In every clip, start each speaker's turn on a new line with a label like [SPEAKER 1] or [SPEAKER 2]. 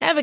[SPEAKER 1] Ever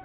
[SPEAKER 2] All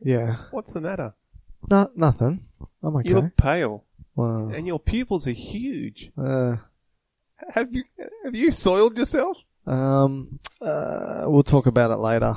[SPEAKER 3] Yeah.
[SPEAKER 4] what's the matter?
[SPEAKER 3] No, nothing. I'm okay.
[SPEAKER 4] You look pale,
[SPEAKER 3] wow.
[SPEAKER 4] and your pupils are huge.
[SPEAKER 3] Uh,
[SPEAKER 4] Have you have you soiled yourself?
[SPEAKER 3] um, uh, we'll talk about it later.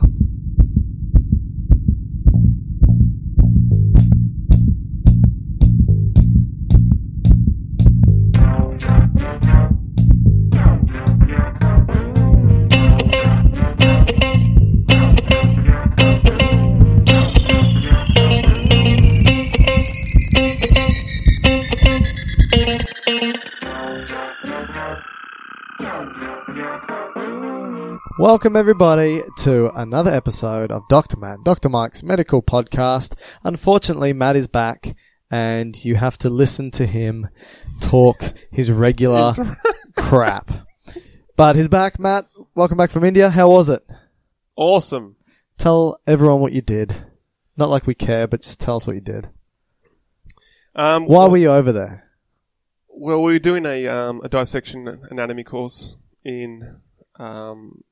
[SPEAKER 3] Welcome everybody to another episode of Dr. Matt, Dr. Mike's medical podcast. Unfortunately, Matt is back and you have to listen to him talk his regular crap. But he's back, Matt. Welcome back from India. How was it?
[SPEAKER 4] Awesome.
[SPEAKER 3] Tell everyone what you did. Not like we care, but just tell us what you did.
[SPEAKER 4] Um,
[SPEAKER 3] Why were you over there?
[SPEAKER 4] Well, we were doing a um, a dissection anatomy course in um,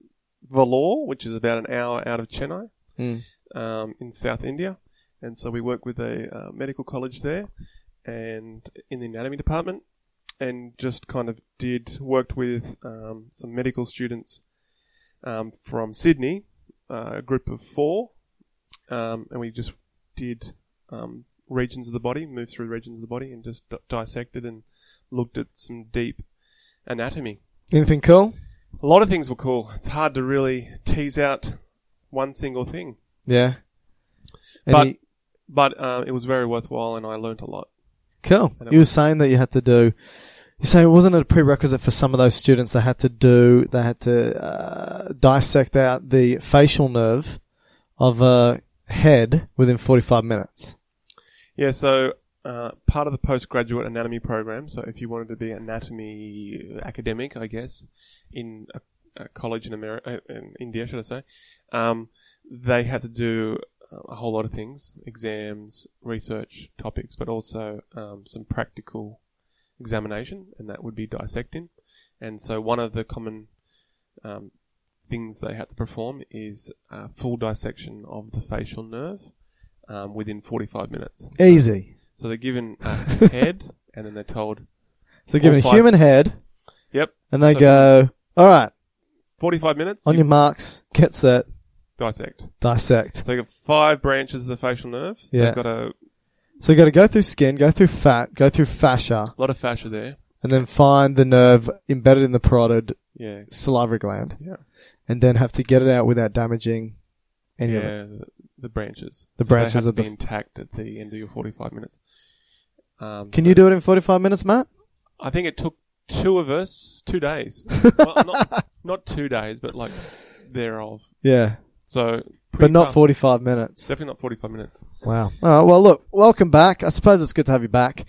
[SPEAKER 4] Vellore, which is about an hour out of Chennai, um, in South India, and so we work with a uh, medical college there, and in the anatomy department, and just kind of did worked with um, some medical students um, from Sydney, uh, a group of four, um, and we just did um, regions of the body, moved through regions of the body, and just d- dissected and looked at some deep anatomy.
[SPEAKER 3] Anything cool?
[SPEAKER 4] A lot of things were cool. It's hard to really tease out one single thing,
[SPEAKER 3] Yeah.
[SPEAKER 4] But-
[SPEAKER 3] Any-
[SPEAKER 4] but uh, it was very worthwhile, and I learnt a lot.
[SPEAKER 3] Cool.
[SPEAKER 4] And it
[SPEAKER 3] You were
[SPEAKER 4] was-
[SPEAKER 3] saying that you had to do. You say wasn't it a prerequisite for some of those students? They had to do. They had to uh, dissect out the facial nerve of a head within forty-five minutes.
[SPEAKER 4] Yeah, so uh, part of the postgraduate anatomy program. So if you wanted to be anatomy uh, academic, I guess, in a, a college in America, in India, should I say, um, they had to do uh, a whole lot of things: exams, research topics, but also um, some practical examination, and that would be dissecting. And so one of the common um, things they had to perform is a full dissection of the facial nerve um, within 45 minutes.
[SPEAKER 3] Easy.
[SPEAKER 4] So they're given a head, and then they're told,
[SPEAKER 3] So they're given a
[SPEAKER 4] All five-
[SPEAKER 3] human head,
[SPEAKER 4] "Yep,
[SPEAKER 3] and they
[SPEAKER 4] So-
[SPEAKER 3] go, "All right,
[SPEAKER 4] forty-five minutes
[SPEAKER 3] on
[SPEAKER 4] you
[SPEAKER 3] your marks, get set,
[SPEAKER 4] dissect."
[SPEAKER 3] dissect."
[SPEAKER 4] So they've got five branches of the facial nerve.
[SPEAKER 3] Yeah.
[SPEAKER 4] They've got a
[SPEAKER 3] So you got to go through skin, go through fat, go through fascia,
[SPEAKER 4] lot of fascia there.
[SPEAKER 3] and then find the nerve embedded in the parotid
[SPEAKER 4] Yeah,
[SPEAKER 3] salivary gland,
[SPEAKER 4] yeah,
[SPEAKER 3] and then have to get it out without damaging any of it.
[SPEAKER 4] yeah. The, the branches.
[SPEAKER 3] The
[SPEAKER 4] So
[SPEAKER 3] branches
[SPEAKER 4] they have to
[SPEAKER 3] of the-
[SPEAKER 4] be intact at the end of your forty-five minutes. Um,
[SPEAKER 3] Can
[SPEAKER 4] so
[SPEAKER 3] you do it in 45 minutes, Matt?
[SPEAKER 4] I think it took two of us two days. well, not, not two days, but like thereof.
[SPEAKER 3] Yeah.
[SPEAKER 4] So, pretty
[SPEAKER 3] But not
[SPEAKER 4] tough.
[SPEAKER 3] 45 minutes.
[SPEAKER 4] Definitely not forty-five minutes.
[SPEAKER 3] Wow. All right. Well, look, welcome back. I suppose it's good to have you back.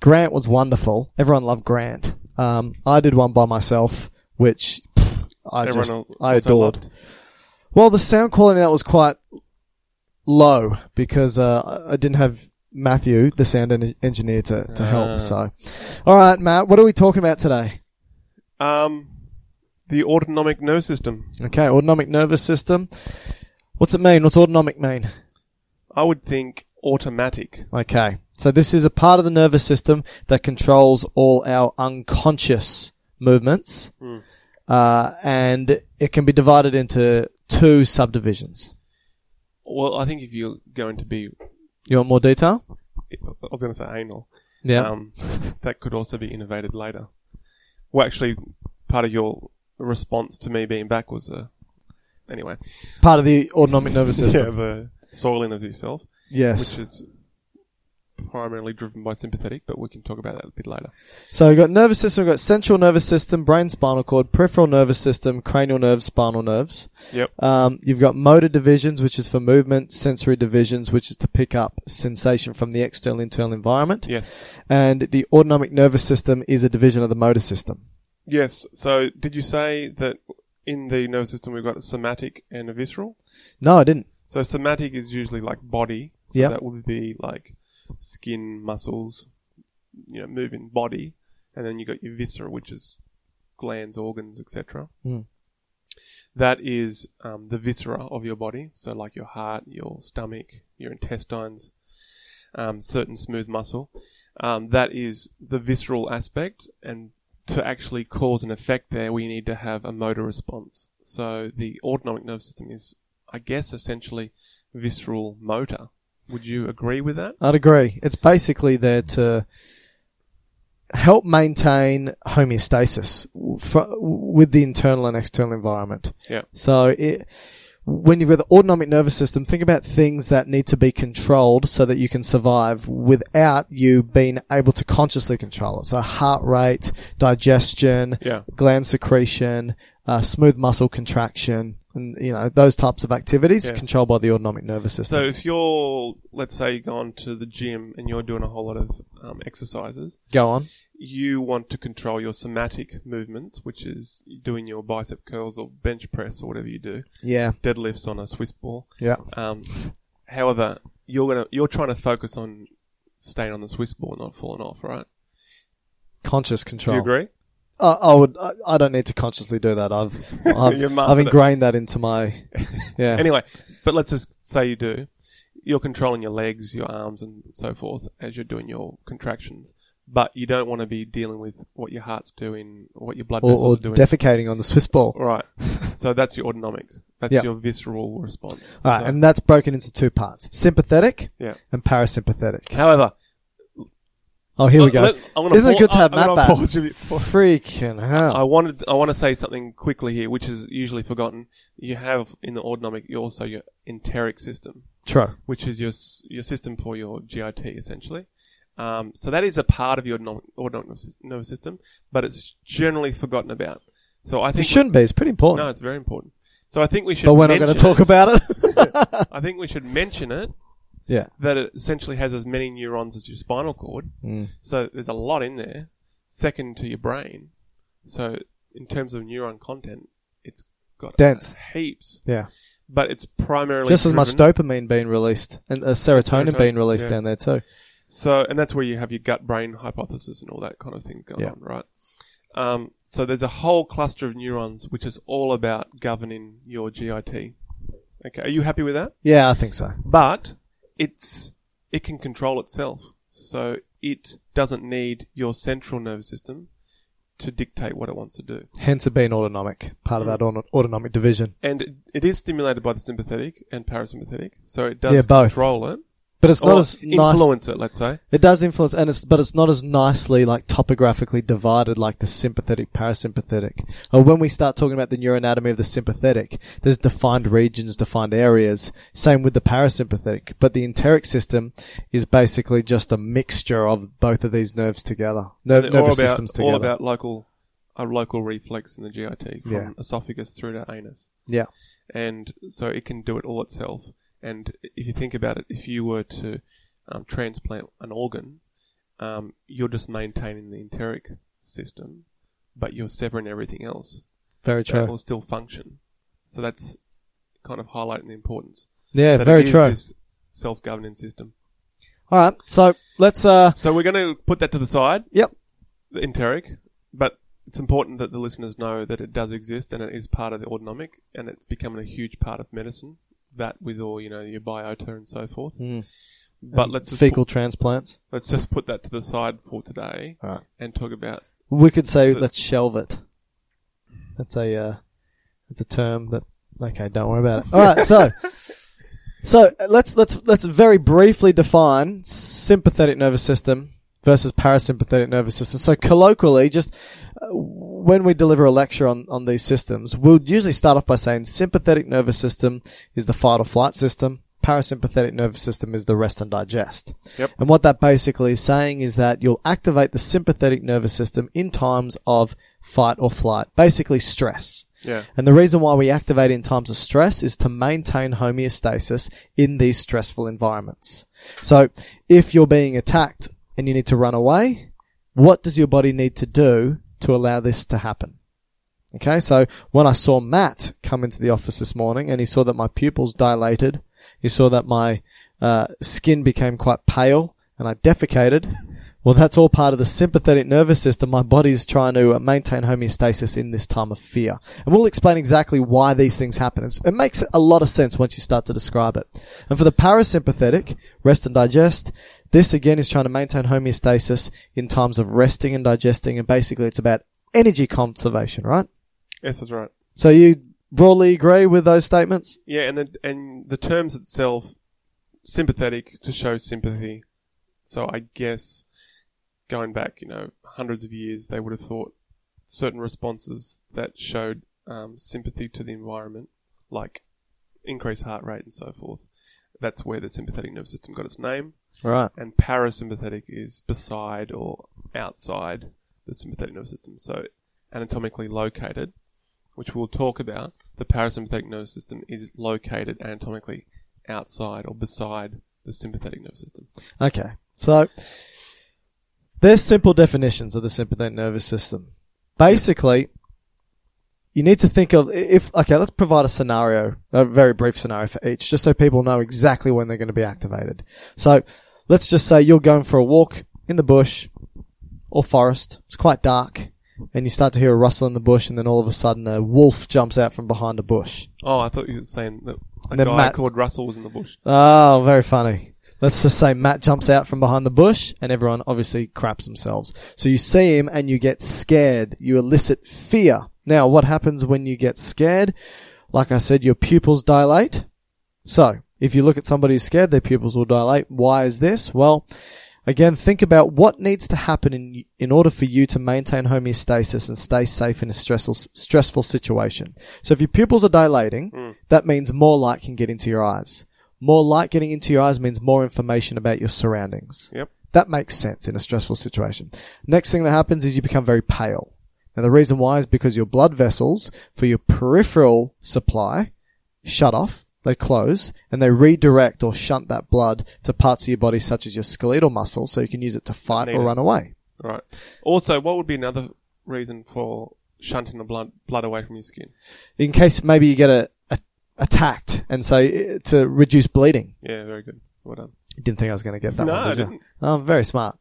[SPEAKER 3] Grant was wonderful. Everyone loved Grant. Um, I did one by myself, which pff, I
[SPEAKER 4] Everyone
[SPEAKER 3] just
[SPEAKER 4] al-
[SPEAKER 3] I
[SPEAKER 4] also
[SPEAKER 3] adored.
[SPEAKER 4] loved.
[SPEAKER 3] Well, the sound quality that was quite low because uh, I- I didn't have Matthew, the sound en- engineer, to, to
[SPEAKER 4] Ah.
[SPEAKER 3] help. So, all right, Matt, what are we talking about today?
[SPEAKER 4] Um, the autonomic nervous system.
[SPEAKER 3] Okay, autonomic nervous system. What's it mean? What's autonomic mean?
[SPEAKER 4] I would think automatic.
[SPEAKER 3] Okay. So this is a part of the nervous system that controls all our unconscious movements.
[SPEAKER 4] Hmm.
[SPEAKER 3] Uh, and it can be divided into two subdivisions.
[SPEAKER 4] Well, I think if you're going to be,
[SPEAKER 3] You want more detail?
[SPEAKER 4] I was going to say anal.
[SPEAKER 3] Yeah.
[SPEAKER 4] Um, that could also be innovated later. Well, actually, part of your response to me being back was, uh, anyway,
[SPEAKER 3] part of the autonomic nervous
[SPEAKER 4] yeah,
[SPEAKER 3] system.
[SPEAKER 4] the soiling of yourself,
[SPEAKER 3] Yes.
[SPEAKER 4] which is primarily driven by sympathetic, but we can talk about that a bit later.
[SPEAKER 3] So we've got nervous system, we've got central nervous system, brain spinal cord, peripheral nervous system, cranial nerves, spinal nerves.
[SPEAKER 4] Yep.
[SPEAKER 3] Um, you've got motor divisions, which is for movement, sensory divisions, which is to pick up sensation from the external internal environment.
[SPEAKER 4] Yes.
[SPEAKER 3] And the autonomic nervous system is a division of the motor system.
[SPEAKER 4] Yes. So, did you say that in the nervous system we've got somatic and visceral?
[SPEAKER 3] No, I didn't.
[SPEAKER 4] So, somatic is usually like body. So
[SPEAKER 3] Yep.
[SPEAKER 4] that would be like skin, muscles, you know, moving body, and then you got your viscera, which is glands, organs, etc.
[SPEAKER 3] Mm.
[SPEAKER 4] That is um, the viscera of your body. So, like your heart, your stomach, your intestines, um, certain smooth muscle. Um, that is the visceral aspect, and to actually cause an effect there, we need to have a motor response. So the autonomic nervous system is, I guess, essentially visceral motor. Would you agree with that?
[SPEAKER 3] I'd agree. It's basically there to help maintain homeostasis fro- with the internal and external environment.
[SPEAKER 4] Yeah.
[SPEAKER 3] So it, when you've got the autonomic nervous system, think about things that need to be controlled so that you can survive without you being able to consciously control it. So heart rate, digestion,
[SPEAKER 4] Yeah.
[SPEAKER 3] gland secretion, uh, smooth muscle contraction, and you know those types of activities
[SPEAKER 4] Yeah.
[SPEAKER 3] controlled by the autonomic nervous
[SPEAKER 4] So
[SPEAKER 3] system.
[SPEAKER 4] if you're, let's say, you've gone to the gym and you're doing a whole lot of um, exercises,
[SPEAKER 3] Go on.
[SPEAKER 4] you want to control your somatic movements, which is doing your bicep curls or bench press or whatever you do,
[SPEAKER 3] Yeah.
[SPEAKER 4] deadlifts on a Swiss ball.
[SPEAKER 3] Yeah.
[SPEAKER 4] Um, however, you're gonna you're trying to focus on staying on the Swiss ball, not falling off, right?
[SPEAKER 3] Conscious control.
[SPEAKER 4] Do you agree?
[SPEAKER 3] I, I would. I, I don't need to consciously do that. I've. I've,
[SPEAKER 4] You're
[SPEAKER 3] I've
[SPEAKER 4] mastered it.
[SPEAKER 3] ingrained that into my. Yeah.
[SPEAKER 4] Anyway, but let's just say you do. You're controlling your legs, your arms, and so forth as you're doing your contractions. But you don't want to be dealing with what your heart's doing or what your blood
[SPEAKER 3] or,
[SPEAKER 4] vessels
[SPEAKER 3] or
[SPEAKER 4] are doing.
[SPEAKER 3] defecating on the Swiss ball.
[SPEAKER 4] Right. So that's your autonomic. That's
[SPEAKER 3] Yeah.
[SPEAKER 4] your visceral response.
[SPEAKER 3] All right,
[SPEAKER 4] So-
[SPEAKER 3] and that's broken into two parts: sympathetic
[SPEAKER 4] yeah.
[SPEAKER 3] and parasympathetic.
[SPEAKER 4] However,
[SPEAKER 3] Oh, here we
[SPEAKER 4] Let-
[SPEAKER 3] go.
[SPEAKER 4] let- I'm gonna
[SPEAKER 3] Isn't it
[SPEAKER 4] pa-
[SPEAKER 3] good to
[SPEAKER 4] I-
[SPEAKER 3] have
[SPEAKER 4] I'm
[SPEAKER 3] Matt
[SPEAKER 4] gonna
[SPEAKER 3] back?
[SPEAKER 4] pause you before-
[SPEAKER 3] Freaking hell!
[SPEAKER 4] I wanted I want to say something quickly here, which is usually forgotten. You have in the autonomic, you also your enteric system,
[SPEAKER 3] True.
[SPEAKER 4] which is your s- your system for your GIT essentially. Um, so that is a part of your autonomic, autonomic nervous- nervous system, but it's generally forgotten about. So I
[SPEAKER 3] It
[SPEAKER 4] think
[SPEAKER 3] shouldn't be. It's pretty
[SPEAKER 4] no,
[SPEAKER 3] important.
[SPEAKER 4] it's very important. So I think we should.
[SPEAKER 3] but we're not going to
[SPEAKER 4] mention
[SPEAKER 3] talk
[SPEAKER 4] it.
[SPEAKER 3] about it.
[SPEAKER 4] I think we should mention it
[SPEAKER 3] yeah.
[SPEAKER 4] that it essentially has as many neurons as your spinal cord.
[SPEAKER 3] Mm.
[SPEAKER 4] So there's a lot in there, second to your brain. So in terms of neuron content, it's got
[SPEAKER 3] Dense.
[SPEAKER 4] heaps,
[SPEAKER 3] Yeah.
[SPEAKER 4] but it's primarily
[SPEAKER 3] Just as much
[SPEAKER 4] driven-
[SPEAKER 3] dopamine being released and uh, serotonin,
[SPEAKER 4] Serotonin,
[SPEAKER 3] being released
[SPEAKER 4] yeah.
[SPEAKER 3] down there too.
[SPEAKER 4] So and that's where you have your gut brain hypothesis and all that kind of thing going
[SPEAKER 3] Yeah.
[SPEAKER 4] on, right? Um, so there's a whole cluster of neurons which is all about governing your GIT. Okay, are you happy with that?
[SPEAKER 3] Yeah, I think so.
[SPEAKER 4] but it's it can control itself. So it doesn't need your central nervous system to dictate what it wants to do.
[SPEAKER 3] Hence it being autonomic, part
[SPEAKER 4] Mm.
[SPEAKER 3] of that auto- autonomic division.
[SPEAKER 4] And it, it is stimulated by the sympathetic and parasympathetic, so it does
[SPEAKER 3] Yeah, both.
[SPEAKER 4] control it.
[SPEAKER 3] But it's not
[SPEAKER 4] or
[SPEAKER 3] as nice.
[SPEAKER 4] influence it, let's say.
[SPEAKER 3] It does influence, and it's but it's not as nicely like topographically divided like the sympathetic parasympathetic. Or when we start talking about the neuroanatomy of the sympathetic, there's defined regions, defined areas. Same with the parasympathetic, but the enteric system is basically just a mixture of both of these nerves together, ner-
[SPEAKER 4] They're
[SPEAKER 3] nervous
[SPEAKER 4] all about,
[SPEAKER 3] systems together.
[SPEAKER 4] All about local, a local reflex in the GIT from
[SPEAKER 3] Yeah.
[SPEAKER 4] esophagus through to anus.
[SPEAKER 3] yeah,
[SPEAKER 4] and so it can do it all itself. And if you think about it, if you were to um, transplant an organ, um, you're just maintaining the enteric system, but you're severing everything else.
[SPEAKER 3] Very
[SPEAKER 4] That
[SPEAKER 3] true.
[SPEAKER 4] will still function. So that's kind of highlighting the importance.
[SPEAKER 3] Yeah,
[SPEAKER 4] that
[SPEAKER 3] very
[SPEAKER 4] it is
[SPEAKER 3] true.
[SPEAKER 4] This self-governing system.
[SPEAKER 3] All right, so let's. uh
[SPEAKER 4] So we're going to put that to the side
[SPEAKER 3] Yep.
[SPEAKER 4] in Terek, but it's important that the listeners know that it does exist and it is part of the autonomic and it's becoming a huge part of medicine. That with all you know, your biota and so forth. But
[SPEAKER 3] And
[SPEAKER 4] let's just
[SPEAKER 3] Hmm. fecal
[SPEAKER 4] put,
[SPEAKER 3] transplants.
[SPEAKER 4] let's just put that to the side for today
[SPEAKER 3] All right.
[SPEAKER 4] and talk about
[SPEAKER 3] We could say
[SPEAKER 4] The-
[SPEAKER 3] let's shelve it. That's a uh, that's a term that. Okay, don't worry about it. All right, so so uh, let's let's let's very briefly define sympathetic nervous system versus parasympathetic nervous system. So colloquially, just uh, when we deliver a lecture on on these systems, we'll usually start off by saying sympathetic nervous system is the fight or flight system. Parasympathetic nervous system is the rest and digest. And what that basically is saying is that you'll activate the sympathetic nervous system in times of fight or flight, basically stress.
[SPEAKER 4] yeah,
[SPEAKER 3] And the reason why we activate in times of stress is to maintain homeostasis in these stressful environments. So if you're being attacked and you need to run away, what does your body need to do to allow this to happen? Okay, so when I saw Matt come into the office this morning and he saw that my pupils dilated, he saw that my uh, skin became quite pale and I defecated. Well, that's all part of the sympathetic nervous system. My body's trying to uh, maintain homeostasis in this time of fear. And we'll explain exactly why these things happen. It's, it makes a lot of sense once you start to describe it. And for the parasympathetic, rest and digest, this again is trying to maintain homeostasis in times of resting and digesting. And basically, it's about energy conservation, right?
[SPEAKER 4] yes, that's right.
[SPEAKER 3] So you broadly agree with those statements?
[SPEAKER 4] Yeah, and the and the terms itself, sympathetic to show sympathy. So I guess going back, you know, hundreds of years, they would have thought certain responses that showed um, sympathy to the environment, like increased heart rate and so forth. That's where the sympathetic nervous system got its name.
[SPEAKER 3] Right.
[SPEAKER 4] And parasympathetic is beside or outside the sympathetic nervous system. So anatomically located, which we'll talk about. The parasympathetic nervous system is located anatomically outside or beside the sympathetic nervous system.
[SPEAKER 3] Okay. So there's simple definitions of the sympathetic nervous system. Basically, you need to think of if okay, let's provide a scenario, a very brief scenario for each, just so people know exactly when they're going to be activated. So let's just say you're going for a walk in the bush or forest. It's quite dark, and you start to hear a rustle in the bush, and then all of a sudden a wolf jumps out from behind a bush.
[SPEAKER 4] Oh, I thought you were saying that a
[SPEAKER 3] And then
[SPEAKER 4] guy
[SPEAKER 3] Matt-
[SPEAKER 4] called Russell was in the bush.
[SPEAKER 3] Oh, very funny. Let's just say Matt jumps out from behind the bush and everyone obviously craps themselves. So you see him and you get scared. You elicit fear. Now, what happens when you get scared? Like I said, your pupils dilate. So, if you look at somebody who's scared, their pupils will dilate. Why is this? Well, again, think about what needs to happen in, in order for you to maintain homeostasis and stay safe in a stressful, stressful situation. So, if your pupils are dilating, that means more light can get into your eyes. More light getting into your eyes means more information about your surroundings.
[SPEAKER 4] Yep.
[SPEAKER 3] That makes sense in a stressful situation. Next thing that happens is you become very pale. Now, the reason why is because your blood vessels for your peripheral supply shut off, they close, and they redirect or shunt that blood to parts of your body such as your skeletal muscle so you can use it to fight
[SPEAKER 4] Need
[SPEAKER 3] or
[SPEAKER 4] it.
[SPEAKER 3] run away.
[SPEAKER 4] Right. Also, what would be another reason for shunting the blood blood away from your skin?
[SPEAKER 3] In case maybe you get a, a, attacked and so eh, to reduce bleeding.
[SPEAKER 4] Yeah, very good. Well done.
[SPEAKER 3] Didn't think I was going to get that
[SPEAKER 4] No,
[SPEAKER 3] one.
[SPEAKER 4] I
[SPEAKER 3] did you?
[SPEAKER 4] didn't.
[SPEAKER 3] Oh, very smart.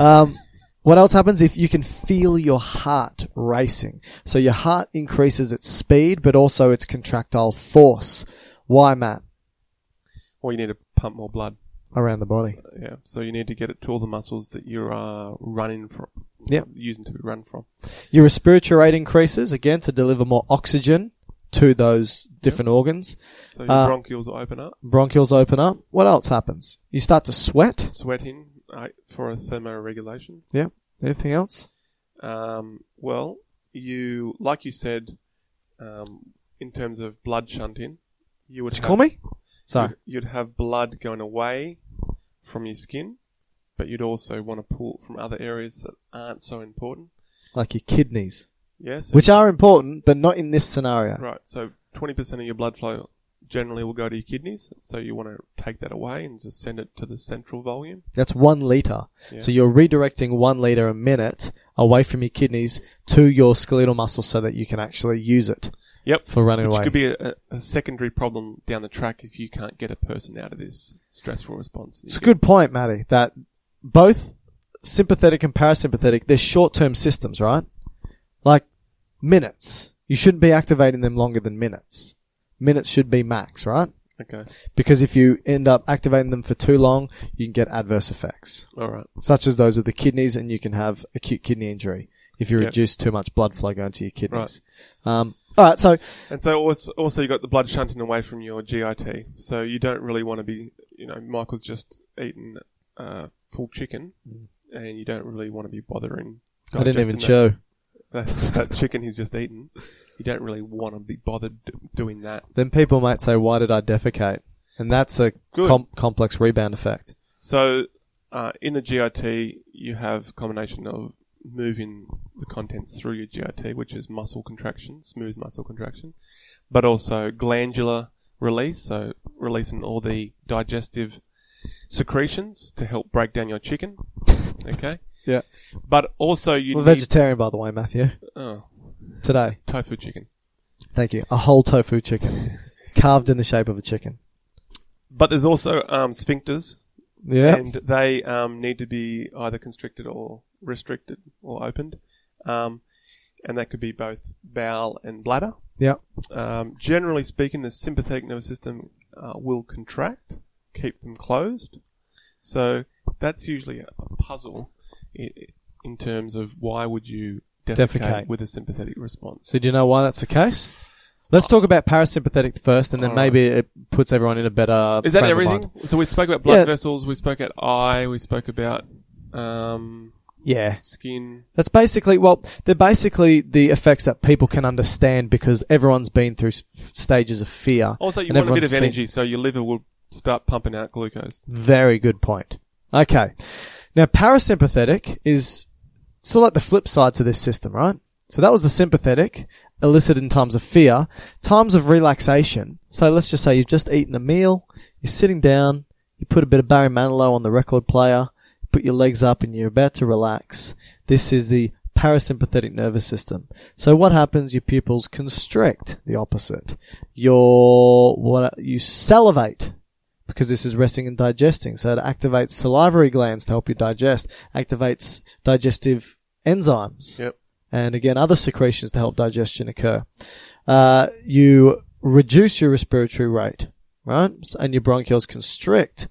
[SPEAKER 3] Um, what else happens if you can feel your heart racing? So your heart increases its speed, but also its contractile force. Why, Matt?
[SPEAKER 4] Or you need to pump more blood.
[SPEAKER 3] Around the body.
[SPEAKER 4] Yeah. So you need to get it to all the muscles that you are running from.
[SPEAKER 3] Yep.
[SPEAKER 4] Using to be run from.
[SPEAKER 3] Your respiratory rate increases again to deliver more oxygen to those different organs.
[SPEAKER 4] So your
[SPEAKER 3] Uh,
[SPEAKER 4] bronchioles open up.
[SPEAKER 3] Bronchioles open up. What else happens? You start to sweat.
[SPEAKER 4] sweating uh, for a thermoregulation.
[SPEAKER 3] Yeah. Anything else?
[SPEAKER 4] Um, well, you like you said, um, in terms of blood shunting, you would
[SPEAKER 3] Did you
[SPEAKER 4] have-
[SPEAKER 3] call me? Sorry.
[SPEAKER 4] You'd, you'd have blood going away from your skin, but you'd also want to pull from other areas that aren't so important.
[SPEAKER 3] Like your kidneys,
[SPEAKER 4] Yes,
[SPEAKER 3] which are important, but not in this scenario.
[SPEAKER 4] right. So twenty percent of your blood flow generally will go to your kidneys. So you want to take that away and just send it to the central volume.
[SPEAKER 3] That's one liter.
[SPEAKER 4] Yeah.
[SPEAKER 3] So you're redirecting one liter a minute away from your kidneys to your skeletal muscle so that you can actually use it
[SPEAKER 4] Yep.
[SPEAKER 3] for running
[SPEAKER 4] Which
[SPEAKER 3] away.
[SPEAKER 4] could be a, a secondary problem down the track if you can't get a person out of this stressful response.
[SPEAKER 3] It's a good point, Matty, that both sympathetic and parasympathetic, they're short term systems, right? Like minutes. You shouldn't be activating them longer than minutes. Minutes should be max, right?
[SPEAKER 4] Okay.
[SPEAKER 3] Because if you end up activating them for too long, you can get adverse effects,
[SPEAKER 4] All right.
[SPEAKER 3] such as those with the kidneys, and you can have acute kidney injury if you
[SPEAKER 4] Yep.
[SPEAKER 3] reduce too much blood flow going to your kidneys. Um, all right, so
[SPEAKER 4] And so also, also you got the blood shunting away from your GIT. So you don't really want to be, you know, Michael's just eaten uh, full chicken, and you don't really want to be bothering.
[SPEAKER 3] Mm. I didn't even
[SPEAKER 4] digesting
[SPEAKER 3] chew.
[SPEAKER 4] that, that, that chicken he's just eaten. You don't really want to be bothered d- doing that.
[SPEAKER 3] Then people might say, "Why did I defecate?" And that's a
[SPEAKER 4] Good.
[SPEAKER 3] com- complex rebound effect.
[SPEAKER 4] So, uh, in the GIT, you have combination of moving the contents through your GIT, which is muscle contraction, smooth muscle contraction, but also glandular release, so releasing all the digestive secretions to help break down your chicken. Okay,
[SPEAKER 3] Yeah,
[SPEAKER 4] but also you
[SPEAKER 3] we're
[SPEAKER 4] need
[SPEAKER 3] vegetarian, by the way, Matthew.
[SPEAKER 4] oh,
[SPEAKER 3] Today,
[SPEAKER 4] tofu chicken.
[SPEAKER 3] thank you. A whole tofu chicken, carved in the shape of a chicken.
[SPEAKER 4] But there's also um, sphincters,
[SPEAKER 3] Yeah,
[SPEAKER 4] and they um, need to be either constricted or restricted or opened. Um, and that could be both bowel and bladder.
[SPEAKER 3] yeah.
[SPEAKER 4] Um, generally speaking, the sympathetic nervous system uh, will contract, keep them closed. So that's usually a a puzzle i- in terms of why would you defecate,
[SPEAKER 3] Defecate.
[SPEAKER 4] with a sympathetic response.
[SPEAKER 3] So do you know why that's the case? Let's talk about parasympathetic first, and then
[SPEAKER 4] All right.
[SPEAKER 3] maybe it puts everyone in a better.
[SPEAKER 4] Uh, Is that
[SPEAKER 3] frame of
[SPEAKER 4] everything?
[SPEAKER 3] mind.
[SPEAKER 4] So we spoke about blood
[SPEAKER 3] Yeah.
[SPEAKER 4] vessels, we spoke about eye, we spoke about um,
[SPEAKER 3] Yeah.
[SPEAKER 4] skin.
[SPEAKER 3] That's basically well, they're basically the effects that people can understand because everyone's been through s- stages of fear.
[SPEAKER 4] Also, you
[SPEAKER 3] and
[SPEAKER 4] want a bit
[SPEAKER 3] everyone's
[SPEAKER 4] of
[SPEAKER 3] seen-
[SPEAKER 4] energy, so your liver will start pumping out glucose.
[SPEAKER 3] Very good point. Okay. Now, parasympathetic is sort of like the flip side to this system, right? So that was the sympathetic, elicited in times of fear, times of relaxation. So let's just say you've just eaten a meal, you're sitting down, you put a bit of Barry Manilow on the record player, you put your legs up and you're about to relax. This is the parasympathetic nervous system. So what happens? Your pupils constrict, the opposite. Your, what, you salivate, because this is resting and digesting. So it activates salivary glands to help you digest, activates digestive enzymes,
[SPEAKER 4] Yep.
[SPEAKER 3] and again, other secretions to help digestion occur. Uh, you reduce your respiratory rate, right? S- And your bronchioles constrict.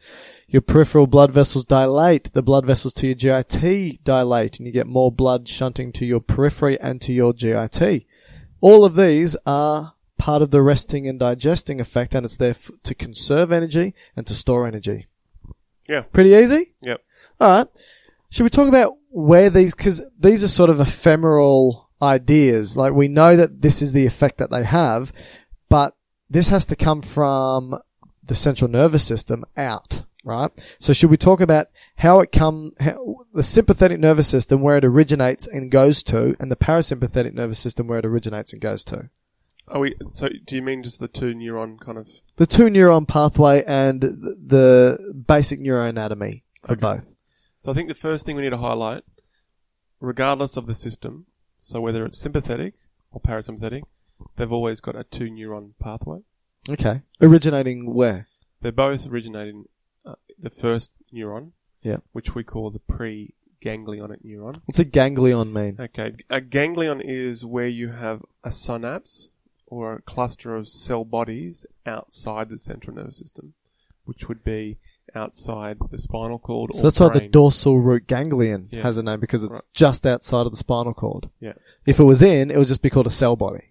[SPEAKER 3] Your peripheral blood vessels dilate. The blood vessels to your GIT dilate, and you get more blood shunting to your periphery and to your GIT. All of these are part of the resting and digesting effect, and it's there f- to conserve energy and to store energy.
[SPEAKER 4] Yeah.
[SPEAKER 3] Pretty easy?
[SPEAKER 4] Yep.
[SPEAKER 3] All right. Should we talk about where these, because these are sort of ephemeral ideas. Like we know that this is the effect that they have, but this has to come from the central nervous system out, right? So should we talk about how it come, how, the sympathetic nervous system where it originates and goes to, and the parasympathetic nervous system where it originates and goes to?
[SPEAKER 4] Are we? So, do you mean just the two neuron kind of?
[SPEAKER 3] The two neuron pathway and th- the basic neuroanatomy for both.
[SPEAKER 4] So, I think the first thing we need to highlight, regardless of the system, so whether it's sympathetic or parasympathetic, they've always got a two neuron pathway.
[SPEAKER 3] Okay. Originating where?
[SPEAKER 4] They're both originating uh, the first neuron,
[SPEAKER 3] Yeah.
[SPEAKER 4] which we call the preganglionic neuron.
[SPEAKER 3] What's a ganglion mean?
[SPEAKER 4] Okay, a ganglion is where you have a synapse or a cluster of cell bodies outside the central nervous system, which would be outside the spinal cord.
[SPEAKER 3] So
[SPEAKER 4] or
[SPEAKER 3] that's why the
[SPEAKER 4] brain.
[SPEAKER 3] dorsal root ganglion
[SPEAKER 4] Yeah.
[SPEAKER 3] has a name because it's
[SPEAKER 4] Right.
[SPEAKER 3] just outside of the spinal cord.
[SPEAKER 4] Yeah,
[SPEAKER 3] If it was in, it would just be called a cell body.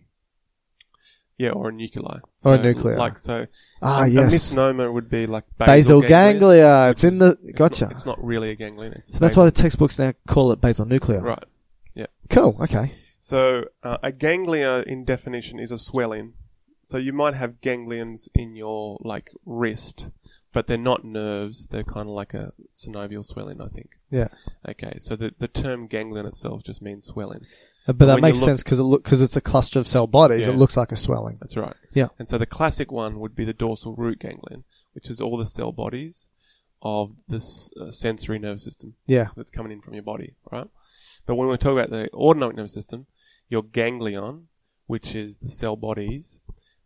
[SPEAKER 4] yeah, or a nuclei.
[SPEAKER 3] Or a Oh, nuclei.
[SPEAKER 4] Like so.
[SPEAKER 3] Ah,
[SPEAKER 4] a, A
[SPEAKER 3] yes.
[SPEAKER 4] misnomer would be like
[SPEAKER 3] Basal
[SPEAKER 4] basal,
[SPEAKER 3] ganglia, it's
[SPEAKER 4] which
[SPEAKER 3] in the-
[SPEAKER 4] it's not-
[SPEAKER 3] gotcha.
[SPEAKER 4] it's not really a ganglion. It's
[SPEAKER 3] So that's why the textbooks now call it basal nuclei.
[SPEAKER 4] right.
[SPEAKER 3] Cool. Okay.
[SPEAKER 4] So uh, a ganglia, in definition, is a swelling. So you might have ganglions in your like wrist, but they're not nerves. They're kind of like a synovial swelling, I think.
[SPEAKER 3] Yeah.
[SPEAKER 4] Okay, so the, the term ganglion itself just means swelling.
[SPEAKER 3] Uh, But
[SPEAKER 4] But
[SPEAKER 3] that
[SPEAKER 4] when
[SPEAKER 3] makes
[SPEAKER 4] you look-
[SPEAKER 3] sense because it look because it's a cluster of cell bodies. It
[SPEAKER 4] Yeah.
[SPEAKER 3] looks like a swelling.
[SPEAKER 4] That's right.
[SPEAKER 3] Yeah.
[SPEAKER 4] And so the classic one would be the dorsal root ganglion, which is all the cell bodies of this uh, sensory nervous system
[SPEAKER 3] Yeah.
[SPEAKER 4] that's coming in from your body, right? But when we talk about the autonomic nervous system, your ganglion, which is the cell bodies,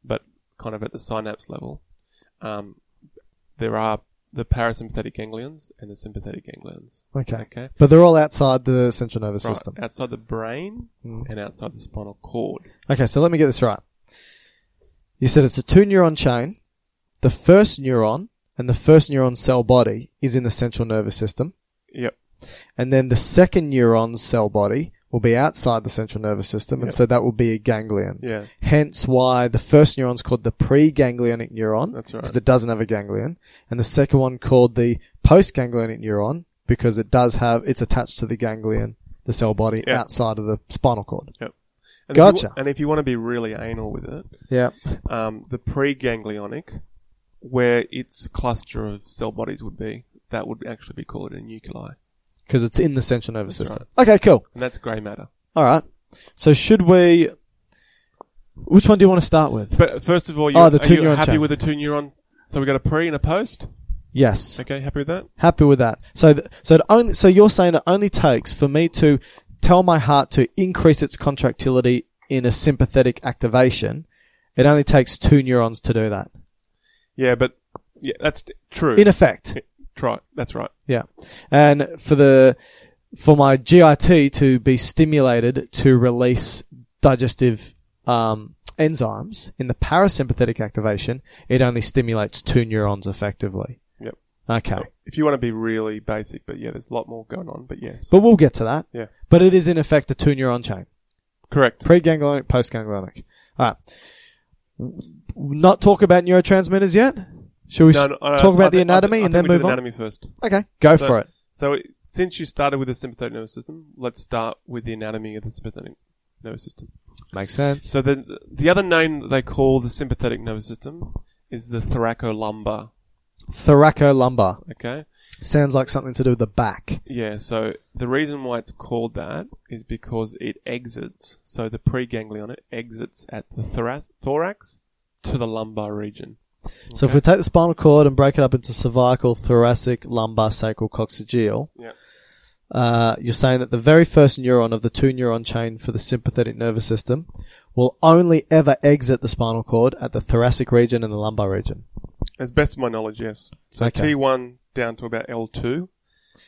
[SPEAKER 4] but kind of at the synapse level, um, there are the parasympathetic ganglions and the sympathetic ganglions.
[SPEAKER 3] Okay.
[SPEAKER 4] Okay.
[SPEAKER 3] But they're all outside the central nervous
[SPEAKER 4] Right,
[SPEAKER 3] system. Hmm.
[SPEAKER 4] outside the brain and outside the spinal cord.
[SPEAKER 3] Okay, so let me get this right. You said it's a two neuron chain. The first neuron and the first neuron cell body is in the central nervous system.
[SPEAKER 4] Yep.
[SPEAKER 3] And then the second neuron's cell body will be outside the central nervous system. And
[SPEAKER 4] Yep.
[SPEAKER 3] so that will be a ganglion.
[SPEAKER 4] Yeah.
[SPEAKER 3] Hence why the first neuron's called the preganglionic neuron.
[SPEAKER 4] That's right.
[SPEAKER 3] Because it doesn't have a ganglion. And the second one called the postganglionic neuron because it does have, it's attached to the ganglion, the cell body
[SPEAKER 4] Yeah.
[SPEAKER 3] outside of the spinal cord.
[SPEAKER 4] And if you wa-
[SPEAKER 3] Gotcha.
[SPEAKER 4] and if you want to be really anal with it,
[SPEAKER 3] Yeah.
[SPEAKER 4] um, the preganglionic, where its cluster of cell bodies would be, that would actually be called a nuclei.
[SPEAKER 3] Because it's in the central nervous
[SPEAKER 4] That's
[SPEAKER 3] system. Okay, cool.
[SPEAKER 4] And that's grey matter.
[SPEAKER 3] All right. So should we? Which one do you want to start with?
[SPEAKER 4] But first of all, you,
[SPEAKER 3] Oh,
[SPEAKER 4] are
[SPEAKER 3] the two
[SPEAKER 4] you
[SPEAKER 3] neuron
[SPEAKER 4] happy
[SPEAKER 3] chain.
[SPEAKER 4] with the two neuron? So we got a pre and a post.
[SPEAKER 3] yes.
[SPEAKER 4] Okay, happy with that?
[SPEAKER 3] Happy with that. So th- so it only so you're saying it only takes for me to tell my heart to increase its contractility in a sympathetic activation. It only takes two neurons to do that.
[SPEAKER 4] Yeah, but yeah, that's t- true.
[SPEAKER 3] In effect.
[SPEAKER 4] Try. That's right.
[SPEAKER 3] Yeah. And for the for my GIT to be stimulated to release digestive um, enzymes in the parasympathetic activation, it only stimulates two neurons effectively.
[SPEAKER 4] Yep.
[SPEAKER 3] Okay.
[SPEAKER 4] If you want to be really basic, but yeah, there's a lot more going on. But yes,
[SPEAKER 3] But we'll get to that.
[SPEAKER 4] Yeah.
[SPEAKER 3] But it is in effect a two neuron chain.
[SPEAKER 4] correct.
[SPEAKER 3] Preganglionic, postganglionic. Alright. Not talk about neurotransmitters yet? Shall we
[SPEAKER 4] No,
[SPEAKER 3] s-
[SPEAKER 4] no, I-
[SPEAKER 3] talk
[SPEAKER 4] uh, I
[SPEAKER 3] about the
[SPEAKER 4] think- I
[SPEAKER 3] anatomy
[SPEAKER 4] think-
[SPEAKER 3] and
[SPEAKER 4] I think
[SPEAKER 3] then
[SPEAKER 4] we do
[SPEAKER 3] move
[SPEAKER 4] the
[SPEAKER 3] on?
[SPEAKER 4] Anatomy first.
[SPEAKER 3] Okay. Go
[SPEAKER 4] So-
[SPEAKER 3] for it.
[SPEAKER 4] So, it- since you started with the sympathetic nervous system, let's start with the anatomy of the sympathetic nervous system.
[SPEAKER 3] Makes sense.
[SPEAKER 4] So, the the other name that they call the sympathetic nervous system is the thoracolumbar.
[SPEAKER 3] Thoracolumbar.
[SPEAKER 4] Okay,
[SPEAKER 3] Sounds like something to do with the back.
[SPEAKER 4] yeah. So the reason why it's called that is because it exits. So the preganglion it exits at the thora- thorax to the lumbar region.
[SPEAKER 3] So if we take the spinal cord and break it up into cervical, thoracic, lumbar, sacral, coccygeal,
[SPEAKER 4] Yeah.
[SPEAKER 3] uh, you're saying that the very first neuron of the two neuron chain for the sympathetic nervous system will only ever exit the spinal cord at the thoracic region and the lumbar region.
[SPEAKER 4] As best of my knowledge, yes. So
[SPEAKER 3] Okay.
[SPEAKER 4] T1 down to about L2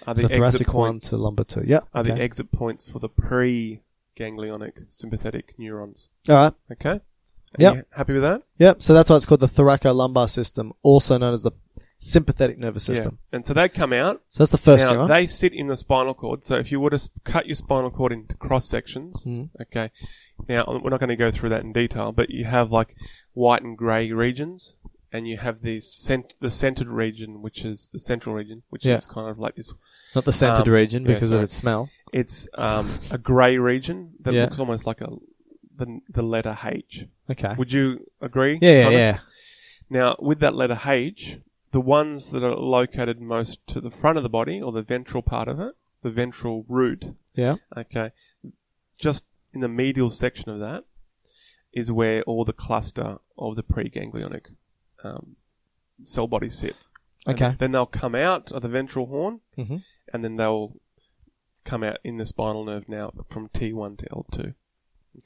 [SPEAKER 4] are the
[SPEAKER 3] so
[SPEAKER 4] exit
[SPEAKER 3] thoracic one
[SPEAKER 4] points.
[SPEAKER 3] to lumbar two. Yeah.
[SPEAKER 4] are the
[SPEAKER 3] okay.
[SPEAKER 4] exit points for the pre-ganglionic sympathetic neurons.
[SPEAKER 3] All right.
[SPEAKER 4] Okay. Are
[SPEAKER 3] Yep.
[SPEAKER 4] you Happy with that?
[SPEAKER 3] Yep. So that's why it's called the thoracolumbar system, also known as the sympathetic nervous system.
[SPEAKER 4] Yeah. And so they come out.
[SPEAKER 3] So that's the first
[SPEAKER 4] now
[SPEAKER 3] neuron.
[SPEAKER 4] they sit in the spinal cord. So if you were to sp- cut your spinal cord into cross sections,
[SPEAKER 3] Mhm.
[SPEAKER 4] okay. Now um, we're not going to go through that in detail, but you have like white and grey regions, and you have these cent- the centered region, which is the central region, which
[SPEAKER 3] Yeah.
[SPEAKER 4] is kind of like this
[SPEAKER 3] Not the centered
[SPEAKER 4] um,
[SPEAKER 3] region
[SPEAKER 4] yeah,
[SPEAKER 3] because of
[SPEAKER 4] sorry.
[SPEAKER 3] its smell.
[SPEAKER 4] It's um, a grey region that
[SPEAKER 3] Yeah.
[SPEAKER 4] looks almost like a the, the letter H.
[SPEAKER 3] Okay.
[SPEAKER 4] Would you agree?
[SPEAKER 3] Eh? yeah, yeah,
[SPEAKER 4] Thomas?
[SPEAKER 3] yeah.
[SPEAKER 4] Now, with that letter H, the ones that are located most to the front of the body or the ventral part of it, the ventral root,
[SPEAKER 3] Yeah.
[SPEAKER 4] okay, just in the medial section of that is where all the cluster of the preganglionic um, cell bodies sit. And
[SPEAKER 3] Okay.
[SPEAKER 4] then they'll come out of the ventral horn
[SPEAKER 3] hmm
[SPEAKER 4] and then they'll come out in the spinal nerve now from T1 to L2.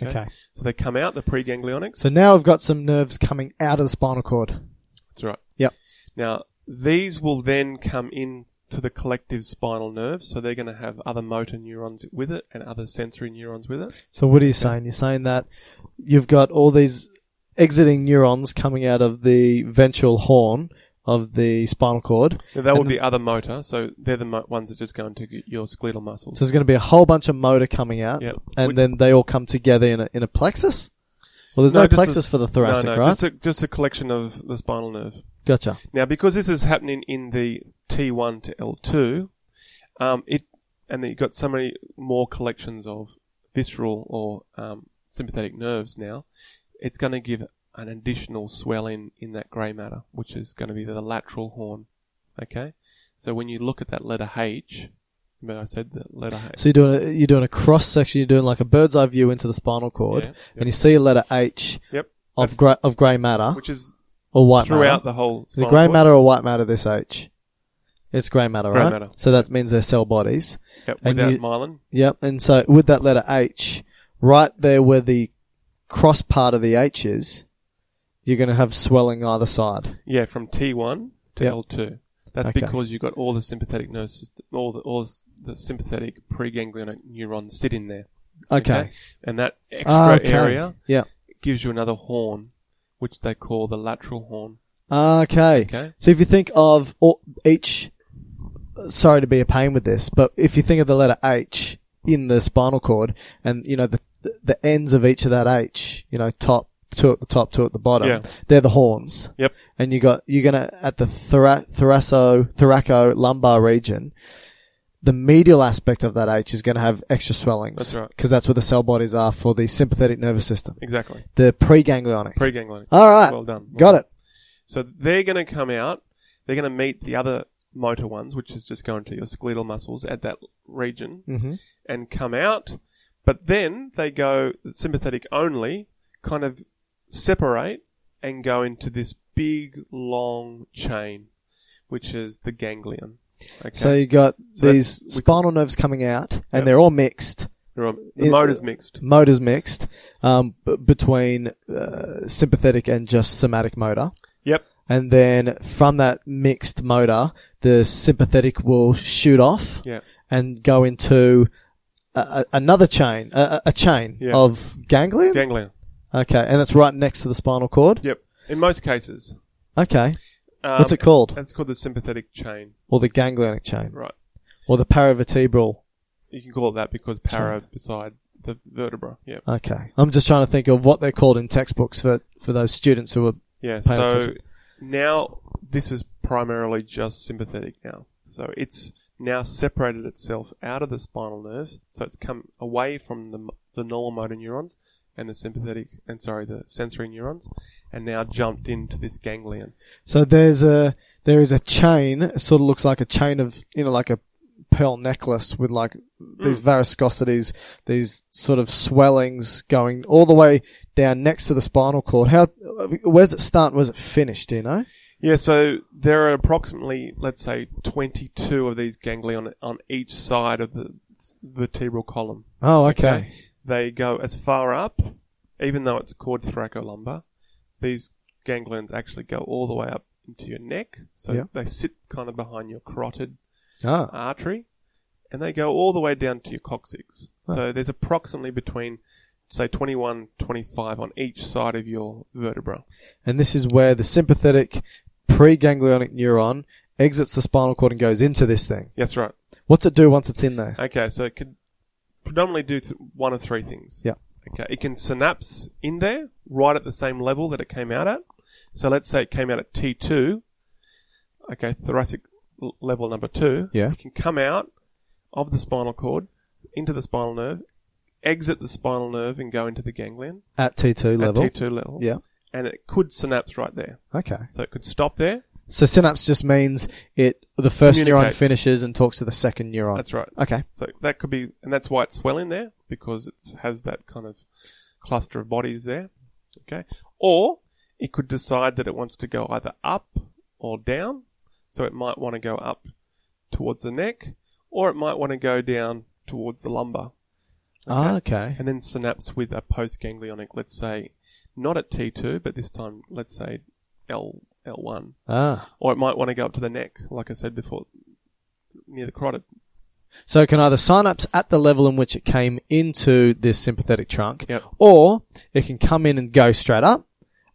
[SPEAKER 3] Okay.
[SPEAKER 4] So they come out the preganglionics.
[SPEAKER 3] So now I've got some nerves coming out of the spinal cord.
[SPEAKER 4] That's right.
[SPEAKER 3] Yep.
[SPEAKER 4] Now these will then come in to the collective spinal nerve, so they're going to have other motor neurons with it and other sensory neurons with it.
[SPEAKER 3] So what are you saying? You're saying that you've got all these exiting neurons coming out of the ventral horn of the spinal cord.
[SPEAKER 4] Now, that would
[SPEAKER 3] And-
[SPEAKER 4] be other motor, so they're the mo- ones that just go into your skeletal muscles.
[SPEAKER 3] So there's going to be a whole bunch of motor coming out,
[SPEAKER 4] Yep.
[SPEAKER 3] and
[SPEAKER 4] Would-
[SPEAKER 3] then they all come together in a, in a plexus. Well, there's no,
[SPEAKER 4] just
[SPEAKER 3] plexus for the thoracic,
[SPEAKER 4] no, no,
[SPEAKER 3] right?
[SPEAKER 4] Just a, just a collection of the spinal nerve.
[SPEAKER 3] gotcha.
[SPEAKER 4] Now, because this is happening in the T1 to L2, um, it and then you've got so many more collections of visceral or um, sympathetic nerves now, it's going to give an additional swelling in that grey matter, which is going to be the lateral horn. Okay? So when you look at that letter H, But I said the letter H.
[SPEAKER 3] So you're doing a, you're doing a cross section. You're doing like a bird's eye view into the spinal cord,
[SPEAKER 4] Yeah,
[SPEAKER 3] and you see a letter H
[SPEAKER 4] yep.
[SPEAKER 3] of
[SPEAKER 4] That's-
[SPEAKER 3] gray, of grey matter
[SPEAKER 4] which is
[SPEAKER 3] or white matter.
[SPEAKER 4] throughout the whole.
[SPEAKER 3] Is it
[SPEAKER 4] spinal
[SPEAKER 3] grey
[SPEAKER 4] cord.
[SPEAKER 3] matter or white matter? This H, it's grey matter,
[SPEAKER 4] Grey
[SPEAKER 3] right?
[SPEAKER 4] matter.
[SPEAKER 3] So that means they're cell bodies.
[SPEAKER 4] Yep,
[SPEAKER 3] and
[SPEAKER 4] without
[SPEAKER 3] you-
[SPEAKER 4] myelin.
[SPEAKER 3] Yep. And so with that letter H, right there where the cross part of the H is, you're going to have swelling either side.
[SPEAKER 4] Yeah, from T1 to
[SPEAKER 3] Yep.
[SPEAKER 4] L2. That's
[SPEAKER 3] Okay.
[SPEAKER 4] because you've got all the sympathetic nervous system, all the all the sympathetic preganglionic neurons sit in there.
[SPEAKER 3] Okay.
[SPEAKER 4] and that extra
[SPEAKER 3] Ah, okay.
[SPEAKER 4] area
[SPEAKER 3] Yep.
[SPEAKER 4] gives you another horn, which they call the lateral horn.
[SPEAKER 3] Ah, Okay.
[SPEAKER 4] Okay.
[SPEAKER 3] So if you think of all, each, sorry to be a pain with this, but if you think of the letter H in the spinal cord, and you know the the ends of each of that H, you know, top two at the top, two at the bottom,
[SPEAKER 4] Yeah.
[SPEAKER 3] they're the horns,
[SPEAKER 4] Yep.
[SPEAKER 3] and you got you're gonna at the thora- thoraco thoraco lumbar region. The medial aspect of that H is going to have extra swellings.
[SPEAKER 4] That's right.
[SPEAKER 3] Because that's where the cell bodies are for the sympathetic nervous system,
[SPEAKER 4] Exactly.
[SPEAKER 3] the preganglionic.
[SPEAKER 4] Preganglionic.
[SPEAKER 3] All right.
[SPEAKER 4] Well done. Well
[SPEAKER 3] Got
[SPEAKER 4] done.
[SPEAKER 3] it.
[SPEAKER 4] So they're going to come out. They're going to meet the other motor ones, which is just going to your skeletal muscles at that region,
[SPEAKER 3] Mhm.
[SPEAKER 4] and come out. But then they go sympathetic only, kind of separate and go into this big long chain, which is the ganglion. Okay.
[SPEAKER 3] So you got
[SPEAKER 4] So
[SPEAKER 3] these
[SPEAKER 4] that's- we-
[SPEAKER 3] spinal nerves coming out, and
[SPEAKER 4] Yeah.
[SPEAKER 3] they're all mixed.
[SPEAKER 4] They're all- the
[SPEAKER 3] It-
[SPEAKER 4] motor's mixed.
[SPEAKER 3] Motors mixed um, b- between uh, sympathetic and just somatic motor,
[SPEAKER 4] Yep.
[SPEAKER 3] and then from that mixed motor, the sympathetic will shoot off
[SPEAKER 4] Yeah.
[SPEAKER 3] and go into a, a, another chain, a, a- a chain
[SPEAKER 4] Yeah.
[SPEAKER 3] of ganglion.
[SPEAKER 4] Ganglion.
[SPEAKER 3] okay, and that's right next to the spinal cord.
[SPEAKER 4] Yep. In most cases.
[SPEAKER 3] Okay,
[SPEAKER 4] Um,
[SPEAKER 3] what's it called?
[SPEAKER 4] That's called the sympathetic chain.
[SPEAKER 3] Or the ganglionic chain,
[SPEAKER 4] Right.
[SPEAKER 3] or the paravertebral
[SPEAKER 4] You can call it that because para beside the vertebra. Yeah.
[SPEAKER 3] Okay. I'm just trying to think of what they're called in textbooks for, for those students who are.
[SPEAKER 4] Yeah.
[SPEAKER 3] Paying
[SPEAKER 4] so
[SPEAKER 3] attention.
[SPEAKER 4] now this is primarily just sympathetic now. So it's now separated itself out of the spinal nerve. So it's come away from the, m- the normal motor neurons and the sympathetic and sorry the sensory neurons, and now jumped into this ganglion.
[SPEAKER 3] So there's a there is a chain. It sort of looks like a chain of you know like a pearl necklace with like these
[SPEAKER 4] Mm.
[SPEAKER 3] varicosities, these sort of swellings going all the way down next to the spinal cord. How where's it start? Where's it finish? Do you know?
[SPEAKER 4] Yeah, so there are approximately, let's say, 22 of these ganglion on each side of the s- vertebral column.
[SPEAKER 3] Oh, okay.
[SPEAKER 4] They go as far up, even though it's called thoracolumbar, these ganglions actually go all the way up into your neck. So
[SPEAKER 3] Yeah.
[SPEAKER 4] they sit kind of behind your carotid
[SPEAKER 3] Ah,
[SPEAKER 4] artery and they go all the way down to your coccyx. So there's approximately between, say, 21, 25 on each side of your vertebra.
[SPEAKER 3] and this is where the sympathetic preganglionic neuron exits the spinal cord and goes into this thing.
[SPEAKER 4] That's right.
[SPEAKER 3] What's it do once it's in there?
[SPEAKER 4] Okay, so it could predominantly do th- one of three things.
[SPEAKER 3] Yeah.
[SPEAKER 4] Okay, it can synapse in there right at the same level that it came out at. So let's say it came out at T2. Okay, thoracic l- level number two.
[SPEAKER 3] Yeah.
[SPEAKER 4] It can come out of the spinal cord into the spinal nerve, exit the spinal nerve and go into the ganglion
[SPEAKER 3] At T2 level.
[SPEAKER 4] at T2 level.
[SPEAKER 3] Yeah.
[SPEAKER 4] And it could synapse right there.
[SPEAKER 3] Okay.
[SPEAKER 4] So it could stop there.
[SPEAKER 3] So synapse just means it the first neuron
[SPEAKER 4] Communicates.
[SPEAKER 3] finishes and talks to the second neuron.
[SPEAKER 4] That's right.
[SPEAKER 3] Okay.
[SPEAKER 4] So that could be, and that's why it's swelling there because it has that kind of cluster of bodies there. Okay. Or it could decide that it wants to go either up or down. So it might want to go up towards the neck or it might want to go down towards the lumbar
[SPEAKER 3] Ah, okay.
[SPEAKER 4] and then synapse with a postganglionic, let's say, not at T2, but this time, let's say L, L1.
[SPEAKER 3] Ah.
[SPEAKER 4] Or it might want to go up to the neck, like I said before, near the carotid.
[SPEAKER 3] So it can either synapse at the level in which it came into this sympathetic trunk,
[SPEAKER 4] Yep.
[SPEAKER 3] or it can come in and go straight up,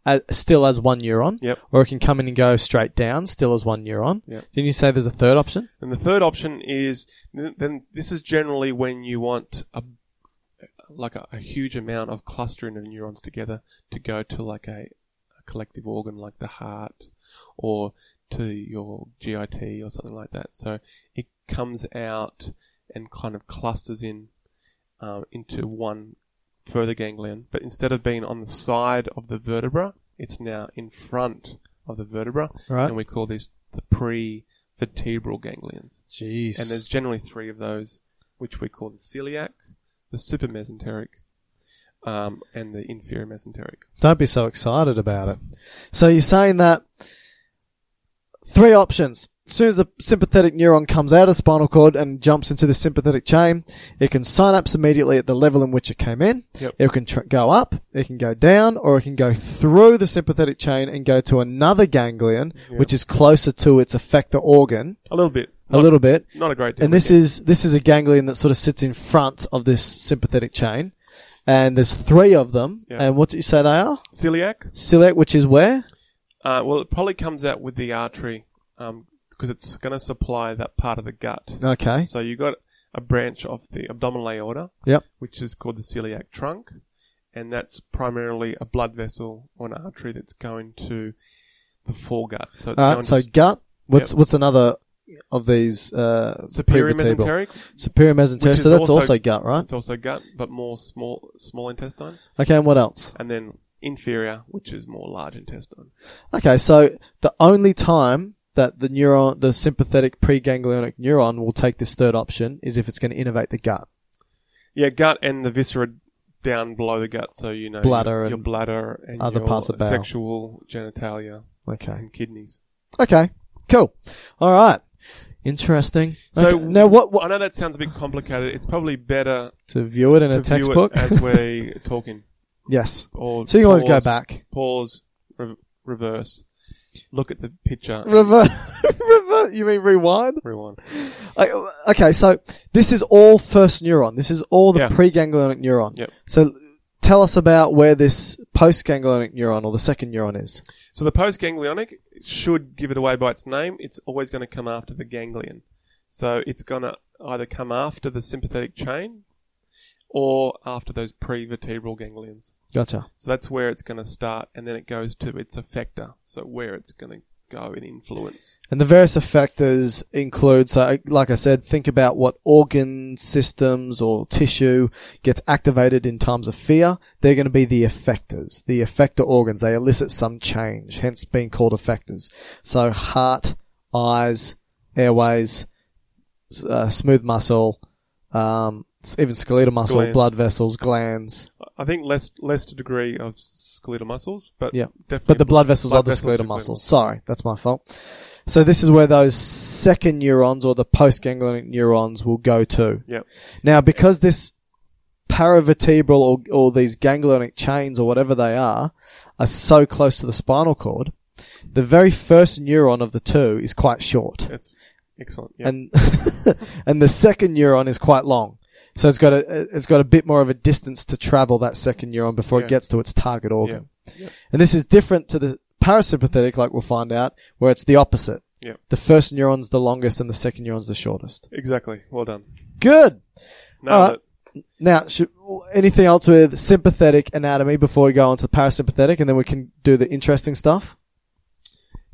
[SPEAKER 3] uh, still as one neuron,
[SPEAKER 4] Yep.
[SPEAKER 3] or it can come in and go straight down, still as one neuron.
[SPEAKER 4] Yep.
[SPEAKER 3] Didn't you say there's a third option?
[SPEAKER 4] And the third option is th- then this is generally when you want a like a, a huge amount of clustering of neurons together to go to like a, a collective organ like the heart or to your GIT or something like that. So it comes out and kind of clusters in um, into one further ganglion, but instead of being on the side of the vertebra, it's now in front of the vertebra,
[SPEAKER 3] Right.
[SPEAKER 4] and we call this the prevertebral vertebral ganglions.
[SPEAKER 3] Jeez.
[SPEAKER 4] And there's generally three of those, which we call the celiac, the supramesenteric, um, and the inferior mesenteric.
[SPEAKER 3] Don't be so excited about it. So you're saying that three options. As soon as the sympathetic neuron comes out of spinal cord and jumps into the sympathetic chain, it can synapse immediately at the level in which it came in.
[SPEAKER 4] Yep.
[SPEAKER 3] It can tr- go up, it can go down, or it can go through the sympathetic chain and go to another ganglion, which is closer to its affector organ
[SPEAKER 4] A little bit.
[SPEAKER 3] a little bit.
[SPEAKER 4] Not a great deal.
[SPEAKER 3] And this is this is a ganglion that sort of sits in front of this sympathetic chain. And there's three of them.
[SPEAKER 4] Yeah.
[SPEAKER 3] And what did you say they are?
[SPEAKER 4] celiac.
[SPEAKER 3] Celiac, which is where?
[SPEAKER 4] Uh, well, it probably comes out with the artery because it's going to supply that part of the gut.
[SPEAKER 3] Okay.
[SPEAKER 4] So you got a branch of the abdominal aorta,
[SPEAKER 3] Yep.
[SPEAKER 4] which is called the celiac trunk, and that's primarily a blood vessel or an artery that's going to the foregut. So it's
[SPEAKER 3] All
[SPEAKER 4] going
[SPEAKER 3] right. So
[SPEAKER 4] to
[SPEAKER 3] gut. What's
[SPEAKER 4] Yep.
[SPEAKER 3] what's another of these? Uh,
[SPEAKER 4] superior
[SPEAKER 3] prevertebral?
[SPEAKER 4] mesenteric.
[SPEAKER 3] Superior mesenteric.
[SPEAKER 4] which
[SPEAKER 3] So
[SPEAKER 4] is
[SPEAKER 3] that's also, gut, right?
[SPEAKER 4] It's also gut, but more small small intestine,
[SPEAKER 3] Okay. And what else?
[SPEAKER 4] and then inferior, which is more large intestine.
[SPEAKER 3] Okay. So the only time that the neuron, the sympathetic preganglionic neuron, will take this third option is if it's going to innovate the gut.
[SPEAKER 4] Yeah, gut and the viscera down below the gut, so you know
[SPEAKER 3] Bladder
[SPEAKER 4] your,
[SPEAKER 3] and
[SPEAKER 4] your bladder and
[SPEAKER 3] other
[SPEAKER 4] your
[SPEAKER 3] parts of bowel.
[SPEAKER 4] sexual genitalia
[SPEAKER 3] Okay.
[SPEAKER 4] and kidneys.
[SPEAKER 3] Okay. Cool. All right. Interesting.
[SPEAKER 4] So
[SPEAKER 3] Okay, now what, what
[SPEAKER 4] I know that sounds a bit complicated. It's probably better
[SPEAKER 3] to view it in
[SPEAKER 4] to
[SPEAKER 3] a textbook?
[SPEAKER 4] view it as we're talking.
[SPEAKER 3] yes.
[SPEAKER 4] Or
[SPEAKER 3] So you can always go
[SPEAKER 4] pause-
[SPEAKER 3] back.
[SPEAKER 4] Pause, re- reverse, look at the picture, and
[SPEAKER 3] Rever- rever- you mean rewind?
[SPEAKER 4] rewind.
[SPEAKER 3] I- Okay, so this is all first neuron. This is all the
[SPEAKER 4] Yeah.
[SPEAKER 3] preganglionic neuron.
[SPEAKER 4] Yep.
[SPEAKER 3] So tell us about where this postganglionic neuron or the second neuron is.
[SPEAKER 4] So the postganglionic should give it away by its name. It's always going to come after the ganglion. So it's going to either come after the sympathetic chain or after those prevertebral ganglions.
[SPEAKER 3] Gotcha.
[SPEAKER 4] So that's where it's going to start, and then it goes to its effector. So where it's going to go and influence.
[SPEAKER 3] And the various effectors include, so like I said, think about what organ systems or tissue gets activated in times of fear. They're going to be the effectors, the effector organs. They elicit some change, hence being called effectors. So heart, eyes, airways, s- uh, smooth muscle, um, s- even skeletal muscle,
[SPEAKER 4] Glands.
[SPEAKER 3] blood vessels, glands.
[SPEAKER 4] I think less less to degree of skeletal muscles, but
[SPEAKER 3] Yeah.
[SPEAKER 4] definitely
[SPEAKER 3] But the blood vessels are the
[SPEAKER 4] vessels
[SPEAKER 3] skeletal
[SPEAKER 4] are
[SPEAKER 3] muscles. Sorry, that's my fault. So this is where those second neurons or the postganglionic neurons will go to.
[SPEAKER 4] Yeah,
[SPEAKER 3] Now, because this paravertebral or, or these ganglionic chains or whatever they are are so close to the spinal cord, the very first neuron of the two is quite short
[SPEAKER 4] that's excellent. Yeah.
[SPEAKER 3] and and the second neuron is quite long. So it's got a it's got a bit more of a distance to travel that second neuron before it
[SPEAKER 4] Yeah.
[SPEAKER 3] gets to its target organ. And this is different to the parasympathetic, like we'll find out, where it's the opposite.
[SPEAKER 4] Yeah.
[SPEAKER 3] The first neuron's the longest and the second neuron's the shortest.
[SPEAKER 4] exactly. Well done.
[SPEAKER 3] Good.
[SPEAKER 4] Now
[SPEAKER 3] Alright. Now, should, anything else with sympathetic anatomy before we go on to the parasympathetic, and then we can do the interesting stuff.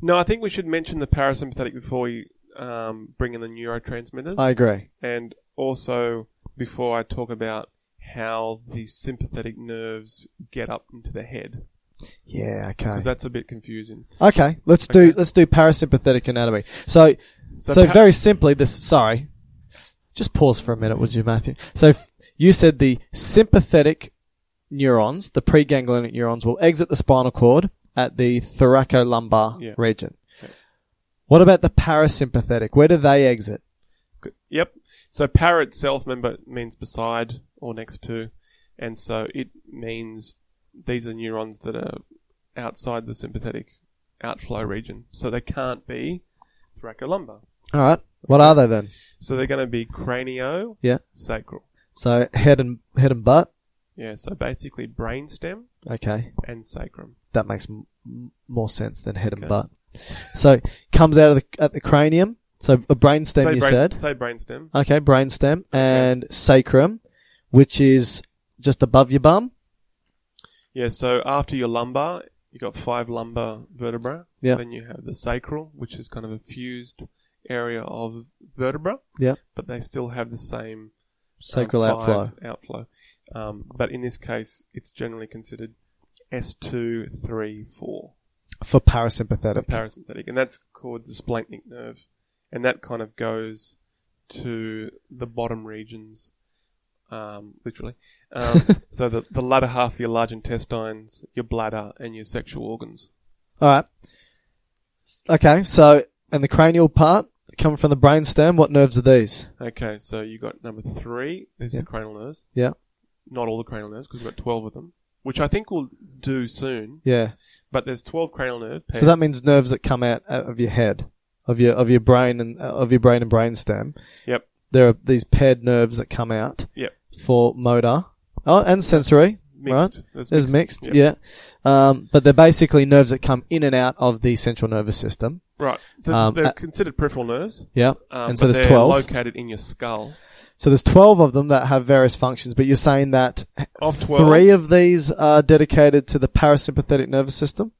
[SPEAKER 4] no, I think we should mention the parasympathetic before we um, bring in the neurotransmitters,
[SPEAKER 3] I agree.
[SPEAKER 4] and also before I talk about how the sympathetic nerves get up into the head,
[SPEAKER 3] Yeah. Okay.
[SPEAKER 4] because that's a bit confusing.
[SPEAKER 3] Okay, let's do let's do parasympathetic anatomy. So, so,
[SPEAKER 4] So pa-
[SPEAKER 3] very simply, this. Sorry, just pause for a minute, would you, Matthew? So f- you said the sympathetic neurons, the preganglionic neurons, will exit the spinal cord at the thoracolumbar
[SPEAKER 4] Yeah.
[SPEAKER 3] region. What about the parasympathetic? Where do they exit?
[SPEAKER 4] Good. Yep. So para itself, remember, means beside or next to, and so it means these are neurons that are outside the sympathetic outflow region, so they can't be thoracolumbar.
[SPEAKER 3] All right, what are they then?
[SPEAKER 4] So they're going to be craniosacral.
[SPEAKER 3] Yeah, so head and head and butt.
[SPEAKER 4] Yeah. So basically, brainstem
[SPEAKER 3] Okay,
[SPEAKER 4] and sacrum.
[SPEAKER 3] that makes m- m- more sense than head and
[SPEAKER 4] Okay.
[SPEAKER 3] butt. So comes out of the at the cranium. So a brainstem,
[SPEAKER 4] say
[SPEAKER 3] you
[SPEAKER 4] brain-
[SPEAKER 3] said.
[SPEAKER 4] Say brainstem.
[SPEAKER 3] Okay, brainstem and sacrum, which is just above your bum.
[SPEAKER 4] Yeah. So after your lumbar, you got five lumbar vertebrae.
[SPEAKER 3] Yeah.
[SPEAKER 4] Then you have the sacral, which is kind of a fused area of vertebra.
[SPEAKER 3] Yeah,
[SPEAKER 4] but they still have the same um,
[SPEAKER 3] sacral
[SPEAKER 4] five
[SPEAKER 3] outflow.
[SPEAKER 4] Outflow, um, but in this case, it's generally considered S two, three, four
[SPEAKER 3] for parasympathetic.
[SPEAKER 4] parasympathetic, and that's called the splenic nerve, and that kind of goes to the bottom regions, um, literally. Um, so the, the latter half of your large intestines, your bladder, and your sexual organs.
[SPEAKER 3] All right. S- Okay, so and the cranial part coming from the brainstem. What nerves are these?
[SPEAKER 4] Okay, so you got number three. This
[SPEAKER 3] Yeah.
[SPEAKER 4] is the cranial nerves.
[SPEAKER 3] Yeah,
[SPEAKER 4] Not all the cranial nerves because we've got twelve of them, which I think we'll do soon.
[SPEAKER 3] yeah.
[SPEAKER 4] But there's twelve cranial nerve pairs.
[SPEAKER 3] So that means nerves that come out out of your head, of your of your brain and uh, of your brain and brainstem.
[SPEAKER 4] Yep.
[SPEAKER 3] There are these paired nerves that come out
[SPEAKER 4] Yep.
[SPEAKER 3] for motor. Oh, and sensory,
[SPEAKER 4] Mixed.
[SPEAKER 3] right?
[SPEAKER 4] That's
[SPEAKER 3] There's
[SPEAKER 4] mixed.
[SPEAKER 3] mixed, yeah. Um, but they're basically nerves that come in and out of the central nervous system.
[SPEAKER 4] Right. They're,
[SPEAKER 3] Um,
[SPEAKER 4] they're
[SPEAKER 3] uh,
[SPEAKER 4] considered peripheral nerves.
[SPEAKER 3] Yeah,
[SPEAKER 4] Um,
[SPEAKER 3] and so
[SPEAKER 4] but
[SPEAKER 3] there's
[SPEAKER 4] they're
[SPEAKER 3] twelve.
[SPEAKER 4] located in your skull.
[SPEAKER 3] So there's 12 of them that have various functions, but you're saying that
[SPEAKER 4] Of 12.
[SPEAKER 3] three of these are dedicated to the parasympathetic nervous system?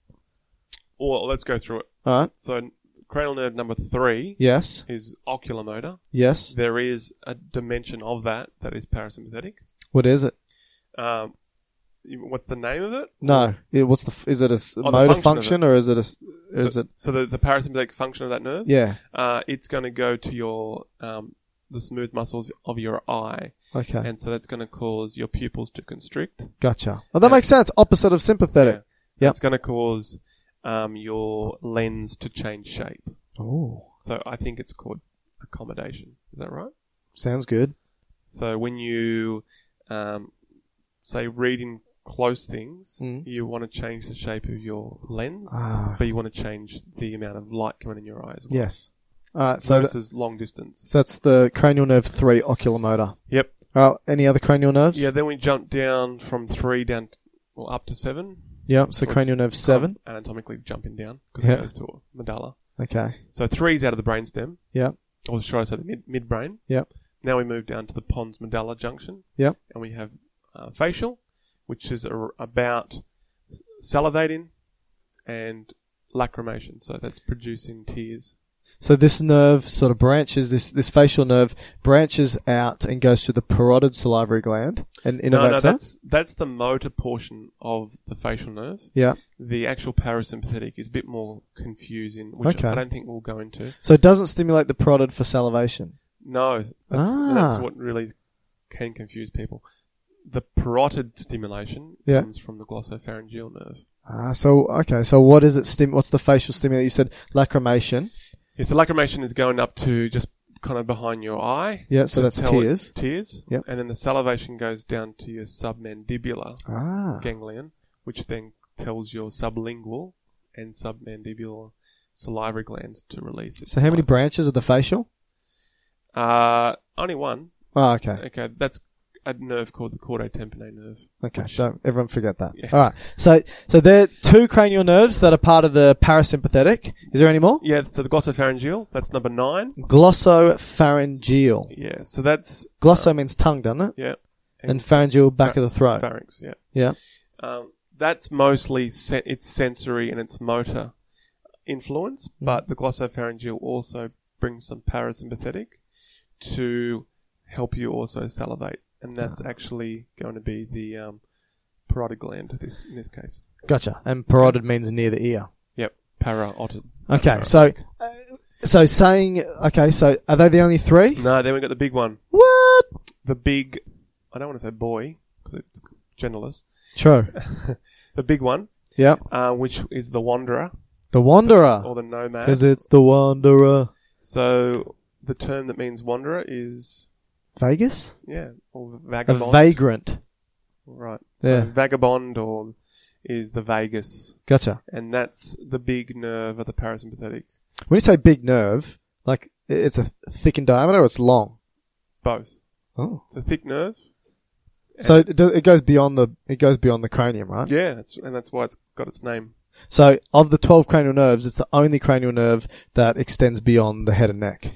[SPEAKER 4] Well, let's go through it.
[SPEAKER 3] All right.
[SPEAKER 4] So, cranial nerve number three
[SPEAKER 3] Yes.
[SPEAKER 4] is ocular motor.
[SPEAKER 3] Yes.
[SPEAKER 4] There is a dimension of that that is parasympathetic.
[SPEAKER 3] What is it?
[SPEAKER 4] Um, you- what's the name of it?
[SPEAKER 3] No. It- what's the, f- is it a s-
[SPEAKER 4] Oh, the
[SPEAKER 3] motor
[SPEAKER 4] function of
[SPEAKER 3] function
[SPEAKER 4] it.
[SPEAKER 3] or is it a, s- or is it,
[SPEAKER 4] So the, the parasympathetic function of that nerve.
[SPEAKER 3] yeah.
[SPEAKER 4] Uh, it's going to go to your um, the smooth muscles of your eye,
[SPEAKER 3] Okay.
[SPEAKER 4] and so that's going to cause your pupils to constrict.
[SPEAKER 3] gotcha. Well, that
[SPEAKER 4] Yeah.
[SPEAKER 3] makes sense. Opposite of sympathetic. Yep.
[SPEAKER 4] It's going to cause um, your lens to change shape.
[SPEAKER 3] Oh,
[SPEAKER 4] So I think it's called accommodation. Is that right?
[SPEAKER 3] sounds good.
[SPEAKER 4] So when you um, say reading close things,
[SPEAKER 3] Mm.
[SPEAKER 4] you want to change the shape of your lens,
[SPEAKER 3] Ah.
[SPEAKER 4] but you want to change the amount of light coming in your eyes. Well.
[SPEAKER 3] Yes. All right. So, th-
[SPEAKER 4] versus long distance.
[SPEAKER 3] so that's the cranial nerve three, oculomotor.
[SPEAKER 4] Yep.
[SPEAKER 3] All right. Any other cranial nerves?
[SPEAKER 4] Yeah. Then we jump down from three down, t- well, up to seven.
[SPEAKER 3] Yep. So
[SPEAKER 4] it's
[SPEAKER 3] cranial nerve seven.
[SPEAKER 4] kind of Anatomically jumping down because
[SPEAKER 3] Yeah.
[SPEAKER 4] it goes to a medulla.
[SPEAKER 3] Okay.
[SPEAKER 4] So three's out of the brainstem,
[SPEAKER 3] Yep.
[SPEAKER 4] or should I say the mid midbrain?
[SPEAKER 3] Yep.
[SPEAKER 4] Now we move down to the pons medulla junction.
[SPEAKER 3] Yep.
[SPEAKER 4] and we have uh, facial, which is ar- about salivating and lacrimation. So that's producing tears.
[SPEAKER 3] So this nerve sort of branches this this facial nerve branches out and goes to the parotid salivary gland and innervates
[SPEAKER 4] no, no,
[SPEAKER 3] that.
[SPEAKER 4] that's that's the motor portion of the facial nerve.
[SPEAKER 3] yeah.
[SPEAKER 4] The actual parasympathetic is a bit more confusing, which
[SPEAKER 3] Okay.
[SPEAKER 4] I don't think we'll go into.
[SPEAKER 3] So it doesn't stimulate the parotid for salivation.
[SPEAKER 4] No, that's,
[SPEAKER 3] Ah.
[SPEAKER 4] that's what really can confuse people. The parotid stimulation
[SPEAKER 3] Yeah.
[SPEAKER 4] comes from the glossopharyngeal nerve.
[SPEAKER 3] Ah, so okay. So what is it? Stim- what's the facial stimulus? You said lacrimation.
[SPEAKER 4] Yeah, so lacrimation is going up to just kind of behind your eye.
[SPEAKER 3] Yeah, so
[SPEAKER 4] to
[SPEAKER 3] that's
[SPEAKER 4] tell it-
[SPEAKER 3] tears.
[SPEAKER 4] Tears.
[SPEAKER 3] Yep.
[SPEAKER 4] And then the salivation goes down to your submandibular
[SPEAKER 3] Ah,
[SPEAKER 4] ganglion, which then tells your sublingual and submandibular salivary glands to release. its
[SPEAKER 3] so how many
[SPEAKER 4] saliva.
[SPEAKER 3] branches of the facial?
[SPEAKER 4] Uh, only one.
[SPEAKER 3] Oh, okay,
[SPEAKER 4] Okay, that's a nerve called the chordotympanoid nerve.
[SPEAKER 3] okay.
[SPEAKER 4] which-
[SPEAKER 3] Don't everyone forget that.
[SPEAKER 4] Yeah.
[SPEAKER 3] All right. So so there are two cranial nerves that are part of the parasympathetic. Is there any more?
[SPEAKER 4] Yeah, so the glossopharyngeal, that's number nine.
[SPEAKER 3] Glossopharyngeal.
[SPEAKER 4] Yeah, so that's, uh,
[SPEAKER 3] Glosso means tongue, doesn't it?
[SPEAKER 4] yeah.
[SPEAKER 3] And pharyngeal, back of the throat.
[SPEAKER 4] Pharynx, yeah.
[SPEAKER 3] Yeah.
[SPEAKER 4] Um, that's mostly sen- its sensory and its motor
[SPEAKER 3] Mm.
[SPEAKER 4] influence, but the glossopharyngeal also brings some parasympathetic to help you also salivate, and that's
[SPEAKER 3] Ah.
[SPEAKER 4] actually going to be the um, parotid gland. This in this case,
[SPEAKER 3] Gotcha. And parotid means near the ear.
[SPEAKER 4] yep, parotid.
[SPEAKER 3] Okay, so uh, so saying okay, so are they the only three?
[SPEAKER 4] no, then we got the big one,
[SPEAKER 3] What?
[SPEAKER 4] the big. I don't want to say boy because it's generalist.
[SPEAKER 3] True.
[SPEAKER 4] The big one,
[SPEAKER 3] Yep.
[SPEAKER 4] uh, which is the wanderer
[SPEAKER 3] The wanderer,
[SPEAKER 4] or the nomad.
[SPEAKER 3] because it's the wanderer.
[SPEAKER 4] So the term that means wanderer is
[SPEAKER 3] Vegas,
[SPEAKER 4] yeah, or
[SPEAKER 3] a
[SPEAKER 4] vagabond.
[SPEAKER 3] vagrant.
[SPEAKER 4] right.
[SPEAKER 3] Yeah.
[SPEAKER 4] So vagabond or is the vagus,
[SPEAKER 3] Gotcha.
[SPEAKER 4] and that's the big nerve of the parasympathetic.
[SPEAKER 3] When you say big nerve, like i- it's a th- thick in diameter, or it's long.
[SPEAKER 4] Both.
[SPEAKER 3] Oh.
[SPEAKER 4] It's a thick nerve.
[SPEAKER 3] So it, do- it goes beyond the it goes beyond the cranium, right?
[SPEAKER 4] Yeah, that's, and that's why it's got its name.
[SPEAKER 3] So of the twelve cranial nerves, it's the only cranial nerve that extends beyond the head and neck.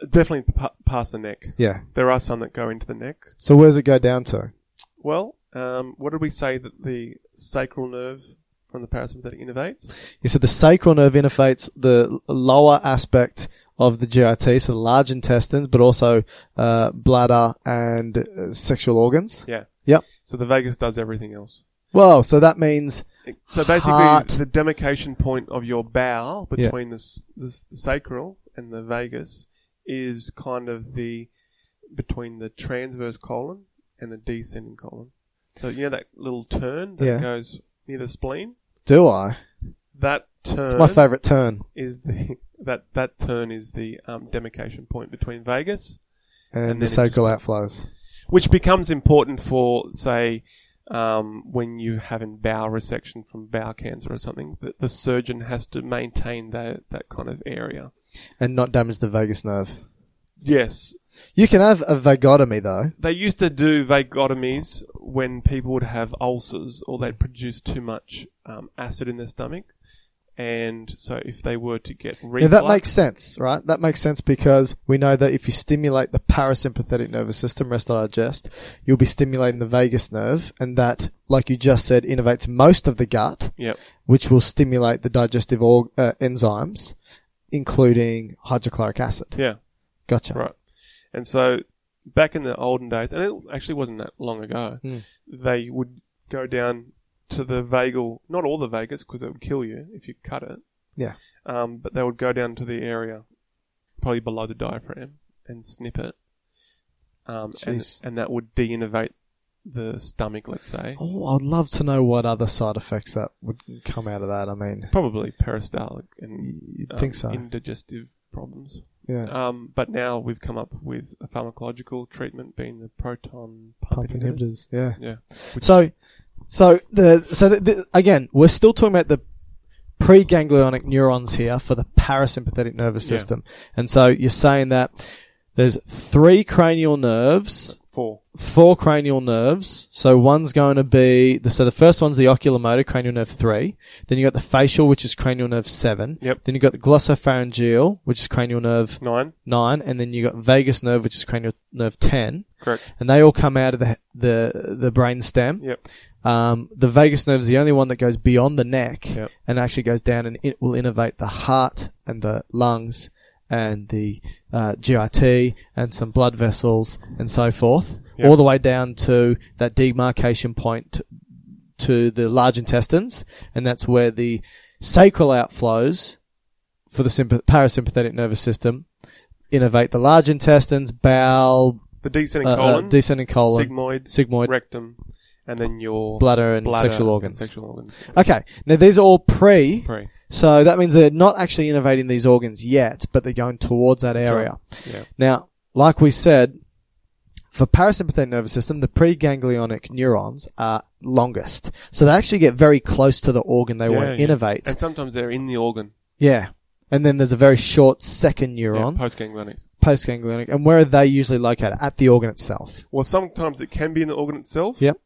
[SPEAKER 4] Definitely pa- past the neck.
[SPEAKER 3] Yeah.
[SPEAKER 4] There are some that go into the neck.
[SPEAKER 3] So where does it go down to?
[SPEAKER 4] Well, um, what did we say that the sacral nerve from the parasympathetic innervates?
[SPEAKER 3] You said the sacral nerve innervates the l- lower aspect of the GIT, so the large intestines, but also uh, bladder and uh, sexual organs.
[SPEAKER 4] Yeah.
[SPEAKER 3] Yep.
[SPEAKER 4] So the vagus does everything else.
[SPEAKER 3] Well, so that means
[SPEAKER 4] So basically,
[SPEAKER 3] Heart.
[SPEAKER 4] the demarcation point of your bowel
[SPEAKER 3] Yeah.
[SPEAKER 4] between the, s- the, s- the sacral and the vagus is kind of the between the transverse colon and the descending colon. So you know that little turn that
[SPEAKER 3] Yeah.
[SPEAKER 4] goes near the spleen.
[SPEAKER 3] Do I?
[SPEAKER 4] That turn
[SPEAKER 3] It's my favorite turn.
[SPEAKER 4] is the that that turn is the um, demarcation point between vagus,
[SPEAKER 3] And,
[SPEAKER 4] And
[SPEAKER 3] the
[SPEAKER 4] then it
[SPEAKER 3] sacral outflows.
[SPEAKER 4] which becomes important for say um, when you have in bowel resection from bowel cancer or something. The, the surgeon has to maintain that that kind of area.
[SPEAKER 3] And not damage the vagus nerve.
[SPEAKER 4] Yes,
[SPEAKER 3] You can have a vagotomy though.
[SPEAKER 4] they used to do vagotomies when people would have ulcers or they'd produce too much um, acid in their stomach. And so, if they were to get reflux,
[SPEAKER 3] Yeah, that makes sense, right? That makes sense because we know that if you stimulate the parasympathetic nervous system, rest digest, you'll be stimulating the vagus nerve, and that, like you just said, innervates most of the gut,
[SPEAKER 4] Yep.
[SPEAKER 3] which will stimulate the digestive org- uh, enzymes, including hydrochloric acid.
[SPEAKER 4] Yeah.
[SPEAKER 3] Gotcha.
[SPEAKER 4] Right. And so back in the olden days, and it actually wasn't that long ago,
[SPEAKER 3] Hmm.
[SPEAKER 4] they would go down to the vagal, not all the vagus, because it would kill you if you cut it,
[SPEAKER 3] Yeah.
[SPEAKER 4] um, but they would go down to the area probably below the diaphragm and snip it. Um, and,
[SPEAKER 3] Jeez.
[SPEAKER 4] and that would de innervate the stomach, let's say.
[SPEAKER 3] Oh, I'd love to know what other side effects that would come out of that. I mean,
[SPEAKER 4] Probably peristaltic and um,
[SPEAKER 3] You'd think so.
[SPEAKER 4] indigestive problems.
[SPEAKER 3] yeah.
[SPEAKER 4] Um, but now we've come up with a pharmacological treatment being the proton
[SPEAKER 3] pump
[SPEAKER 4] pump,
[SPEAKER 3] inhibitors. Yeah.
[SPEAKER 4] Yeah.
[SPEAKER 3] So, so the so the, the, again, we're still talking about the preganglionic neurons here for the parasympathetic nervous
[SPEAKER 4] Yeah.
[SPEAKER 3] system, and so you're saying that there's three cranial nerves,
[SPEAKER 4] Four.
[SPEAKER 3] four cranial nerves. So one's going to be the, so the first one's the oculomotor cranial nerve three. Then you got the facial, which is cranial nerve seven.
[SPEAKER 4] Yep.
[SPEAKER 3] Then you got the glossopharyngeal, which is cranial nerve
[SPEAKER 4] Nine.
[SPEAKER 3] nine, and then you got vagus nerve, which is cranial nerve ten
[SPEAKER 4] Correct.
[SPEAKER 3] and they all come out of the the the brain stem.
[SPEAKER 4] Yep.
[SPEAKER 3] Um, the vagus nerve is the only one that goes beyond the neck
[SPEAKER 4] Yep.
[SPEAKER 3] and actually goes down, and it will innervate the heart and the lungs and the uh, GIT and some blood vessels and so forth,
[SPEAKER 4] Yep.
[SPEAKER 3] all the way down to that demarcation point t- to the large intestines, and that's where the sacral outflows for the sympath- parasympathetic nervous system innervate the large intestines, bowel,
[SPEAKER 4] The descending
[SPEAKER 3] uh, uh,
[SPEAKER 4] colon.
[SPEAKER 3] descending colon,
[SPEAKER 4] Sigmoid.
[SPEAKER 3] sigmoid,
[SPEAKER 4] Rectum. And then your
[SPEAKER 3] bladder, and
[SPEAKER 4] bladder
[SPEAKER 3] sexual organs.
[SPEAKER 4] sexual organs.
[SPEAKER 3] Okay, now these are all pre,
[SPEAKER 4] Pre.
[SPEAKER 3] so that means they're not actually innovating these organs yet, but they're going towards that area.
[SPEAKER 4] Yeah.
[SPEAKER 3] Now, like we said, for parasympathetic nervous system, the preganglionic neurons are longest, so they actually get very close to the organ they
[SPEAKER 4] Yeah,
[SPEAKER 3] want to
[SPEAKER 4] yeah.
[SPEAKER 3] innovate.
[SPEAKER 4] And sometimes they're in the organ.
[SPEAKER 3] yeah, and then there's a very short second
[SPEAKER 4] Yeah,
[SPEAKER 3] neuron,
[SPEAKER 4] postganglionic.
[SPEAKER 3] postganglionic, and where are they usually located? At the organ itself.
[SPEAKER 4] Well, sometimes it can be in the organ itself.
[SPEAKER 3] Yep.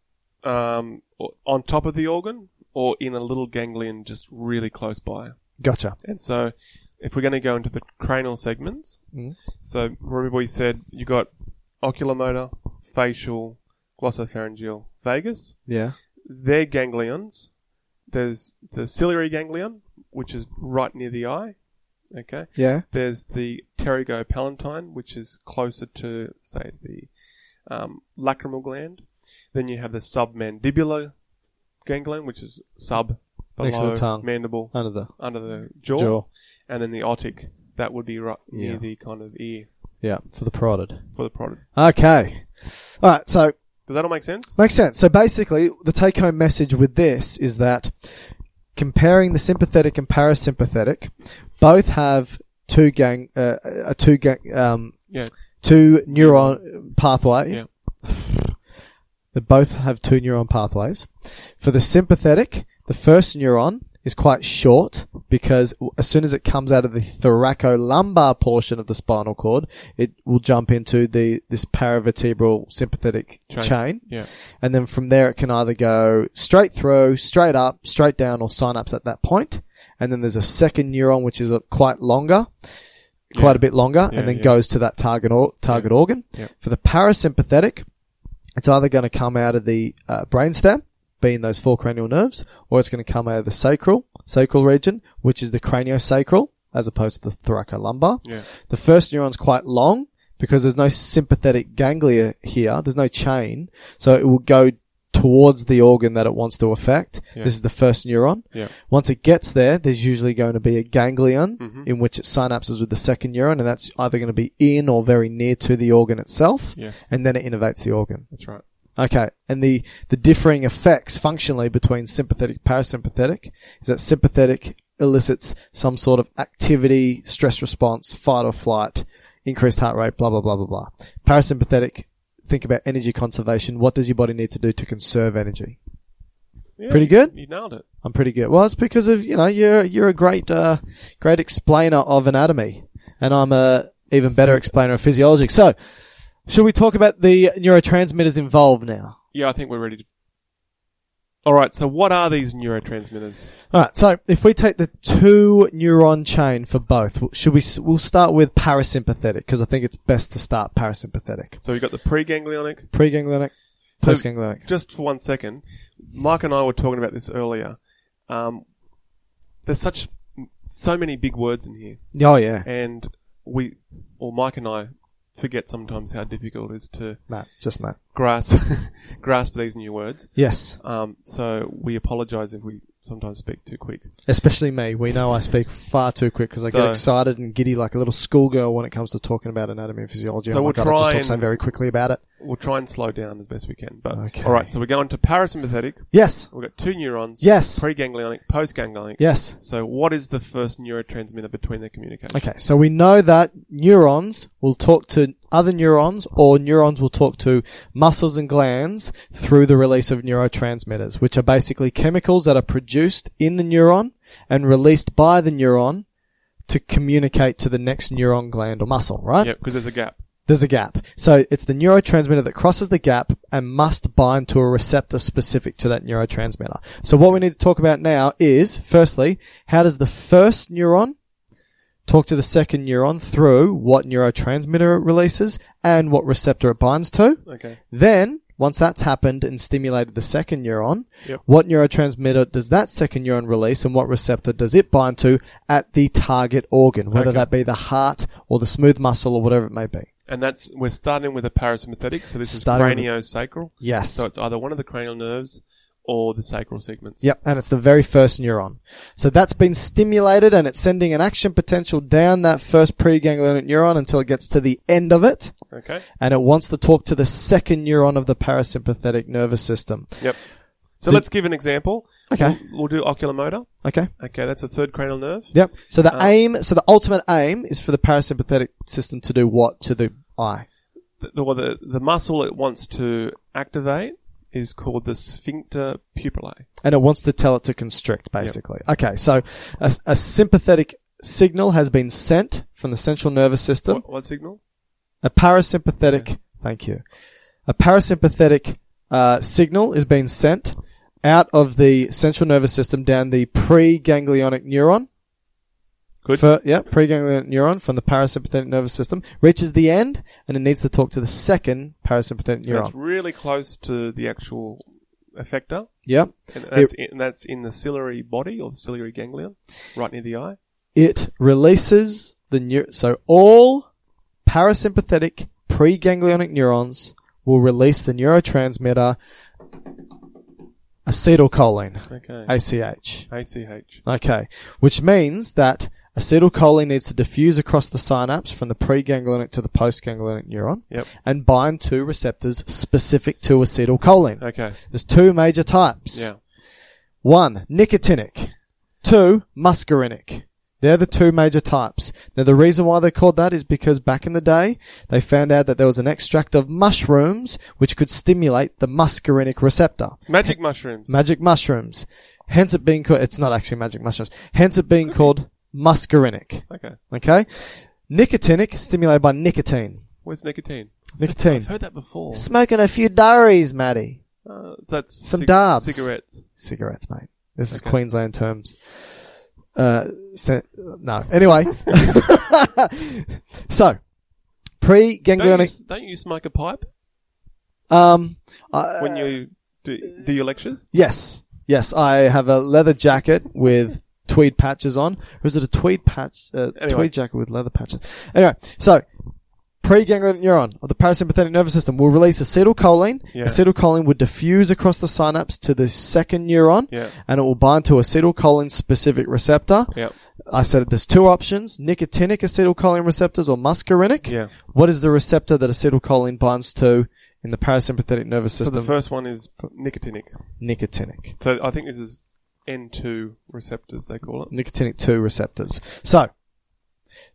[SPEAKER 4] Um, or on top of the organ or in a little ganglion just really close by.
[SPEAKER 3] Gotcha.
[SPEAKER 4] And so, if we're going to go into the cranial segments,
[SPEAKER 3] Mm.
[SPEAKER 4] so remember we said you got oculomotor, facial, glossopharyngeal, vagus.
[SPEAKER 3] Yeah.
[SPEAKER 4] Their ganglions. There's the ciliary ganglion, which is right near the eye. Okay.
[SPEAKER 3] Yeah.
[SPEAKER 4] There's the pterygopalatine, which is closer to, say, the um, lacrimal gland. Then you have the submandibular ganglion, which is sub below
[SPEAKER 3] Next to the tongue.
[SPEAKER 4] mandible
[SPEAKER 3] Under the
[SPEAKER 4] under the
[SPEAKER 3] jaw.
[SPEAKER 4] and then the otic that would be right near
[SPEAKER 3] Yeah.
[SPEAKER 4] the kind of ear
[SPEAKER 3] Yeah, for the parotid.
[SPEAKER 4] for the product.
[SPEAKER 3] Okay. All right, so
[SPEAKER 4] Does that all make sense?
[SPEAKER 3] makes sense. So basically, the take home message with this is that comparing the sympathetic and parasympathetic, both have two gang, uh, a two gang, um,
[SPEAKER 4] Yeah,
[SPEAKER 3] two neuron pathway.
[SPEAKER 4] Yeah.
[SPEAKER 3] They both have two neuron pathways. For the sympathetic, the first neuron is quite short because w- as soon as it comes out of the thoracolumbar portion of the spinal cord, it will jump into the this paravertebral sympathetic chain.
[SPEAKER 4] Yeah,
[SPEAKER 3] And then from there, it can either go straight through, straight up, straight down, or synapse at that point. And then there's a second neuron, which is uh, quite longer, quite
[SPEAKER 4] Yeah.
[SPEAKER 3] a bit longer,
[SPEAKER 4] Yeah,
[SPEAKER 3] and then
[SPEAKER 4] yeah.
[SPEAKER 3] goes to that target or- target organ.
[SPEAKER 4] Yeah.
[SPEAKER 3] For the parasympathetic, it's either going to come out of the uh, brainstem, being those four cranial nerves, or it's going to come out of the sacral, sacral region, which is the craniosacral, as opposed to the thoracolumbar.
[SPEAKER 4] yeah,
[SPEAKER 3] The first neuron's quite long because there's no sympathetic ganglia here. There's no chain. So it will go towards the organ that it wants to affect.
[SPEAKER 4] Yeah.
[SPEAKER 3] This is the first neuron.
[SPEAKER 4] Yeah.
[SPEAKER 3] Once it gets there, there's usually going to be a ganglion
[SPEAKER 4] Mm-hmm.
[SPEAKER 3] in which it synapses with the second neuron, and that's either going to be in or very near to the organ itself,
[SPEAKER 4] Yes.
[SPEAKER 3] and then it innervates the organ.
[SPEAKER 4] That's right.
[SPEAKER 3] Okay, and the, the differing effects functionally between sympathetic parasympathetic is that sympathetic elicits some sort of activity, stress response, fight or flight, increased heart rate, blah, blah, blah, blah, blah. Parasympathetic, think about energy conservation. What does your body need to do to conserve energy?
[SPEAKER 4] Yeah,
[SPEAKER 3] Pretty
[SPEAKER 4] you-
[SPEAKER 3] good?
[SPEAKER 4] You nailed it.
[SPEAKER 3] I'm pretty good. Well, it's because of, you know, you're, you're a great, uh, great explainer of anatomy. And I'm a even better explainer of physiology. So, should we talk about the neurotransmitters involved now?
[SPEAKER 4] Yeah, I think we're ready to. All right. So, what are these neurotransmitters?
[SPEAKER 3] Alright, so if we take the two neuron chain for both, w- should we, s- we'll start with parasympathetic, because I think it's best to start parasympathetic.
[SPEAKER 4] So, we've got the preganglionic.
[SPEAKER 3] Preganglionic,
[SPEAKER 4] So-
[SPEAKER 3] postganglionic.
[SPEAKER 4] Just for one second, Mike and I were talking about this earlier. Um, there's such so many big words in here,
[SPEAKER 3] Oh yeah.
[SPEAKER 4] and we, or Mike and I, forget sometimes how difficult it is to
[SPEAKER 3] Matt, just Matt.
[SPEAKER 4] grasp grasp these new words.
[SPEAKER 3] Yes.
[SPEAKER 4] Um, so we apologise if we sometimes speak too quick.
[SPEAKER 3] Especially me. We know I speak far too quick because I get
[SPEAKER 4] So-
[SPEAKER 3] excited and giddy like a little schoolgirl when it comes to talking about anatomy and physiology.
[SPEAKER 4] So
[SPEAKER 3] oh my
[SPEAKER 4] we'll
[SPEAKER 3] god, I just
[SPEAKER 4] try
[SPEAKER 3] talk so
[SPEAKER 4] and-
[SPEAKER 3] very quickly about it.
[SPEAKER 4] We'll try and slow down as best we can. But
[SPEAKER 3] Okay.
[SPEAKER 4] all right, so we're going to parasympathetic.
[SPEAKER 3] Yes.
[SPEAKER 4] We've got two neurons.
[SPEAKER 3] Yes.
[SPEAKER 4] Preganglionic, postganglionic.
[SPEAKER 3] Yes.
[SPEAKER 4] So what is the first neurotransmitter between their communication?
[SPEAKER 3] Okay, so we know that neurons will talk to other neurons or neurons will talk to muscles and glands through the release of neurotransmitters, which are basically chemicals that are produced in the neuron and released by the neuron to communicate to the next neuron gland or muscle, right?
[SPEAKER 4] Yeah, because there's a gap.
[SPEAKER 3] There's a gap. So it's the neurotransmitter that crosses the gap and must bind to a receptor specific to that neurotransmitter. So what we need to talk about now is, firstly, how does the first neuron talk to the second neuron through what neurotransmitter it releases and what receptor it binds to?
[SPEAKER 4] Okay.
[SPEAKER 3] Then, once that's happened and stimulated the second neuron,
[SPEAKER 4] Yep.
[SPEAKER 3] what neurotransmitter does that second neuron release and what receptor does it bind to at the target organ, whether
[SPEAKER 4] Okay.
[SPEAKER 3] that be the heart or the smooth muscle or whatever it may be?
[SPEAKER 4] And that's we're starting with a parasympathetic, so this is
[SPEAKER 3] Starting with a-
[SPEAKER 4] craniosacral.
[SPEAKER 3] Yes.
[SPEAKER 4] So it's either one of the cranial nerves or the sacral segments.
[SPEAKER 3] Yep, and it's the very first neuron. So that's been stimulated and it's sending an action potential down that first preganglionic neuron until it gets to the end of it
[SPEAKER 4] Okay.
[SPEAKER 3] and it wants to talk to the second neuron of the parasympathetic nervous system.
[SPEAKER 4] Yep. So
[SPEAKER 3] The-
[SPEAKER 4] let's give an example.
[SPEAKER 3] Okay.
[SPEAKER 4] We'll, we'll do oculomotor.
[SPEAKER 3] Okay.
[SPEAKER 4] Okay, that's the third cranial nerve.
[SPEAKER 3] Yep. So the
[SPEAKER 4] Um,
[SPEAKER 3] aim, so the ultimate aim is for the parasympathetic system to do what to the eye?
[SPEAKER 4] The, the, well, the, the muscle it wants to activate is called the sphincter pupillae.
[SPEAKER 3] and it wants to tell it to constrict, basically. Okay, so a, a sympathetic signal has been sent from the central nervous system.
[SPEAKER 4] What, what signal?
[SPEAKER 3] A parasympathetic, thank you. A parasympathetic uh, signal is being sent out of the central nervous system down the preganglionic neuron.
[SPEAKER 4] Good.
[SPEAKER 3] Fir- yeah, preganglionic neuron from the parasympathetic nervous system reaches the end, and it needs to talk to the second parasympathetic
[SPEAKER 4] And It's
[SPEAKER 3] neuron.
[SPEAKER 4] really close to the actual effector.
[SPEAKER 3] Yep.
[SPEAKER 4] And
[SPEAKER 3] It-
[SPEAKER 4] that's, in, and that's in the ciliary body or the ciliary ganglion, right near the eye.
[SPEAKER 3] it releases the neur- so all parasympathetic preganglionic neurons will release the neurotransmitter acetylcholine
[SPEAKER 4] Okay.
[SPEAKER 3] ACH
[SPEAKER 4] ACH.
[SPEAKER 3] okay which means that acetylcholine needs to diffuse across the synapse from the preganglionic to the postganglionic neuron
[SPEAKER 4] Yep.
[SPEAKER 3] and bind to receptors specific to acetylcholine
[SPEAKER 4] Okay.
[SPEAKER 3] there's two major types
[SPEAKER 4] Yeah.
[SPEAKER 3] one, nicotinic. Two, muscarinic. They're the two major types. Now, the reason why they're called that is because back in the day, they found out that there was an extract of mushrooms which could stimulate the muscarinic receptor.
[SPEAKER 4] Magic mushrooms.
[SPEAKER 3] Magic mushrooms. Hence it being called, it's not actually magic mushrooms. Hence it being called muscarinic.
[SPEAKER 4] okay.
[SPEAKER 3] Okay? Nicotinic, stimulated by nicotine.
[SPEAKER 4] Where's nicotine?
[SPEAKER 3] Nicotine.
[SPEAKER 4] I've heard that before.
[SPEAKER 3] Smoking a few durries, Matty.
[SPEAKER 4] Uh, that's
[SPEAKER 3] Some dabs.
[SPEAKER 4] Cigarettes.
[SPEAKER 3] cigarettes, mate. This is
[SPEAKER 4] Okay.
[SPEAKER 3] Queensland terms. Uh, sen- no. Anyway, so
[SPEAKER 4] Don't you,
[SPEAKER 3] pre-ganglionic.
[SPEAKER 4] s- don't you smoke a pipe
[SPEAKER 3] Um, I-
[SPEAKER 4] when you do, do your lectures?
[SPEAKER 3] yes, yes, I have a leather jacket with tweed patches on. Or is it a tweed patch? Uh,
[SPEAKER 4] Anyway.
[SPEAKER 3] Tweed jacket with leather patches. Anyway, so Preganglionic neuron of the parasympathetic nervous system will release acetylcholine.
[SPEAKER 4] Yeah.
[SPEAKER 3] Acetylcholine would diffuse across the synapse to the second neuron,
[SPEAKER 4] Yeah.
[SPEAKER 3] and it will bind to acetylcholine specific receptor.
[SPEAKER 4] Yep.
[SPEAKER 3] I said there's two options: nicotinic acetylcholine receptors or muscarinic.
[SPEAKER 4] Yeah.
[SPEAKER 3] What is the receptor that acetylcholine binds to in the parasympathetic nervous
[SPEAKER 4] So
[SPEAKER 3] system?
[SPEAKER 4] the first one is nicotinic.
[SPEAKER 3] nicotinic.
[SPEAKER 4] So I think this is N2 receptors, they call it.
[SPEAKER 3] nicotinic 2 receptors. So,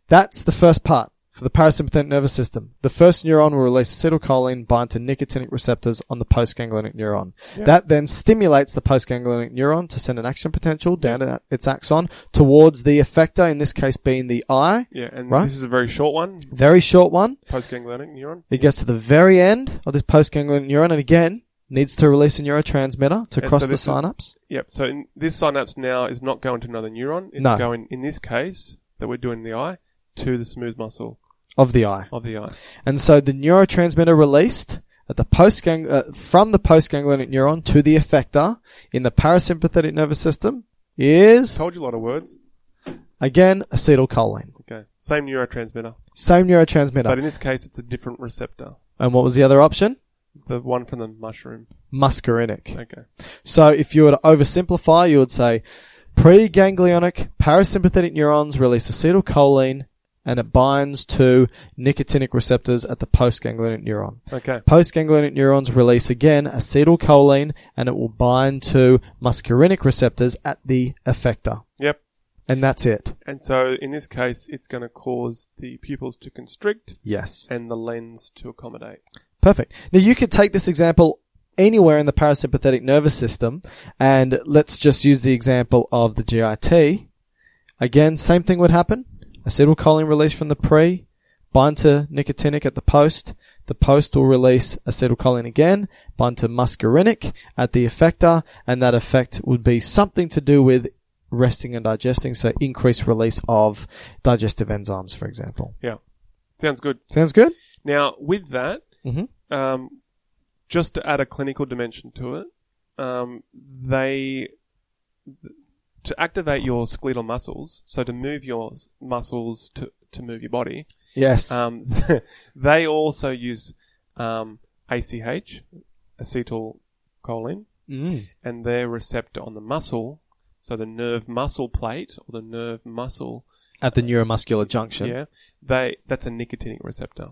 [SPEAKER 3] that's the first part for the parasympathetic nervous system. The first neuron will release acetylcholine bind to nicotinic receptors on the postganglionic neuron. That then stimulates the postganglionic neuron to send an action potential down to its axon towards the effector, in this case being the eye.
[SPEAKER 4] Yeah, and
[SPEAKER 3] Right.
[SPEAKER 4] this is a very short one,
[SPEAKER 3] Very short one.
[SPEAKER 4] postganglionic neuron.
[SPEAKER 3] It gets to the very end of this postganglionic neuron and again needs to release a neurotransmitter to
[SPEAKER 4] And
[SPEAKER 3] cross
[SPEAKER 4] so
[SPEAKER 3] the
[SPEAKER 4] this is-
[SPEAKER 3] synapse.
[SPEAKER 4] Yep. So in, this synapse now is not going to another neuron. It's
[SPEAKER 3] No.
[SPEAKER 4] going, in this case, that we're doing in the eye, to the smooth muscle
[SPEAKER 3] Of the eye.
[SPEAKER 4] of the eye.
[SPEAKER 3] And so the neurotransmitter released at the postgang- uh, from the postganglionic neuron to the effector in the parasympathetic nervous system is
[SPEAKER 4] Told you a lot of words.
[SPEAKER 3] again acetylcholine.
[SPEAKER 4] Okay. Same neurotransmitter,
[SPEAKER 3] Same neurotransmitter.
[SPEAKER 4] but in this case, it's a different receptor.
[SPEAKER 3] and what was the other option?
[SPEAKER 4] The one from the mushroom.
[SPEAKER 3] Muscarinic.
[SPEAKER 4] Okay.
[SPEAKER 3] So if you were to oversimplify, you would say preganglionic parasympathetic neurons release acetylcholine and it binds to nicotinic receptors at the postganglionic neuron.
[SPEAKER 4] Okay.
[SPEAKER 3] Postganglionic neurons release again acetylcholine and it will bind to muscarinic receptors at the effector.
[SPEAKER 4] Yep.
[SPEAKER 3] And that's it.
[SPEAKER 4] And so in this case, it's going to cause the pupils to constrict
[SPEAKER 3] Yes.
[SPEAKER 4] and the lens to accommodate.
[SPEAKER 3] Perfect. Now you could take this example anywhere in the parasympathetic nervous system and let's just use the example of the GIT. Again, same thing would happen. Acetylcholine release from the pre, bind to nicotinic at the post. The post will release acetylcholine again, bind to muscarinic at the effector, and that effect would be something to do with resting and digesting, so increased release of digestive enzymes, for example.
[SPEAKER 4] Yeah. Sounds good.
[SPEAKER 3] Sounds good?
[SPEAKER 4] Now, with that,
[SPEAKER 3] Mm-hmm.
[SPEAKER 4] um, just to add a clinical dimension to it, um, they to activate your skeletal muscles, so to move your s- muscles to to move your body.
[SPEAKER 3] Yes.
[SPEAKER 4] Um, they also use um, ACH, acetylcholine,
[SPEAKER 3] Mm.
[SPEAKER 4] and their receptor on the muscle, so the nerve muscle plate or the nerve muscle.
[SPEAKER 3] At the neuromuscular junction.
[SPEAKER 4] Yeah, they that's a nicotinic receptor.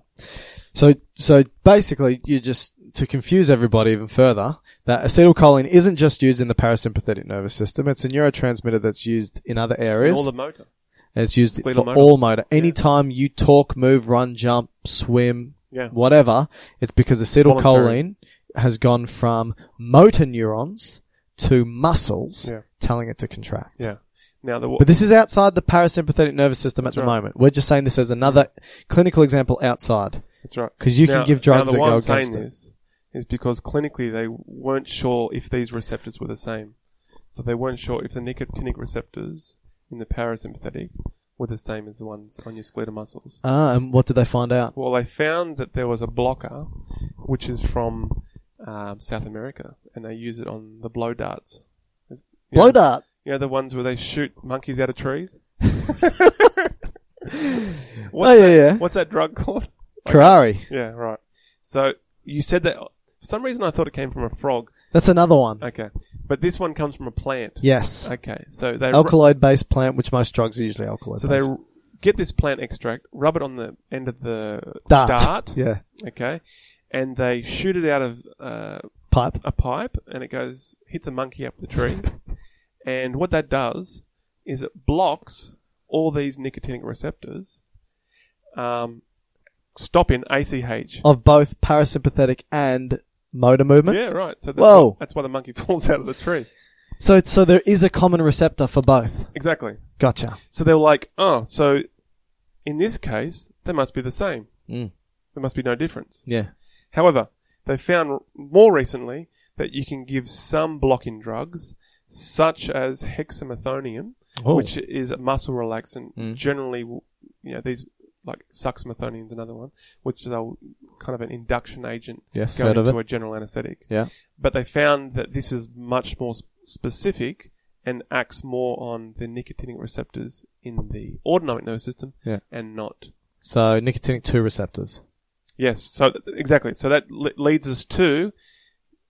[SPEAKER 3] So, so basically, you just to confuse everybody even further that acetylcholine isn't just used in the parasympathetic nervous system; it's a neurotransmitter that's used in other
[SPEAKER 4] And
[SPEAKER 3] areas.
[SPEAKER 4] all the motor.
[SPEAKER 3] and it's used
[SPEAKER 4] Fetal
[SPEAKER 3] for
[SPEAKER 4] motor.
[SPEAKER 3] all motor.
[SPEAKER 4] Yeah.
[SPEAKER 3] Anytime you talk, move, run, jump, swim,
[SPEAKER 4] Yeah.
[SPEAKER 3] whatever, it's because acetylcholine
[SPEAKER 4] Voluntary.
[SPEAKER 3] has gone from motor neurons to muscles,
[SPEAKER 4] Yeah.
[SPEAKER 3] telling it to contract.
[SPEAKER 4] Yeah. Now the
[SPEAKER 3] But this is outside the parasympathetic nervous system
[SPEAKER 4] That's
[SPEAKER 3] at the
[SPEAKER 4] right.
[SPEAKER 3] moment. We're just saying this as another clinical example outside.
[SPEAKER 4] That's right.
[SPEAKER 3] 'Cause you can give drugs
[SPEAKER 4] the
[SPEAKER 3] that
[SPEAKER 4] why
[SPEAKER 3] go
[SPEAKER 4] I'm saying
[SPEAKER 3] against it.
[SPEAKER 4] This is because clinically they weren't sure if these receptors were the same. So they weren't sure if the nicotinic receptors in the parasympathetic were the same as the ones on your skeletal muscles.
[SPEAKER 3] Ah, and what did they find out?
[SPEAKER 4] Well, they found that there was a blocker, which is from um, South America, and they use it on the blow darts. It's- you
[SPEAKER 3] Blow
[SPEAKER 4] know-
[SPEAKER 3] dart.
[SPEAKER 4] You know the ones where they shoot monkeys out of trees?
[SPEAKER 3] Oh, yeah, yeah.
[SPEAKER 4] What's that drug called?
[SPEAKER 3] Karari.
[SPEAKER 4] Yeah, right. So you said that for some reason I thought it came from a frog.
[SPEAKER 3] That's another one.
[SPEAKER 4] Okay, but this one comes from a plant.
[SPEAKER 3] Yes.
[SPEAKER 4] Okay, so they
[SPEAKER 3] Alkaloid based plant, which most drugs are usually alkaloid
[SPEAKER 4] so they get this plant extract, rub it on the end of the
[SPEAKER 3] dart. Yeah.
[SPEAKER 4] Okay, and they shoot it out of uh,
[SPEAKER 3] Pipe.
[SPEAKER 4] a pipe, and it goes hits a monkey up the tree. and what that does is it blocks all these nicotinic receptors, um, stopping ACH.
[SPEAKER 3] Of both parasympathetic and motor movement.
[SPEAKER 4] Yeah, right. So that's,
[SPEAKER 3] Whoa.
[SPEAKER 4] why- that's why the monkey falls out of the tree.
[SPEAKER 3] So it's- so there is a common receptor for both.
[SPEAKER 4] Exactly.
[SPEAKER 3] Gotcha.
[SPEAKER 4] So they were like, oh, so in this case, they must be the same.
[SPEAKER 3] Mm.
[SPEAKER 4] There must be no difference.
[SPEAKER 3] Yeah.
[SPEAKER 4] However, they found r- more recently that you can give some blocking drugs, such as hexamethonium,
[SPEAKER 3] Oh.
[SPEAKER 4] which is a muscle relaxant.
[SPEAKER 3] Mm.
[SPEAKER 4] Generally, w- you know, these, like suxamethonium is another one, which is a kind of an induction agent
[SPEAKER 3] Yes,
[SPEAKER 4] going
[SPEAKER 3] heard of
[SPEAKER 4] into
[SPEAKER 3] it.
[SPEAKER 4] a general anesthetic
[SPEAKER 3] Yeah.
[SPEAKER 4] but they found that this is much more s- specific and acts more on the nicotinic receptors in the autonomic nervous system
[SPEAKER 3] Yeah.
[SPEAKER 4] and not
[SPEAKER 3] So nicotinic two receptors.
[SPEAKER 4] Yes, so th- exactly. So that le- leads us to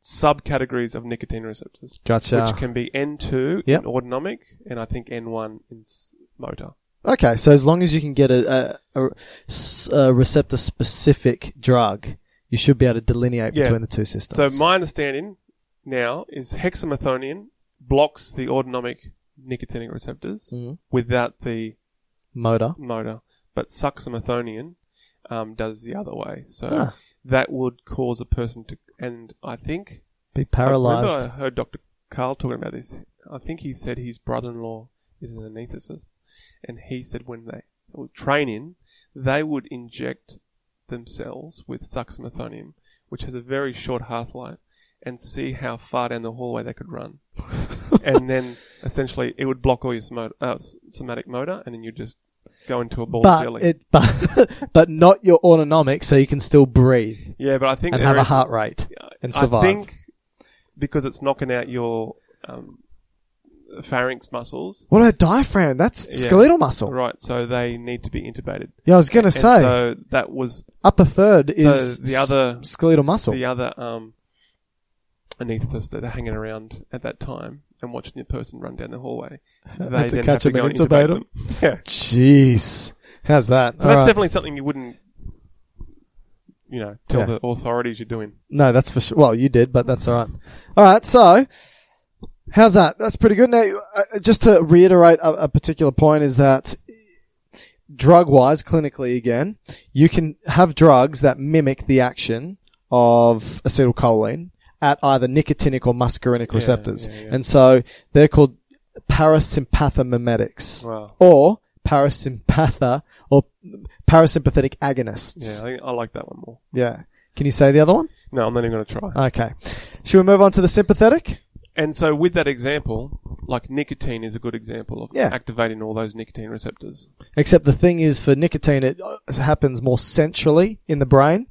[SPEAKER 4] subcategories of nicotine receptors,
[SPEAKER 3] Gotcha.
[SPEAKER 4] which can be N2
[SPEAKER 3] Yep.
[SPEAKER 4] in autonomic and I think N1 in s- motor.
[SPEAKER 3] Okay, so as long as you can get a, a, a s- a receptor specific drug, you should be able to delineate
[SPEAKER 4] Yeah.
[SPEAKER 3] between the two systems.
[SPEAKER 4] So my understanding now is hexamethonium blocks the autonomic nicotinic receptors
[SPEAKER 3] Mhm.
[SPEAKER 4] without the
[SPEAKER 3] motor.
[SPEAKER 4] motor, but succinylmethonium um, does the other way. So
[SPEAKER 3] Ah.
[SPEAKER 4] that would cause a person to, and I think
[SPEAKER 3] Be
[SPEAKER 4] I,
[SPEAKER 3] paralyzed.
[SPEAKER 4] remember I heard Dr. Carl talking about this. I think he said his brother-in-law is an anaesthetist, and he said when they were training, they would inject themselves with succinylmethonium, which has a very short half-life, and see how far down the hallway they could run. and then essentially it would block all your smo- uh, s- somatic motor, and then you just go into a ball of
[SPEAKER 3] But
[SPEAKER 4] jelly.
[SPEAKER 3] it, but, but not your autonomic, so you can still breathe
[SPEAKER 4] yeah, but I think
[SPEAKER 3] and
[SPEAKER 4] there
[SPEAKER 3] have a
[SPEAKER 4] is-
[SPEAKER 3] heart rate and survive.
[SPEAKER 4] I think because it's knocking out your um, pharynx muscles.
[SPEAKER 3] what about diaphragm? That's
[SPEAKER 4] Yeah.
[SPEAKER 3] skeletal muscle.
[SPEAKER 4] Right, so they need to be intubated.
[SPEAKER 3] Yeah, I was gonna
[SPEAKER 4] And
[SPEAKER 3] say
[SPEAKER 4] so that was
[SPEAKER 3] upper third
[SPEAKER 4] so
[SPEAKER 3] is
[SPEAKER 4] the
[SPEAKER 3] s-
[SPEAKER 4] other-
[SPEAKER 3] skeletal muscle.
[SPEAKER 4] the other um, anaesthetists that are hanging around at that time and watching the person run down the hallway. They
[SPEAKER 3] Had
[SPEAKER 4] then
[SPEAKER 3] to
[SPEAKER 4] have
[SPEAKER 3] catch
[SPEAKER 4] to
[SPEAKER 3] him
[SPEAKER 4] go
[SPEAKER 3] and
[SPEAKER 4] and
[SPEAKER 3] intubate
[SPEAKER 4] intubate
[SPEAKER 3] him.
[SPEAKER 4] them. Yeah.
[SPEAKER 3] Jeez, how's that?
[SPEAKER 4] So
[SPEAKER 3] All
[SPEAKER 4] that's
[SPEAKER 3] right.
[SPEAKER 4] definitely something you wouldn't, you know, tell
[SPEAKER 3] Yeah.
[SPEAKER 4] the authorities you're doing.
[SPEAKER 3] No, that's for sure. Well, you did, but that's all right. All right, so how's that? That's pretty good. Now, uh, just to reiterate a, a particular point is that drug-wise, clinically again, you can have drugs that mimic the action of acetylcholine at either nicotinic or muscarinic
[SPEAKER 4] Yeah,
[SPEAKER 3] receptors,
[SPEAKER 4] yeah, yeah.
[SPEAKER 3] and so they're called parasympathomimetics
[SPEAKER 4] Wow.
[SPEAKER 3] or parasympatha or parasympathetic agonists.
[SPEAKER 4] Yeah, I, I like that one more.
[SPEAKER 3] yeah. Can you say the other one?
[SPEAKER 4] No, I'm not even going to try.
[SPEAKER 3] Okay. Should we move on to the sympathetic?
[SPEAKER 4] And so, with that example, like nicotine is a good example of
[SPEAKER 3] Yeah.
[SPEAKER 4] activating all those nicotine receptors.
[SPEAKER 3] Except the thing is, for nicotine, it uh, happens more centrally in the brain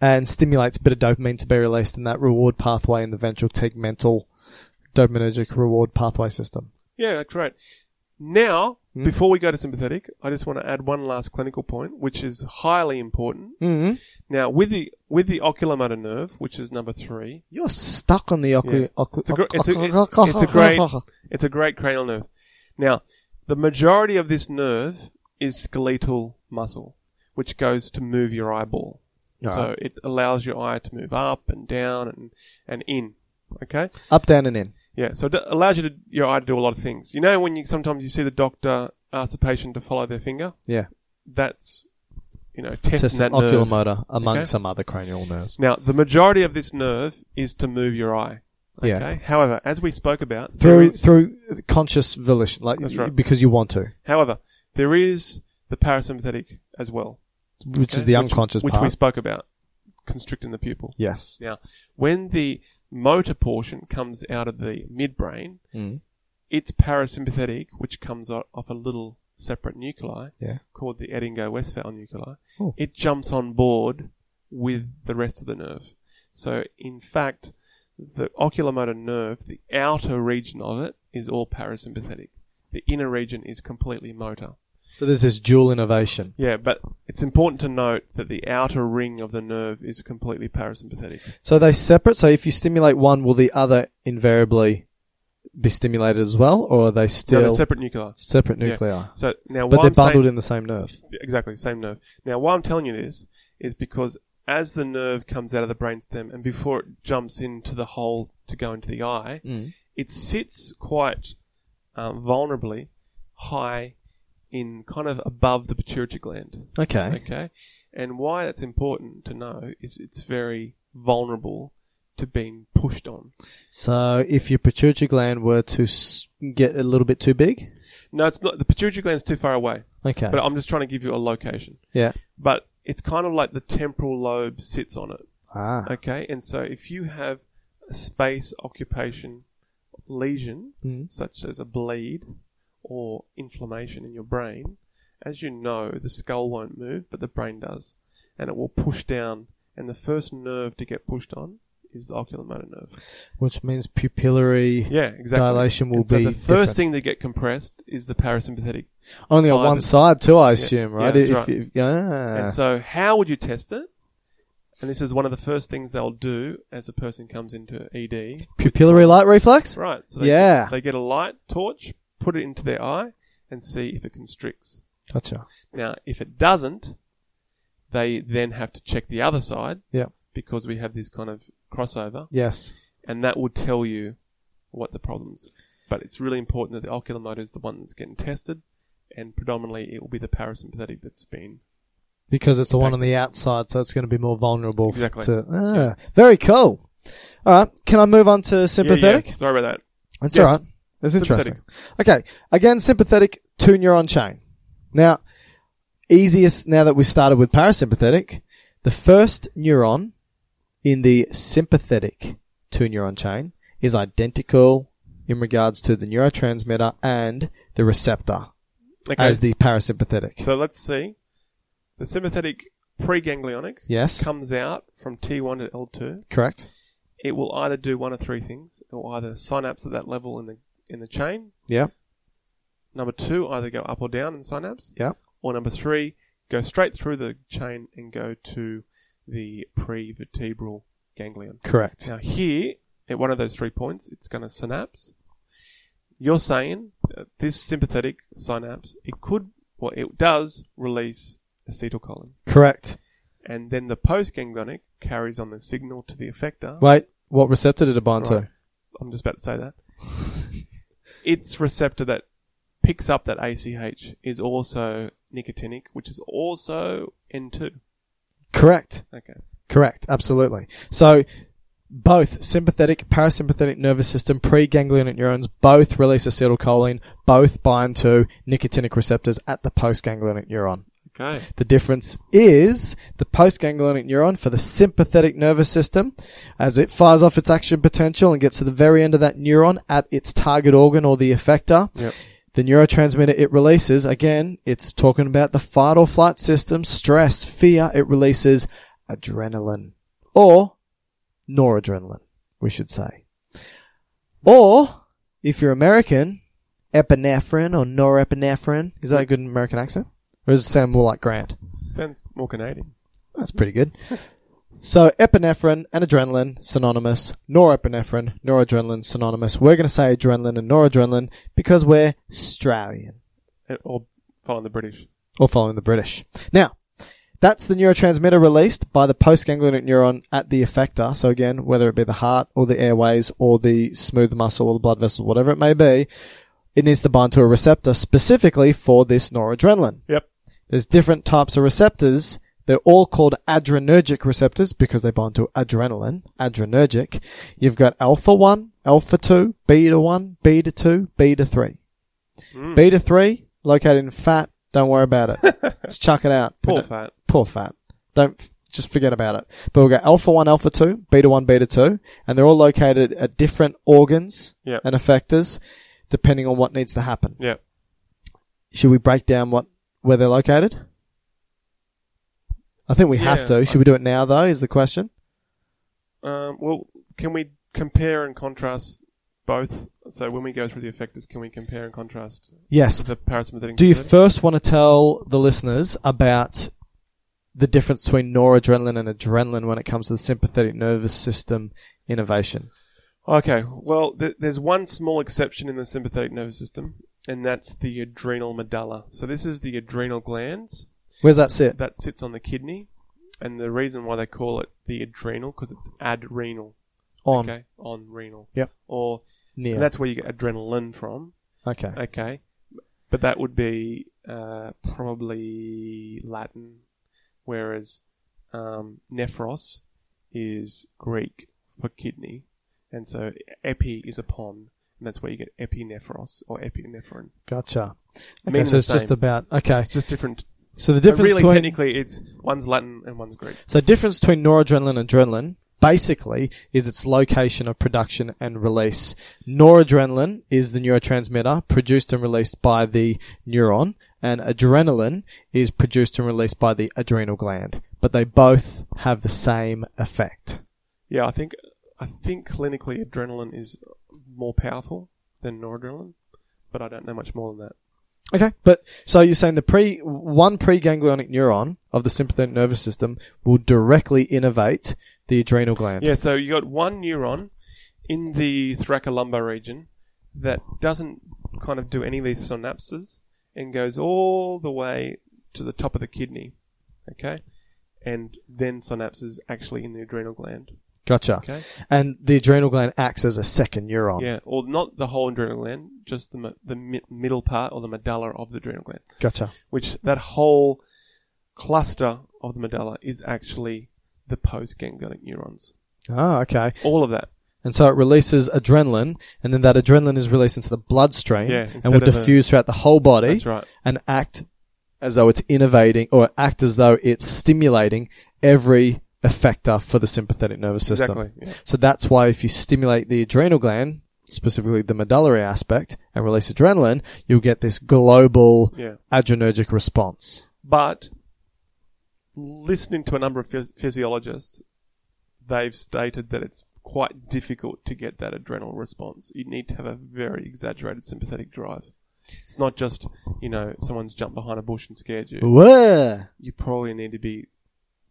[SPEAKER 3] and stimulates a bit of dopamine to be released in that reward pathway in the ventral tegmental dopaminergic reward pathway system.
[SPEAKER 4] Yeah, great. Now,
[SPEAKER 3] Hmm.
[SPEAKER 4] before we go to sympathetic, I just want to add one last clinical point, which is highly important.
[SPEAKER 3] Mm-hmm.
[SPEAKER 4] Now, with the with the oculomotor nerve, which is number three,
[SPEAKER 3] You're stuck on the ocu-
[SPEAKER 4] Yeah.
[SPEAKER 3] ocu-
[SPEAKER 4] It's a gr- it's a- it- it's a great- it's a great cranial nerve. Now, the majority of this nerve is skeletal muscle, which goes to move your eyeball. So it allows your eye to move up and down and, and in. Okay.
[SPEAKER 3] Up, down, and in.
[SPEAKER 4] Yeah, so it d- allows you to, your eye to do a lot of things. You know when you sometimes you see the doctor ask the patient to follow their finger?
[SPEAKER 3] Yeah.
[SPEAKER 4] That's, you know, testing
[SPEAKER 3] Testing
[SPEAKER 4] that nerve.
[SPEAKER 3] oculomotor among
[SPEAKER 4] Okay.
[SPEAKER 3] some other cranial nerves.
[SPEAKER 4] Now, the majority of this nerve is to move your eye. Okay?
[SPEAKER 3] Yeah.
[SPEAKER 4] However, as we spoke about, there
[SPEAKER 3] Through
[SPEAKER 4] is-
[SPEAKER 3] through conscious volition, like
[SPEAKER 4] That's right.
[SPEAKER 3] because you want to,
[SPEAKER 4] however, there is the parasympathetic as well.
[SPEAKER 3] which
[SPEAKER 4] okay?
[SPEAKER 3] is the unconscious
[SPEAKER 4] which,
[SPEAKER 3] part.
[SPEAKER 4] Which we spoke about, constricting the pupil.
[SPEAKER 3] yes.
[SPEAKER 4] Now, when the motor portion comes out of the midbrain,
[SPEAKER 3] Mm.
[SPEAKER 4] it's parasympathetic, which comes o- off a little separate nuclei
[SPEAKER 3] Yeah.
[SPEAKER 4] called the Edingo-Westphal nuclei.
[SPEAKER 3] Oh.
[SPEAKER 4] It jumps on board with the rest of the nerve. So, in fact, the oculomotor nerve, the outer region of it, is all parasympathetic. The inner region is completely motor.
[SPEAKER 3] So there's this dual innovation.
[SPEAKER 4] Yeah, but it's important to note that the outer ring of the nerve is completely parasympathetic.
[SPEAKER 3] So they separate. So if you stimulate one, will the other invariably be stimulated as well, or are they
[SPEAKER 4] No,
[SPEAKER 3] still
[SPEAKER 4] they're separate nuclei.
[SPEAKER 3] separate
[SPEAKER 4] Yeah.
[SPEAKER 3] nuclei?
[SPEAKER 4] So now,
[SPEAKER 3] But
[SPEAKER 4] what
[SPEAKER 3] they're
[SPEAKER 4] I'm saying-
[SPEAKER 3] bundled in the same nerve.
[SPEAKER 4] Exactly, same nerve. Now, why I'm telling you this is because as the nerve comes out of the brainstem and before it jumps into the hole to go into the eye,
[SPEAKER 3] Mm.
[SPEAKER 4] it sits quite um, vulnerably high in kind of above the pituitary gland.
[SPEAKER 3] Okay.
[SPEAKER 4] Okay? And why that's important to know is it's very vulnerable to being pushed on.
[SPEAKER 3] So if your pituitary gland were to s- get a little bit too big,
[SPEAKER 4] No, it's not, the pituitary gland's too far away,
[SPEAKER 3] okay,
[SPEAKER 4] but uh, I'm just trying to give you a location.
[SPEAKER 3] yeah,
[SPEAKER 4] But it's kind of like the temporal lobe sits on it.
[SPEAKER 3] ah,
[SPEAKER 4] Okay, and so if you have a space occupation lesion,
[SPEAKER 3] Mhm.
[SPEAKER 4] such as a bleed or inflammation in your brain, as you know, the skull won't move, but the brain does, and it will push down. And the first nerve to get pushed on is the oculomotor nerve.
[SPEAKER 3] which means pupillary
[SPEAKER 4] Yeah, exactly.
[SPEAKER 3] dilation will
[SPEAKER 4] And so
[SPEAKER 3] be
[SPEAKER 4] the first
[SPEAKER 3] different.
[SPEAKER 4] thing to get compressed is the parasympathetic.
[SPEAKER 3] only on one
[SPEAKER 4] fibers.
[SPEAKER 3] side too. I assume,
[SPEAKER 4] yeah,
[SPEAKER 3] right?
[SPEAKER 4] that's
[SPEAKER 3] if
[SPEAKER 4] right.
[SPEAKER 3] You, yeah.
[SPEAKER 4] And so, how would you test it? And this is one of the first things they'll do as a person comes into E ED.
[SPEAKER 3] Pupillary light reflex?
[SPEAKER 4] Right. So they,
[SPEAKER 3] Yeah.
[SPEAKER 4] They get a light torch, put it into their eye, and see if it constricts.
[SPEAKER 3] Gotcha.
[SPEAKER 4] Now, if it doesn't, they then have to check the other side
[SPEAKER 3] Yeah.
[SPEAKER 4] because we have this kind of crossover,
[SPEAKER 3] Yes.
[SPEAKER 4] and that will tell you what the problems. But it's really important that the ocular motor is the one that's getting tested, and predominantly it will be the parasympathetic that's been.
[SPEAKER 3] Because it's the one on the outside, so it's going to be more vulnerable f-
[SPEAKER 4] Exactly.
[SPEAKER 3] to. Ah, Very cool. All right. Can I move on to
[SPEAKER 4] Yeah, yeah,
[SPEAKER 3] sympathetic?
[SPEAKER 4] Sorry about that.
[SPEAKER 3] That's
[SPEAKER 4] Yes.
[SPEAKER 3] all right. That's
[SPEAKER 4] Sympathetic.
[SPEAKER 3] interesting. Okay. Again, sympathetic two neuron chain. Now, easiest now that we started with parasympathetic, the first neuron in the sympathetic two neuron chain is identical in regards to the neurotransmitter and the receptor
[SPEAKER 4] Okay.
[SPEAKER 3] as the parasympathetic.
[SPEAKER 4] so let's see. The sympathetic preganglionic
[SPEAKER 3] yes.
[SPEAKER 4] comes out from T1 to L2.
[SPEAKER 3] correct.
[SPEAKER 4] It will either do one of three things. It will either synapse at that level in the in the chain.
[SPEAKER 3] Yeah.
[SPEAKER 4] Number two, either go up or down in synapse.
[SPEAKER 3] Yeah.
[SPEAKER 4] Or number three, go straight through the chain and go to the prevertebral ganglion.
[SPEAKER 3] Correct.
[SPEAKER 4] Now here, at one of those three points, it's going to synapse. You're saying that this sympathetic synapse, it could, well, it does release acetylcholine.
[SPEAKER 3] Correct.
[SPEAKER 4] And then the postganglionic carries on the signal to the effector.
[SPEAKER 3] Wait, what receptor did it bind
[SPEAKER 4] Right.
[SPEAKER 3] to?
[SPEAKER 4] I'm just about to say that. its receptor that picks up that ACH is also nicotinic, which is also N2.
[SPEAKER 3] Correct.
[SPEAKER 4] Okay.
[SPEAKER 3] Correct, absolutely. So both sympathetic, parasympathetic nervous system, preganglionic neurons both release acetylcholine, both bind to nicotinic receptors at the postganglionic neuron.
[SPEAKER 4] Okay.
[SPEAKER 3] The difference is the postganglionic neuron for the sympathetic nervous system, as it fires off its action potential and gets to the very end of that neuron at its target organ or the effector.
[SPEAKER 4] Yep.
[SPEAKER 3] The neurotransmitter it releases, again, it's talking about the fight or flight system, stress, fear, it releases adrenaline or noradrenaline, we should say. Or, if you're American, epinephrine or norepinephrine. Is that a good American accent? Or does it sound more like Grant?
[SPEAKER 4] Sounds more Canadian.
[SPEAKER 3] That's pretty good. So epinephrine and adrenaline synonymous, norepinephrine, noradrenaline synonymous. We're going to say adrenaline and noradrenaline because we're Australian
[SPEAKER 4] And- eh, Or following the British.
[SPEAKER 3] or following the British. Now, that's the neurotransmitter released by the postganglionic neuron at the effector. So again, whether it be the heart or the airways or the smooth muscle or the blood vessels, whatever it may be, it needs to bind to a receptor specifically for this noradrenaline.
[SPEAKER 4] Yep.
[SPEAKER 3] There's different types of receptors. They're all called adrenergic receptors because they bind to adrenaline, adrenergic. You've got alpha 1, alpha 2, beta 1, beta 2, beta 3.
[SPEAKER 4] Mm.
[SPEAKER 3] Beta 3, located in fat, don't worry about it. Let's chuck it out.
[SPEAKER 4] Poor
[SPEAKER 3] We don't-
[SPEAKER 4] fat.
[SPEAKER 3] Poor fat. Don't, f- just forget about it. But we've got alpha 1, alpha 2, beta 1, beta 2, and they're all located at different organs
[SPEAKER 4] Yep.
[SPEAKER 3] and effectors depending on what needs to happen.
[SPEAKER 4] Yeah.
[SPEAKER 3] Should we break down what where they're located? I think we have
[SPEAKER 4] Yeah.
[SPEAKER 3] to. Should we do it now though? Is the question?
[SPEAKER 4] Um, well, can we compare and contrast both? So when we go through the effectors, can we compare and contrast
[SPEAKER 3] Yes.
[SPEAKER 4] the parasympathetic?
[SPEAKER 3] Do you
[SPEAKER 4] sympathetic?
[SPEAKER 3] first want to tell the listeners about the difference between noradrenaline and adrenaline when it comes to the sympathetic nervous system innovation?
[SPEAKER 4] Okay, well, th- there's one small exception in the sympathetic nervous system, and that's the adrenal medulla. So this is the adrenal glands
[SPEAKER 3] Where's that sit?
[SPEAKER 4] that sits on the kidney, and the reason why they call it the adrenal because it's adrenal.
[SPEAKER 3] On
[SPEAKER 4] Okay, on renal.
[SPEAKER 3] Yep.
[SPEAKER 4] Or and
[SPEAKER 3] near.
[SPEAKER 4] that's where you get adrenaline from.
[SPEAKER 3] okay.
[SPEAKER 4] Okay, but that would be uh, probably Latin, whereas um, nephros is Greek for kidney, and so epi is upon, and that's where you get epinephros or epinephrine.
[SPEAKER 3] Gotcha. Okay,
[SPEAKER 4] Meaning
[SPEAKER 3] so it's
[SPEAKER 4] the
[SPEAKER 3] just
[SPEAKER 4] same.
[SPEAKER 3] about okay.
[SPEAKER 4] It's just different.
[SPEAKER 3] So the
[SPEAKER 4] but
[SPEAKER 3] difference
[SPEAKER 4] really,
[SPEAKER 3] between
[SPEAKER 4] technically, it's one's Latin and one's Greek.
[SPEAKER 3] So difference between noradrenaline and adrenaline basically is its location of production and release. Noradrenaline is the neurotransmitter produced and released by the neuron and adrenaline is produced and released by the adrenal gland, but they both have the same effect.
[SPEAKER 4] Yeah, I think I think clinically adrenaline is more powerful than noradrenaline, but I don't know much more than that.
[SPEAKER 3] Okay, but so you're saying the pre one preganglionic neuron of the sympathetic nervous system will directly innervate the adrenal gland.
[SPEAKER 4] Yeah, so you got one neuron in the thoracolumbar region that doesn't kind of do any of these synapses and goes all the way to the top of the kidney. Okay? And then synapses actually in the adrenal gland.
[SPEAKER 3] Gotcha.
[SPEAKER 4] Okay.
[SPEAKER 3] And the adrenal gland acts as a second neuron.
[SPEAKER 4] Yeah, or not the whole adrenal gland, just the, mi- the mi- middle part or the medulla of the adrenal gland,
[SPEAKER 3] Gotcha.
[SPEAKER 4] which that whole cluster of the medulla is actually the postganglionic neurons.
[SPEAKER 3] Ah, okay.
[SPEAKER 4] All of that.
[SPEAKER 3] And so it releases adrenaline, and then that adrenaline is released into the bloodstream
[SPEAKER 4] Yeah,
[SPEAKER 3] and
[SPEAKER 4] instead
[SPEAKER 3] will
[SPEAKER 4] of a-
[SPEAKER 3] diffuse throughout the whole body
[SPEAKER 4] That's right.
[SPEAKER 3] and act as though it's innovating or act as though it's stimulating every effector for the sympathetic nervous system.
[SPEAKER 4] Exactly. yeah.
[SPEAKER 3] So that's why if you stimulate the adrenal gland, specifically the medullary aspect, and release adrenaline, you'll get this global
[SPEAKER 4] Yeah.
[SPEAKER 3] adrenergic response.
[SPEAKER 4] But listening to a number of phys- physiologists, they've stated that it's quite difficult to get that adrenal response. You need to have a very exaggerated sympathetic drive. It's not just, you know, someone's jumped behind a bush and scared you.
[SPEAKER 3] Whoa!
[SPEAKER 4] You probably need to be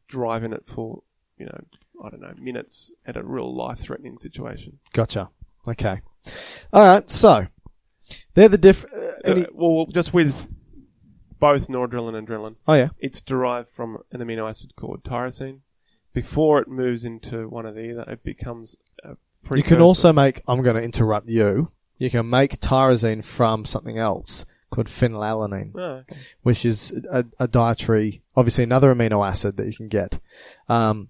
[SPEAKER 4] driving it for, you know, I don't know, minutes at a real life threatening situation.
[SPEAKER 3] Gotcha. Okay. All right. So they're the diff. Uh, any-
[SPEAKER 4] Uh, well, just with both noradrenaline and adrenaline.
[SPEAKER 3] oh yeah.
[SPEAKER 4] it's derived from an amino acid called tyrosine. Before it moves into one of the other, it becomes a precursor.
[SPEAKER 3] You can also make. I'm going to interrupt you. You can make tyrosine from something else called phenylalanine.
[SPEAKER 4] Oh, okay.
[SPEAKER 3] which is a, a dietary, obviously another amino acid that you can get. Um,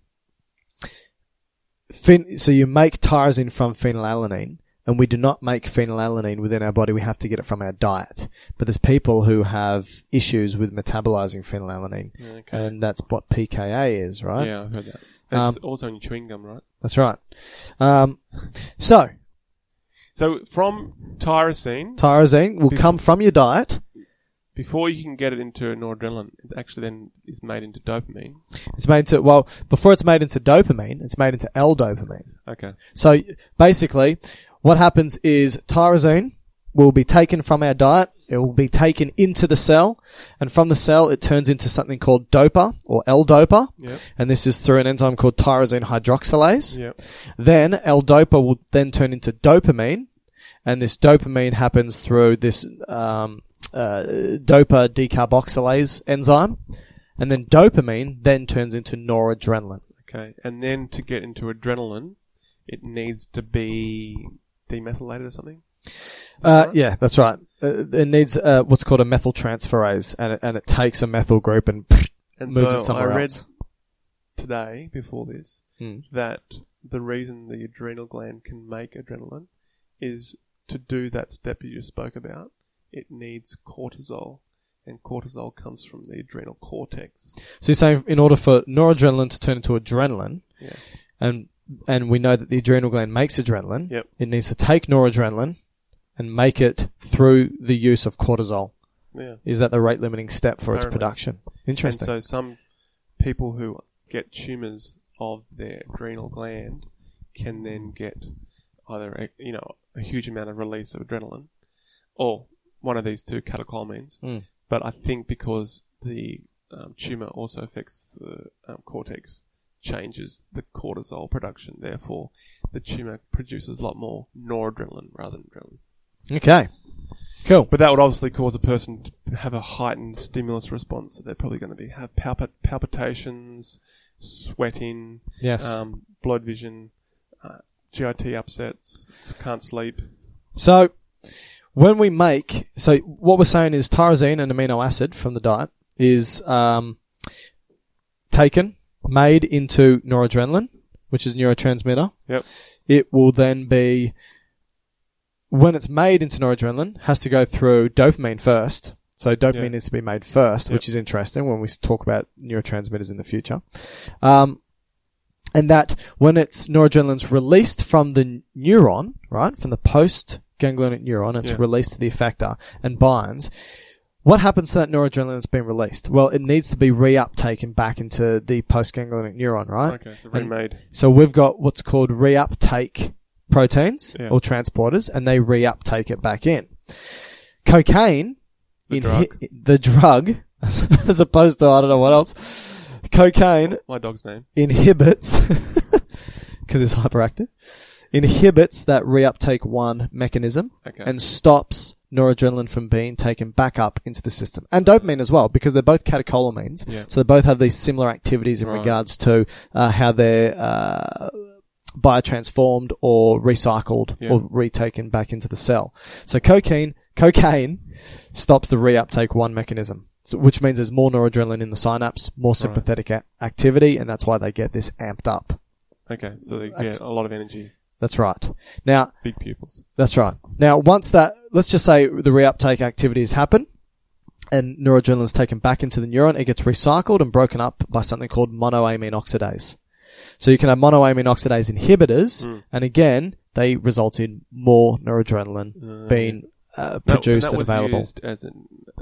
[SPEAKER 3] phen- so you make tyrosine from phenylalanine, and we do not make phenylalanine within our body. We have to get it from our diet. But there's people who have issues with metabolizing phenylalanine,
[SPEAKER 4] Okay.
[SPEAKER 3] and that's what PKA is, right?
[SPEAKER 4] Yeah, I've heard that.
[SPEAKER 3] Um,
[SPEAKER 4] it's also in your chewing gum, right?
[SPEAKER 3] That's right. Um, so
[SPEAKER 4] So from tyrosine,
[SPEAKER 3] tyrosine will come from your diet.
[SPEAKER 4] before you can get it into noradrenaline, it actually then is made into dopamine.
[SPEAKER 3] It's made to well before it's made into dopamine. It's made into L-dopamine.
[SPEAKER 4] Okay.
[SPEAKER 3] So basically, what happens is tyrosine will be taken from our diet. It will be taken into the cell, and from the cell, it turns into something called dopa or L-dopa,
[SPEAKER 4] Yep.
[SPEAKER 3] and this is through an enzyme called tyrosine hydroxylase.
[SPEAKER 4] Yep.
[SPEAKER 3] Then L-dopa will then turn into dopamine, and this dopamine happens through this um, uh, dopa decarboxylase enzyme, and then dopamine then turns into noradrenaline.
[SPEAKER 4] Okay. And then to get into adrenaline, it needs to be demethylated or something.
[SPEAKER 3] Uh, yeah, that's right. Uh, it needs uh, what's called a methyl transferase, and it, and it takes a methyl group and
[SPEAKER 4] And
[SPEAKER 3] moves
[SPEAKER 4] so
[SPEAKER 3] it somewhere
[SPEAKER 4] I read
[SPEAKER 3] else.
[SPEAKER 4] today before this
[SPEAKER 3] Hmm.
[SPEAKER 4] that the reason the adrenal gland can make adrenaline is to do that step you just spoke about. It needs cortisol, and cortisol comes from the adrenal cortex.
[SPEAKER 3] So you're saying in order for noradrenaline to turn into adrenaline,
[SPEAKER 4] Yeah.
[SPEAKER 3] and and we know that the adrenal gland makes adrenaline,
[SPEAKER 4] Yep.
[SPEAKER 3] it needs to take noradrenaline and make it through the use of cortisol.
[SPEAKER 4] Yeah.
[SPEAKER 3] Is that the rate limiting step for its
[SPEAKER 4] Apparently.
[SPEAKER 3] production?
[SPEAKER 4] And
[SPEAKER 3] Interesting.
[SPEAKER 4] so some people who get tumors of their adrenal gland can then get either a, you know a huge amount of release of adrenaline or one of these two catecholamines.
[SPEAKER 3] Mm.
[SPEAKER 4] But I think because the um, tumor also affects the um, cortex, changes the cortisol production. Therefore, the tumor produces a lot more noradrenaline rather than adrenaline.
[SPEAKER 3] okay. Cool.
[SPEAKER 4] But that would obviously cause a person to have a heightened stimulus response. So they're probably going to be have palpit- palpitations, sweating,
[SPEAKER 3] Yes.
[SPEAKER 4] um, blurred vision, uh, GIT upsets, just can't sleep.
[SPEAKER 3] So when we make, so what we're saying is tyrosine, an amino acid from the diet, is um, taken, made into noradrenaline, which is neurotransmitter.
[SPEAKER 4] Yep.
[SPEAKER 3] It will then be when it's made into noradrenaline, has to go through dopamine first. So dopamine
[SPEAKER 4] Yeah.
[SPEAKER 3] needs to be made first,
[SPEAKER 4] Yep.
[SPEAKER 3] which is interesting when we s- talk about neurotransmitters in the future. Um, and that when it's noradrenaline's released from the n- neuron, right, from the post ganglionic neuron, it's
[SPEAKER 4] Yeah.
[SPEAKER 3] released to the effector and binds. What happens to that noradrenaline that's been released? Well, it needs to be reuptaken back into the postganglionic neuron, right?
[SPEAKER 4] Okay, so
[SPEAKER 3] Uh, And-
[SPEAKER 4] remade.
[SPEAKER 3] so we've got what's called reuptake proteins
[SPEAKER 4] Yeah.
[SPEAKER 3] or transporters, and they reuptake it back in. Cocaine
[SPEAKER 4] The
[SPEAKER 3] in
[SPEAKER 4] drug.
[SPEAKER 3] hi- the drug, as opposed to I don't know what else, cocaine
[SPEAKER 4] My dog's name.
[SPEAKER 3] inhibits because it's hyperactive inhibits that reuptake 1 mechanism
[SPEAKER 4] Okay.
[SPEAKER 3] and stops noradrenaline from being taken back up into the system and dopamine as well because they're both catecholamines
[SPEAKER 4] Yeah.
[SPEAKER 3] so they both have these similar activities in
[SPEAKER 4] Right.
[SPEAKER 3] regards to uh, how they're uh, biotransformed or recycled
[SPEAKER 4] Yeah.
[SPEAKER 3] or retaken back into the cell so cocaine cocaine stops the reuptake 1 mechanism so, which means there's more noradrenaline in the synapse more sympathetic a- activity and that's why they get this amped up
[SPEAKER 4] Okay, so they get a lot of energy,
[SPEAKER 3] that's right now
[SPEAKER 4] big pupils.
[SPEAKER 3] that's right. Now, once that, let's just say the reuptake activity has happened and noradrenaline is taken back into the neuron, it gets recycled and broken up by something called monoamine oxidase. So you can have monoamine oxidase inhibitors,
[SPEAKER 4] Hmm.
[SPEAKER 3] and again, they result in more noradrenaline being uh,
[SPEAKER 4] That-
[SPEAKER 3] produced
[SPEAKER 4] that
[SPEAKER 3] and
[SPEAKER 4] was
[SPEAKER 3] available.
[SPEAKER 4] used as an uh,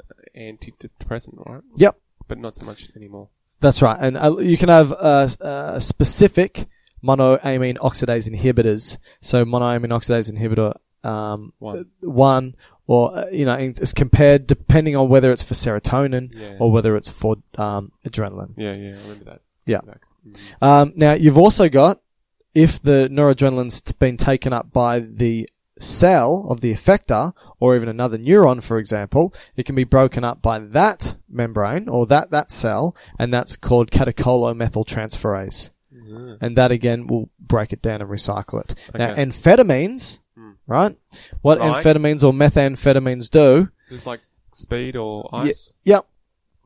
[SPEAKER 4] antidepressant, right?
[SPEAKER 3] Yep.
[SPEAKER 4] But not so much anymore.
[SPEAKER 3] That's right, and uh, you can have uh, uh, specific monoamine oxidase inhibitors. So monoamine oxidase inhibitor um,
[SPEAKER 4] One.
[SPEAKER 3] uh, one or uh, you know, in- it's compared depending on whether it's for serotonin
[SPEAKER 4] Yeah.
[SPEAKER 3] or whether it's for um, adrenaline.
[SPEAKER 4] Yeah, yeah, I remember that.
[SPEAKER 3] Yeah.
[SPEAKER 4] Back. Mm.
[SPEAKER 3] Um, now you've also got if the noradrenaline's t- been taken up by the cell of the effector or even another neuron, for example, it can be broken up by that membrane or that that cell, and that's called catecholomethyltransferase. And that again will break it down and recycle it. Now,
[SPEAKER 4] Mm-hmm. Okay. Hmm.
[SPEAKER 3] amphetamines, right? What
[SPEAKER 4] Right.
[SPEAKER 3] amphetamines or methamphetamines do?
[SPEAKER 4] Just like speed or
[SPEAKER 3] Ye-
[SPEAKER 4] ice.
[SPEAKER 3] yep.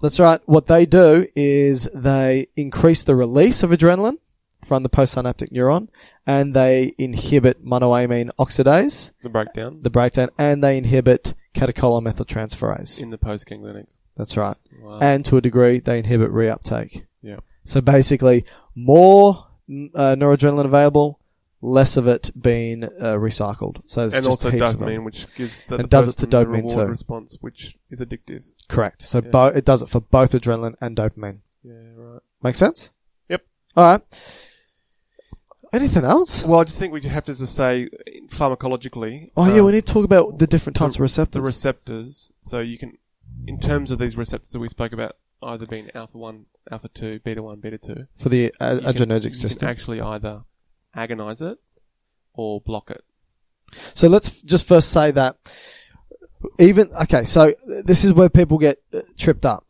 [SPEAKER 3] That's right. What they do is they increase the release of adrenaline from the postsynaptic neuron and they inhibit monoamine oxidase,
[SPEAKER 4] The breakdown
[SPEAKER 3] the breakdown, and they inhibit catecholomethyltransferase.
[SPEAKER 4] in the postganglionic.
[SPEAKER 3] That's right.
[SPEAKER 4] Wow.
[SPEAKER 3] And to a degree, they inhibit reuptake.
[SPEAKER 4] yeah.
[SPEAKER 3] So basically, more n- uh, noradrenaline available, less of it being uh, recycled. So it's
[SPEAKER 4] and
[SPEAKER 3] just
[SPEAKER 4] also
[SPEAKER 3] heaps of them.
[SPEAKER 4] dopamine, which gives the,
[SPEAKER 3] And
[SPEAKER 4] the
[SPEAKER 3] does it to
[SPEAKER 4] person the
[SPEAKER 3] dopamine
[SPEAKER 4] reward
[SPEAKER 3] too.
[SPEAKER 4] response, which is addictive.
[SPEAKER 3] Correct. So bo- it does it for both adrenaline and dopamine.
[SPEAKER 4] Yeah, right.
[SPEAKER 3] Make sense?
[SPEAKER 4] Yep.
[SPEAKER 3] All right. Anything else?
[SPEAKER 4] Well, I just think we have to just say eh, pharmacologically.
[SPEAKER 3] Oh yeah,
[SPEAKER 4] um,
[SPEAKER 3] we need to talk about the different types of receptors.
[SPEAKER 4] The receptors. So you can, in terms of these receptors that we spoke about, either being alpha one, alpha two, beta one, beta two.
[SPEAKER 3] for the uh,
[SPEAKER 4] you can-
[SPEAKER 3] adrenergic
[SPEAKER 4] you
[SPEAKER 3] system.
[SPEAKER 4] can actually either agonize it or block it.
[SPEAKER 3] So let's f- just first say that even okay, so this is where people get uh, tripped up.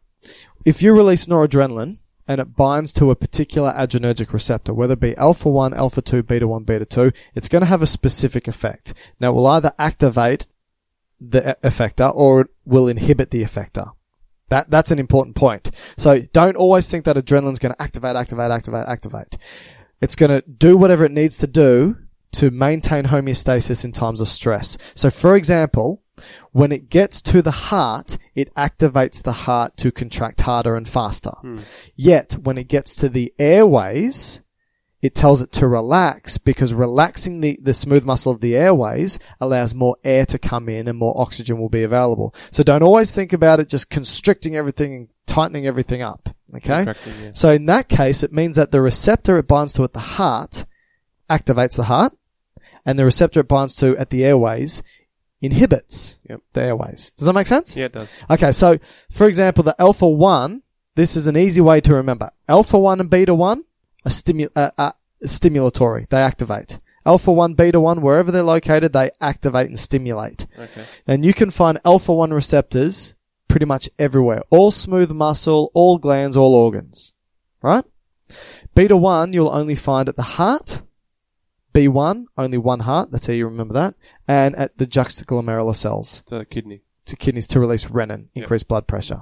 [SPEAKER 3] If you release noradrenaline and it binds to a particular adrenergic receptor, whether it be alpha 1, alpha 2, beta 1, beta 2, it's going to have a specific effect. Now, it will either activate the e- effector or it will inhibit the effector. That, that's an important point. So don't always think that adrenaline's going to activate, activate, activate, activate. It's going to do whatever it needs to do to maintain homeostasis in times of stress. So, for example, when it gets to the heart, it activates the heart to contract harder and faster.
[SPEAKER 4] Hmm.
[SPEAKER 3] Yet, when it gets to the airways, it tells it to relax because relaxing the, the smooth muscle of the airways allows more air to come in and more oxygen will be available. So don't always think about it just constricting everything and tightening everything up. Okay?
[SPEAKER 4] Contracting, yeah.
[SPEAKER 3] So in that case, it means that the receptor it binds to at the heart activates the heart and the receptor it binds to at the airways inhibits
[SPEAKER 4] Yep.
[SPEAKER 3] the airways. Does that make sense?
[SPEAKER 4] Yeah, it does.
[SPEAKER 3] Okay, so for example, the alpha one. This is an easy way to remember. Alpha one and beta one are, stimu- uh, are stimulatory. They activate. Alpha one, beta one, wherever they're located, they activate and stimulate.
[SPEAKER 4] Okay.
[SPEAKER 3] And you can find alpha one receptors pretty much everywhere. All smooth muscle, all glands, all organs. Right? Beta one you'll only find at the heart. B one only one heart. That's how you remember that. And at the juxtaglomerular cells
[SPEAKER 4] So the kidney.
[SPEAKER 3] to kidneys to release renin,
[SPEAKER 4] Yep.
[SPEAKER 3] increase blood pressure.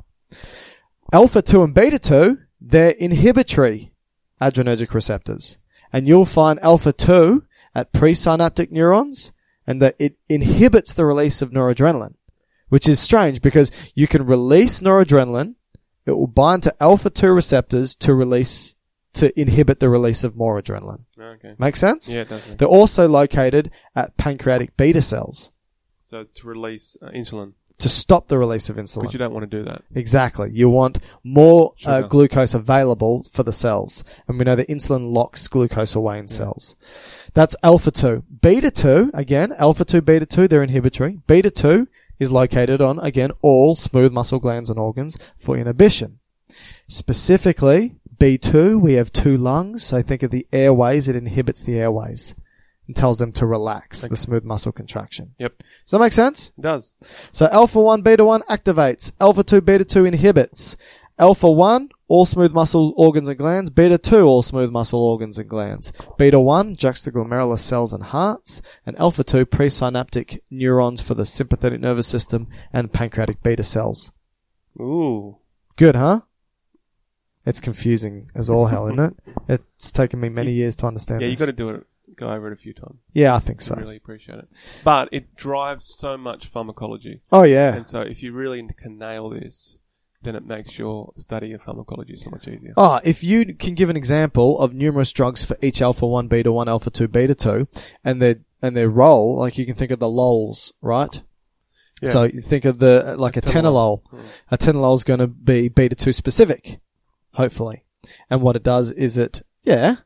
[SPEAKER 3] Alpha 2 and beta 2, they're inhibitory adrenergic receptors. And you'll find alpha 2 at presynaptic neurons and that it inhibits the release of noradrenaline, which is strange because you can release noradrenaline, it will bind to alpha 2 receptors to release, to inhibit the release of more adrenaline.
[SPEAKER 4] Okay.
[SPEAKER 3] Make sense?
[SPEAKER 4] Yeah, it does. make-
[SPEAKER 3] They're also located at pancreatic beta cells
[SPEAKER 4] So to release uh, insulin,
[SPEAKER 3] to stop the release of insulin.
[SPEAKER 4] which you don't want to do that.
[SPEAKER 3] Exactly. You want more uh,
[SPEAKER 4] Sugar.
[SPEAKER 3] glucose available for the cells. And we know that insulin locks glucose away in cells. That's alpha 2. Beta 2, again, alpha 2, beta 2, they're inhibitory. Beta 2 is located on, again, all smooth muscle glands and organs for inhibition. Specifically, B2, we have two lungs, so think of the airways, it inhibits the airways and tells them to relax the smooth muscle contraction.
[SPEAKER 4] Yep.
[SPEAKER 3] Does that make sense?
[SPEAKER 4] It does.
[SPEAKER 3] So alpha 1 beta 1 activates, alpha 2 beta 2 inhibits. Alpha 1 all smooth muscle organs and glands, beta 2 all smooth muscle organs and glands. Beta 1 juxtaglomerular cells and hearts, and alpha 2 presynaptic neurons for the sympathetic nervous system and pancreatic beta cells.
[SPEAKER 4] Ooh.
[SPEAKER 3] Good, huh? It's confusing as all hell, isn't it? It's taken me many years to understand.
[SPEAKER 4] Yeah, you
[SPEAKER 3] this.
[SPEAKER 4] got to do it. Go over it a few times.
[SPEAKER 3] Yeah, I think
[SPEAKER 4] I
[SPEAKER 3] so.
[SPEAKER 4] really appreciate it. But it drives so much pharmacology.
[SPEAKER 3] Oh yeah.
[SPEAKER 4] And so if you really can nail this, then it makes your study of pharmacology so much easier.
[SPEAKER 3] Ah, if you can give an example of numerous drugs for each alpha one, beta one, alpha two, beta two, and their and their role, like you can think of the lols, right?
[SPEAKER 4] Yeah. Hmm.
[SPEAKER 3] So you think of the like a
[SPEAKER 4] Atenolol.
[SPEAKER 3] tenolol. A tenolol is going to be beta two specific, hopefully. And what it does is it yeah.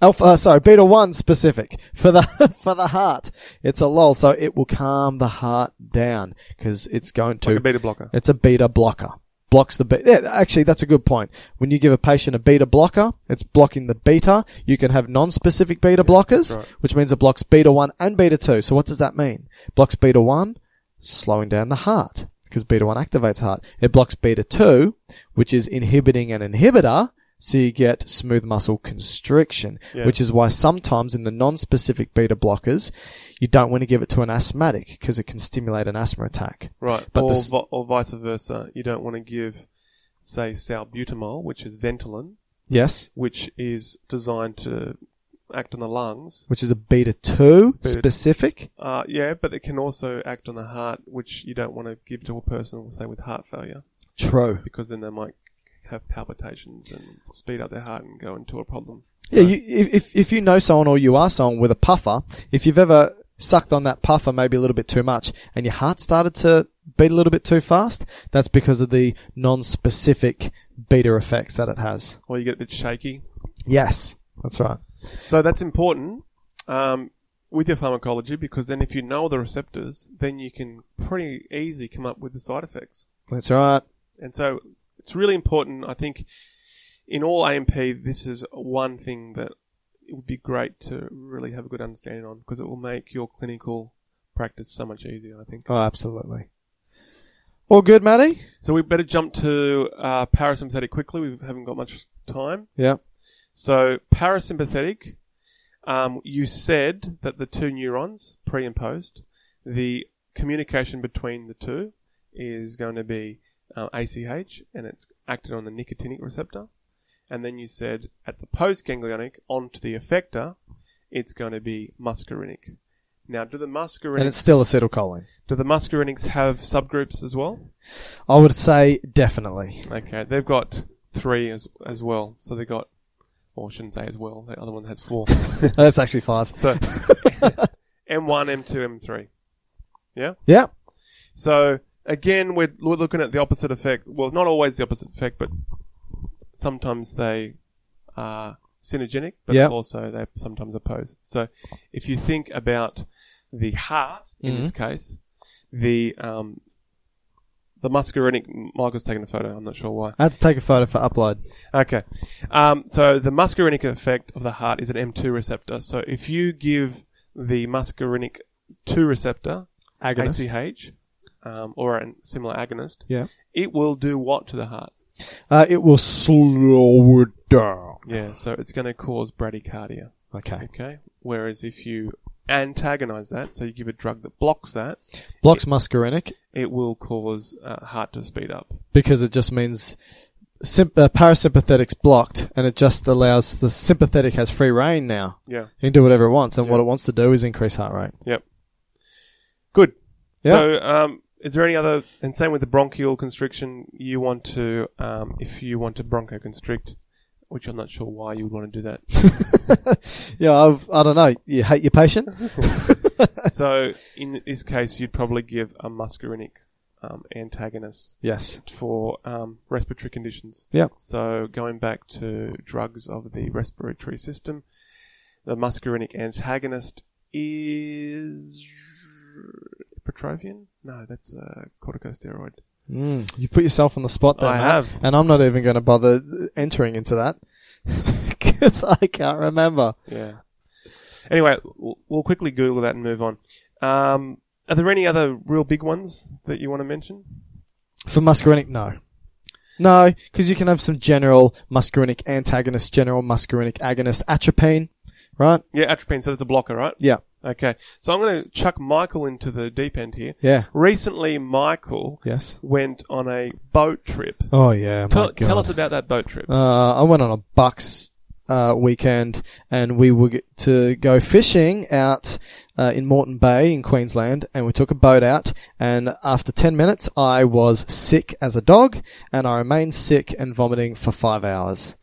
[SPEAKER 3] Alpha, uh, sorry, beta one specific for the for the heart. It's a lol, so it will calm the heart down because it's going to
[SPEAKER 4] like a beta blocker.
[SPEAKER 3] it's a beta blocker. Blocks the beta. Yeah, actually, that's a good point. When you give a patient a beta blocker, it's blocking the beta. You can have non-specific beta blockers,
[SPEAKER 4] right.
[SPEAKER 3] which means it blocks beta one and beta two. So what does that mean? Blocks beta one, slowing down the heart because beta one activates heart. It blocks beta two, which is inhibiting an inhibitor. So you get smooth muscle constriction,
[SPEAKER 4] Yeah.
[SPEAKER 3] which is why sometimes in the non-specific beta blockers, you don't want to give it to an asthmatic because it can stimulate an asthma attack.
[SPEAKER 4] Right.
[SPEAKER 3] But
[SPEAKER 4] or,
[SPEAKER 3] this-
[SPEAKER 4] vi- or vice versa. You don't want to give, say, salbutamol, which is Ventolin,
[SPEAKER 3] Yes.
[SPEAKER 4] which is designed to act on the lungs.
[SPEAKER 3] which is a beta 2
[SPEAKER 4] Beta-
[SPEAKER 3] specific.
[SPEAKER 4] Uh, yeah, but it can also act on the heart, which you don't want to give to a person, say, with heart failure,
[SPEAKER 3] True.
[SPEAKER 4] because then they might have palpitations and speed up their heart and go into a problem.
[SPEAKER 3] Yeah, you, if, if, if you know someone or you are someone with a puffer, if you've ever sucked on that puffer maybe a little bit too much and your heart started to beat a little bit too fast, that's because of the non specific beta effects that it has.
[SPEAKER 4] Or you get a bit shaky.
[SPEAKER 3] Yes, that's right.
[SPEAKER 4] So that's important um, with your pharmacology because then if you know the receptors, then you can pretty easy come up with the side effects.
[SPEAKER 3] That's right.
[SPEAKER 4] And so it's really important. I think in all AMP, this is one thing that it would be great to really have a good understanding on because it will make your clinical practice so much easier, I think.
[SPEAKER 3] Oh, absolutely. All good, Matty?
[SPEAKER 4] So we better jump to uh, parasympathetic quickly. We haven't got much time.
[SPEAKER 3] Yeah.
[SPEAKER 4] So parasympathetic, um, you said that the two neurons, pre and post, the communication between the two is going to be uh, ACH, and it's acted on the nicotinic receptor. And then you said at the postganglionic onto the effector, it's going to be muscarinic. Now, do the muscarinics
[SPEAKER 3] And it's still acetylcholine.
[SPEAKER 4] do the muscarinics have subgroups as well?
[SPEAKER 3] I would say definitely.
[SPEAKER 4] Okay, they've got three as as well. So they've got, or I shouldn't say as well. The other one has four.
[SPEAKER 3] that's actually five.
[SPEAKER 4] So M1, M2, M3. Yeah.
[SPEAKER 3] Yeah.
[SPEAKER 4] So again, we're, we're looking at the opposite effect. Well, not always the opposite effect, but sometimes they are synergenic, but
[SPEAKER 3] Yep.
[SPEAKER 4] also they sometimes oppose. So if you think about the heart in this case, the um, the muscarinic. Michael's taking a photo. I'm not sure why.
[SPEAKER 3] I had to take a photo for upload.
[SPEAKER 4] Okay. Um, so the muscarinic effect of the heart is an M2 receptor. So if you give the muscarinic 2 receptor,
[SPEAKER 3] Agonist.
[SPEAKER 4] ACH, um, or a similar agonist,
[SPEAKER 3] Yeah.
[SPEAKER 4] it will do what to the heart?
[SPEAKER 3] Uh, it will slow it down.
[SPEAKER 4] Yeah, so it's going to cause bradycardia.
[SPEAKER 3] Okay.
[SPEAKER 4] Okay. Whereas if you antagonize that, so you give a drug that blocks that,
[SPEAKER 3] Blocks muscarinic
[SPEAKER 4] it will cause uh, heart to speed up.
[SPEAKER 3] because it just means symp- uh, parasympathetic's blocked and it just allows the sympathetic has free reign now.
[SPEAKER 4] Yeah.
[SPEAKER 3] It can do whatever it wants and what it wants to do is increase heart rate.
[SPEAKER 4] Yep. Good.
[SPEAKER 3] Yeah.
[SPEAKER 4] So, um, is there any other? And same with the bronchial constriction. You want to, um, if you want to bronchoconstrict, which I'm not sure why you would want to do that.
[SPEAKER 3] Yeah, I've, I don't know. You hate your patient?
[SPEAKER 4] so, in this case, you'd probably give a muscarinic um, antagonist
[SPEAKER 3] yes.
[SPEAKER 4] for um, respiratory conditions.
[SPEAKER 3] Yeah.
[SPEAKER 4] So, going back to drugs of the respiratory system, the muscarinic antagonist is Ibuprofen? No, that's uh, corticosteroid.
[SPEAKER 3] Mm, you put yourself on the spot there.
[SPEAKER 4] I
[SPEAKER 3] mate.
[SPEAKER 4] have.
[SPEAKER 3] And I'm not even going to bother entering into that because I can't remember.
[SPEAKER 4] Yeah. Anyway, we'll, we'll quickly Google that and move on. Um, are there any other real big ones that you want to mention?
[SPEAKER 3] For muscarinic, no. No, because you can have some general muscarinic antagonist, general muscarinic agonist, atropine, right?
[SPEAKER 4] Yeah, atropine. So that's a blocker, right?
[SPEAKER 3] Yeah.
[SPEAKER 4] Okay. So I'm going to chuck Michael into the deep end here.
[SPEAKER 3] Yeah.
[SPEAKER 4] Recently, Michael
[SPEAKER 3] Yes.
[SPEAKER 4] went on a boat trip.
[SPEAKER 3] Oh, yeah. my
[SPEAKER 4] Tell,
[SPEAKER 3] God.
[SPEAKER 4] tell us about that boat trip.
[SPEAKER 3] Uh, I went on a Bucks uh, weekend, and we were g- to go fishing out uh, in Moreton Bay in Queensland, and we took a boat out. And after ten minutes, I was sick as a dog, and I remained sick and vomiting for five hours.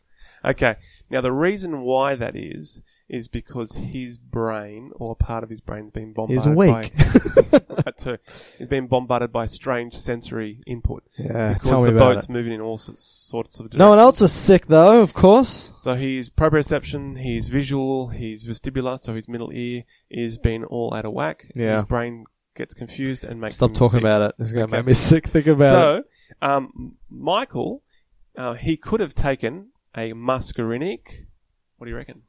[SPEAKER 4] Okay. Now, the reason why that is, is because his brain, or part of his brain, has been bombarded
[SPEAKER 3] He's weak.
[SPEAKER 4] by... that too. He's been bombarded by strange sensory input.
[SPEAKER 3] Yeah,
[SPEAKER 4] Because
[SPEAKER 3] Uh, tell me
[SPEAKER 4] the
[SPEAKER 3] about
[SPEAKER 4] boat's
[SPEAKER 3] it.
[SPEAKER 4] moving in all sorts- sorts of directions.
[SPEAKER 3] no one else was sick though, of course.
[SPEAKER 4] So his proprioception, his visual, his vestibular, so his middle ear, is been all out of whack.
[SPEAKER 3] Yeah.
[SPEAKER 4] His brain gets confused and makes
[SPEAKER 3] Stop
[SPEAKER 4] him
[SPEAKER 3] talking
[SPEAKER 4] sick.
[SPEAKER 3] about it. It's going to
[SPEAKER 4] Okay.
[SPEAKER 3] make me sick. Think about it.
[SPEAKER 4] So, um, Michael, uh, he could have taken a muscarinic. What do you reckon?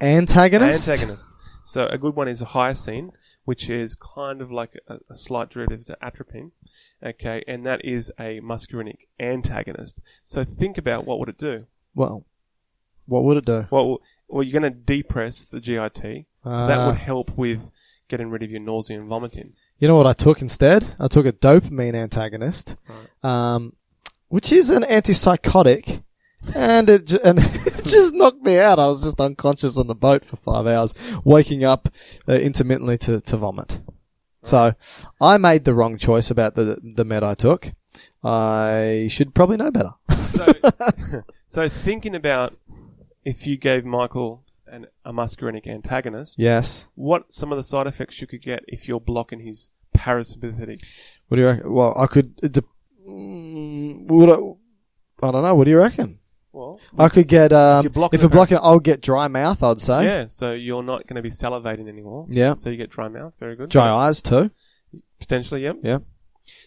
[SPEAKER 3] Antagonist.
[SPEAKER 4] Antagonist. So a good one is hyoscine, which is kind of like a, a slight derivative to atropine. Okay, and that is a muscarinic antagonist. So think about what would it do.
[SPEAKER 3] Well, what would it do?
[SPEAKER 4] Well, well, you're going to depress the GIT, so that
[SPEAKER 3] Ah.
[SPEAKER 4] would help with getting rid of your nausea and vomiting.
[SPEAKER 3] You know what I took instead? I took a dopamine antagonist, um, which is an antipsychotic, and it ju- and it just knocked me out. I was just unconscious on the boat for five hours, waking up uh, intermittently to, to vomit. So I made the wrong choice about the the med I took. I should probably know better.
[SPEAKER 4] So, so thinking about if you gave Michael an, a muscarinic antagonist,
[SPEAKER 3] yes.
[SPEAKER 4] what some of the side effects you could get if you're blocking his parasympathetic?
[SPEAKER 3] What do you reckon? Well, I could. It de- mm, would I, I don't know. What do you reckon?
[SPEAKER 4] Well,
[SPEAKER 3] I could get um,
[SPEAKER 4] you're blocking
[SPEAKER 3] if you're
[SPEAKER 4] the path-
[SPEAKER 3] blocking, I'll get dry mouth. I'd say.
[SPEAKER 4] yeah. So you're not going to be salivating anymore.
[SPEAKER 3] Yeah.
[SPEAKER 4] So you get dry mouth. Very good.
[SPEAKER 3] Dry eyes too.
[SPEAKER 4] Potentially, yeah.
[SPEAKER 3] Yeah.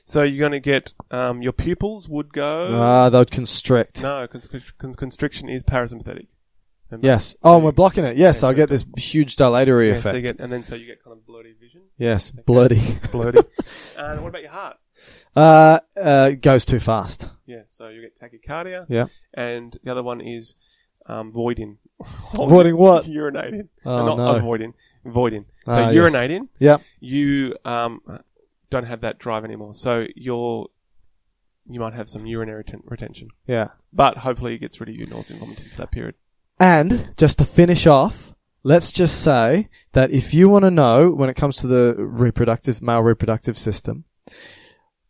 [SPEAKER 4] So you're going to get um, your pupils would go.
[SPEAKER 3] Ah, they would constrict.
[SPEAKER 4] no, constric- con- constriction is parasympathetic. Remember?
[SPEAKER 3] Yes. Oh, and we're blocking it. Yes,
[SPEAKER 4] Yeah,
[SPEAKER 3] I get this huge dilatory
[SPEAKER 4] Yeah,
[SPEAKER 3] effect.
[SPEAKER 4] so you get, and then so you get kind of blurry vision.
[SPEAKER 3] yes, bloody.
[SPEAKER 4] Blurry. and what about your heart?
[SPEAKER 3] uh, uh, goes too fast.
[SPEAKER 4] Yeah, so you get tachycardia.
[SPEAKER 3] Yeah.
[SPEAKER 4] And the other one is um, voiding.
[SPEAKER 3] Voiding what?
[SPEAKER 4] urinating.
[SPEAKER 3] Oh,
[SPEAKER 4] not
[SPEAKER 3] no.
[SPEAKER 4] avoiding. Voiding. So
[SPEAKER 3] Ah, yes.
[SPEAKER 4] urinating,
[SPEAKER 3] Yep.
[SPEAKER 4] you um, don't have that drive anymore. So you're, you might have some urinary reten- retention.
[SPEAKER 3] Yeah.
[SPEAKER 4] But hopefully it gets rid of your nausea and vomiting for that period.
[SPEAKER 3] And just to finish off, let's just say that if you want to know when it comes to the reproductive male reproductive system,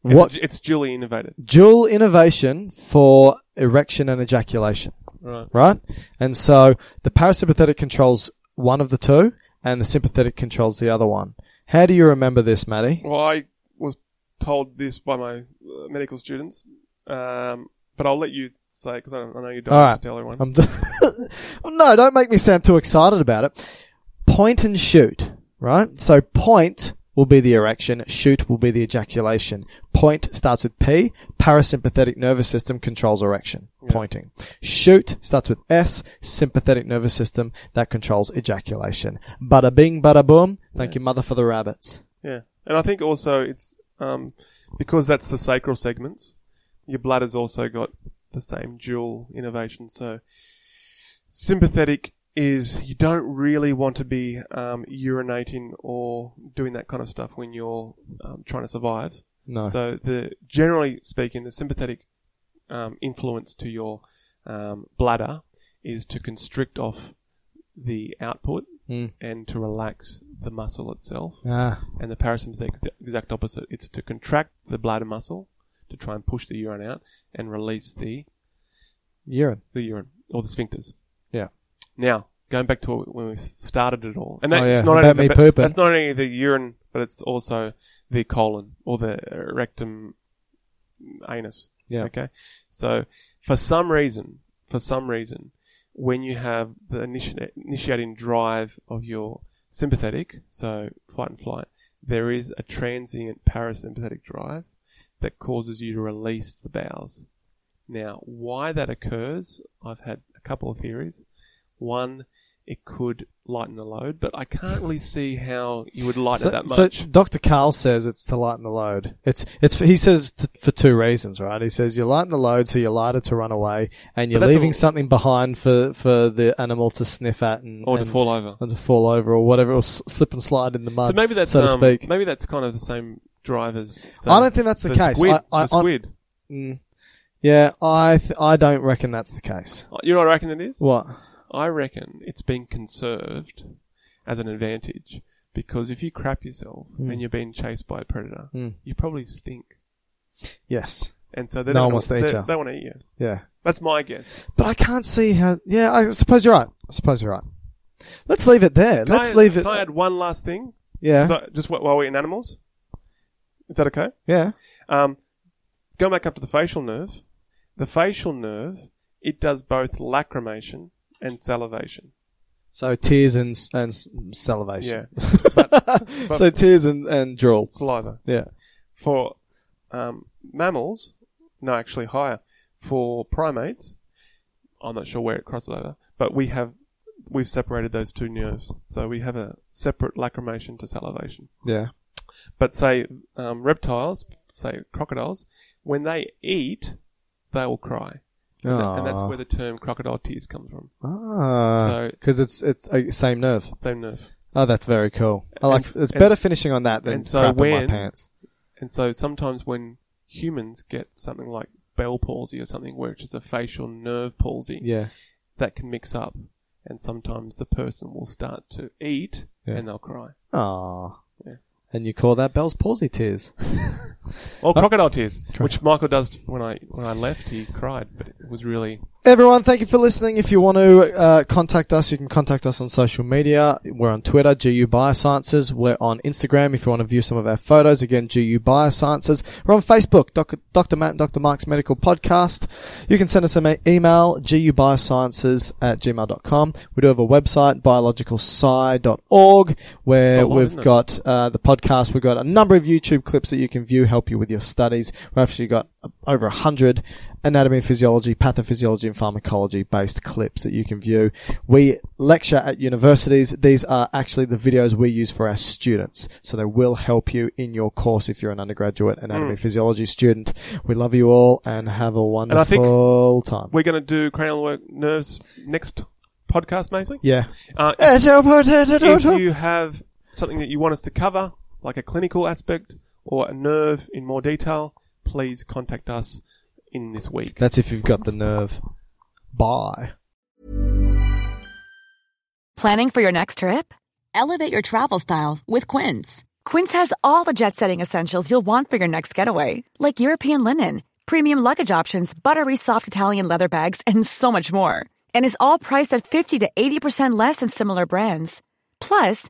[SPEAKER 4] It's,
[SPEAKER 3] what
[SPEAKER 4] It's duly innovated.
[SPEAKER 3] dual innovation for erection and ejaculation.
[SPEAKER 4] Right.
[SPEAKER 3] right? And so the parasympathetic controls one of the two, and the sympathetic controls the other one. How do you remember this, Matty?
[SPEAKER 4] Well, I was told this by my uh, medical students, um, but I'll let you say because I, don't- I know you don't
[SPEAKER 3] All
[SPEAKER 4] have
[SPEAKER 3] right, Um,
[SPEAKER 4] to tell everyone.
[SPEAKER 3] I'm d- no, don't make me sound too excited about it. Point and shoot, right? So point will be the erection, shoot will be the ejaculation. Point starts with P. Parasympathetic nervous system controls erection, pointing. Shoot starts with S. Sympathetic nervous system that controls ejaculation. Bada bing, bada boom. Thank you, mother, for the rabbits.
[SPEAKER 4] Yeah, and I think also it's um, because that's the sacral segment. Your bladder's also got the same dual innovation. So sympathetic is you don't really want to be um, urinating or doing that kind of stuff when you're um, trying to survive.
[SPEAKER 3] No.
[SPEAKER 4] So the generally speaking, the sympathetic um, influence to your um, bladder is to constrict off the output
[SPEAKER 3] Mm.
[SPEAKER 4] and to relax the muscle itself
[SPEAKER 3] Ah,
[SPEAKER 4] and the parasympathetic is the exact opposite. It's to contract the bladder muscle to try and push the urine out and release the,
[SPEAKER 3] urine.
[SPEAKER 4] the urine or the sphincters.
[SPEAKER 3] Yeah.
[SPEAKER 4] Now, going back to when we s- started it all, and
[SPEAKER 3] Oh,
[SPEAKER 4] that's
[SPEAKER 3] yeah,
[SPEAKER 4] not
[SPEAKER 3] about
[SPEAKER 4] only
[SPEAKER 3] me
[SPEAKER 4] but
[SPEAKER 3] pooping.
[SPEAKER 4] that's not only the urine, but it's also the colon or the rectum, anus.
[SPEAKER 3] Yeah.
[SPEAKER 4] Okay. So, for some reason, for some reason, when you have the initiati- initiating drive of your sympathetic, so fight and flight, there is a transient parasympathetic drive that causes you to release the bowels. Now, why that occurs, I've had a couple of theories. One, it could lighten the load, but I can't really see how you would lighten it that
[SPEAKER 3] so
[SPEAKER 4] much.
[SPEAKER 3] Dr. Carl says it's to lighten the load. It's it's he says t- for two reasons, right? He says you lighten the load so you're lighter to run away, and you're
[SPEAKER 4] that's
[SPEAKER 3] leaving
[SPEAKER 4] all-
[SPEAKER 3] something behind for, for the animal to sniff at and
[SPEAKER 4] or to
[SPEAKER 3] and-
[SPEAKER 4] fall over.
[SPEAKER 3] and to fall over or whatever, or s- slip and slide in the mud.
[SPEAKER 4] So maybe that's
[SPEAKER 3] so to
[SPEAKER 4] um,
[SPEAKER 3] speak.
[SPEAKER 4] maybe that's kind of the same drive as.
[SPEAKER 3] I don't think that's the case.
[SPEAKER 4] Squid,
[SPEAKER 3] I- I-
[SPEAKER 4] the squid.
[SPEAKER 3] Mm. yeah, I th- I don't reckon that's the case.
[SPEAKER 4] You know what I reckon it is?
[SPEAKER 3] What?
[SPEAKER 4] I reckon it's been conserved as an advantage because if you crap yourself
[SPEAKER 3] Mm.
[SPEAKER 4] and you're being chased by a predator,
[SPEAKER 3] Mm.
[SPEAKER 4] you probably stink.
[SPEAKER 3] Yes.
[SPEAKER 4] And so they
[SPEAKER 3] No
[SPEAKER 4] don't
[SPEAKER 3] one wants to
[SPEAKER 4] they,
[SPEAKER 3] eat you.
[SPEAKER 4] They want to eat you.
[SPEAKER 3] Yeah.
[SPEAKER 4] That's my guess.
[SPEAKER 3] But I can't see how. Yeah, I suppose you're right. I suppose you're right. Let's leave it there.
[SPEAKER 4] Can
[SPEAKER 3] Let's
[SPEAKER 4] I-
[SPEAKER 3] leave it.
[SPEAKER 4] Can I add one last thing?
[SPEAKER 3] yeah.
[SPEAKER 4] So- just wh- while we're in animals, is that okay?
[SPEAKER 3] yeah.
[SPEAKER 4] Um, go back up to the facial nerve. The facial nerve it does both lacrimation and salivation.
[SPEAKER 3] So tears and s- and s- salivation.
[SPEAKER 4] Yeah,
[SPEAKER 3] Yeah. so tears and and drool.
[SPEAKER 4] saliva.
[SPEAKER 3] Yeah.
[SPEAKER 4] for um, mammals, no, actually higher. For primates, I'm not sure where it crosses over, but we have we've separated those two nerves, so we have a separate lacrimation to salivation.
[SPEAKER 3] Yeah.
[SPEAKER 4] But say um, reptiles, say crocodiles, when they eat, they will cry, and that's where the term crocodile tears comes from.
[SPEAKER 3] Ah,
[SPEAKER 4] So-
[SPEAKER 3] because it's it's uh, same nerve.
[SPEAKER 4] Same nerve.
[SPEAKER 3] Oh, that's very cool. I like.
[SPEAKER 4] And-
[SPEAKER 3] it's
[SPEAKER 4] and-
[SPEAKER 3] better finishing on that than
[SPEAKER 4] and so
[SPEAKER 3] crap in my
[SPEAKER 4] when-
[SPEAKER 3] pants.
[SPEAKER 4] And so sometimes when humans get something like Bell palsy or something, which is a facial nerve palsy,
[SPEAKER 3] Yeah.
[SPEAKER 4] that can mix up, and sometimes the person will start to eat
[SPEAKER 3] Yeah.
[SPEAKER 4] and they'll cry.
[SPEAKER 3] Ah.
[SPEAKER 4] Yeah.
[SPEAKER 3] And you call that Bell's palsy tears?
[SPEAKER 4] Or crocodile tears,
[SPEAKER 3] Cro-
[SPEAKER 4] which Michael does when I when I left. He cried, but it was really
[SPEAKER 3] Everyone, thank you for listening. If you want to uh, contact us, you can contact us on social media. We're on Twitter, GU Biosciences. We're on Instagram if you want to view some of our photos. Again, GU Biosciences. We're on Facebook, Doc- Dr. Matt and Dr. Mark's Medical Podcast. You can send us an e- email, gubiosciences at gmail.com. We do have a website, biologicalsci.org, where
[SPEAKER 4] It's a lot,
[SPEAKER 3] we've
[SPEAKER 4] isn't it?
[SPEAKER 3] got got, uh, the podcast. We've got a number of YouTube clips that you can view, help you with your studies. We've actually got uh, over a hundred anatomy and physiology, pathophysiology and pharmacology based clips that you can view. We lecture at universities. These are actually the videos we use for our students. So they will help you in your course if you're an undergraduate anatomy
[SPEAKER 4] Mm.
[SPEAKER 3] and physiology student. We love you all and have a wonderful
[SPEAKER 4] I think
[SPEAKER 3] time.
[SPEAKER 4] we're going to do cranial work nerves next podcast, maybe.
[SPEAKER 3] yeah.
[SPEAKER 4] Uh, if you have something that you want us to cover, like a clinical aspect or a nerve in more detail, please contact us in this week.
[SPEAKER 3] That's if you've got the nerve. Bye.
[SPEAKER 5] Planning for your next trip? Elevate your travel style with Quince. Quince has all the jet setting essentials you'll want for your next getaway, like European linen, premium luggage options, buttery soft Italian leather bags, and so much more. And is all priced at 50 to 80% less than similar brands. Plus,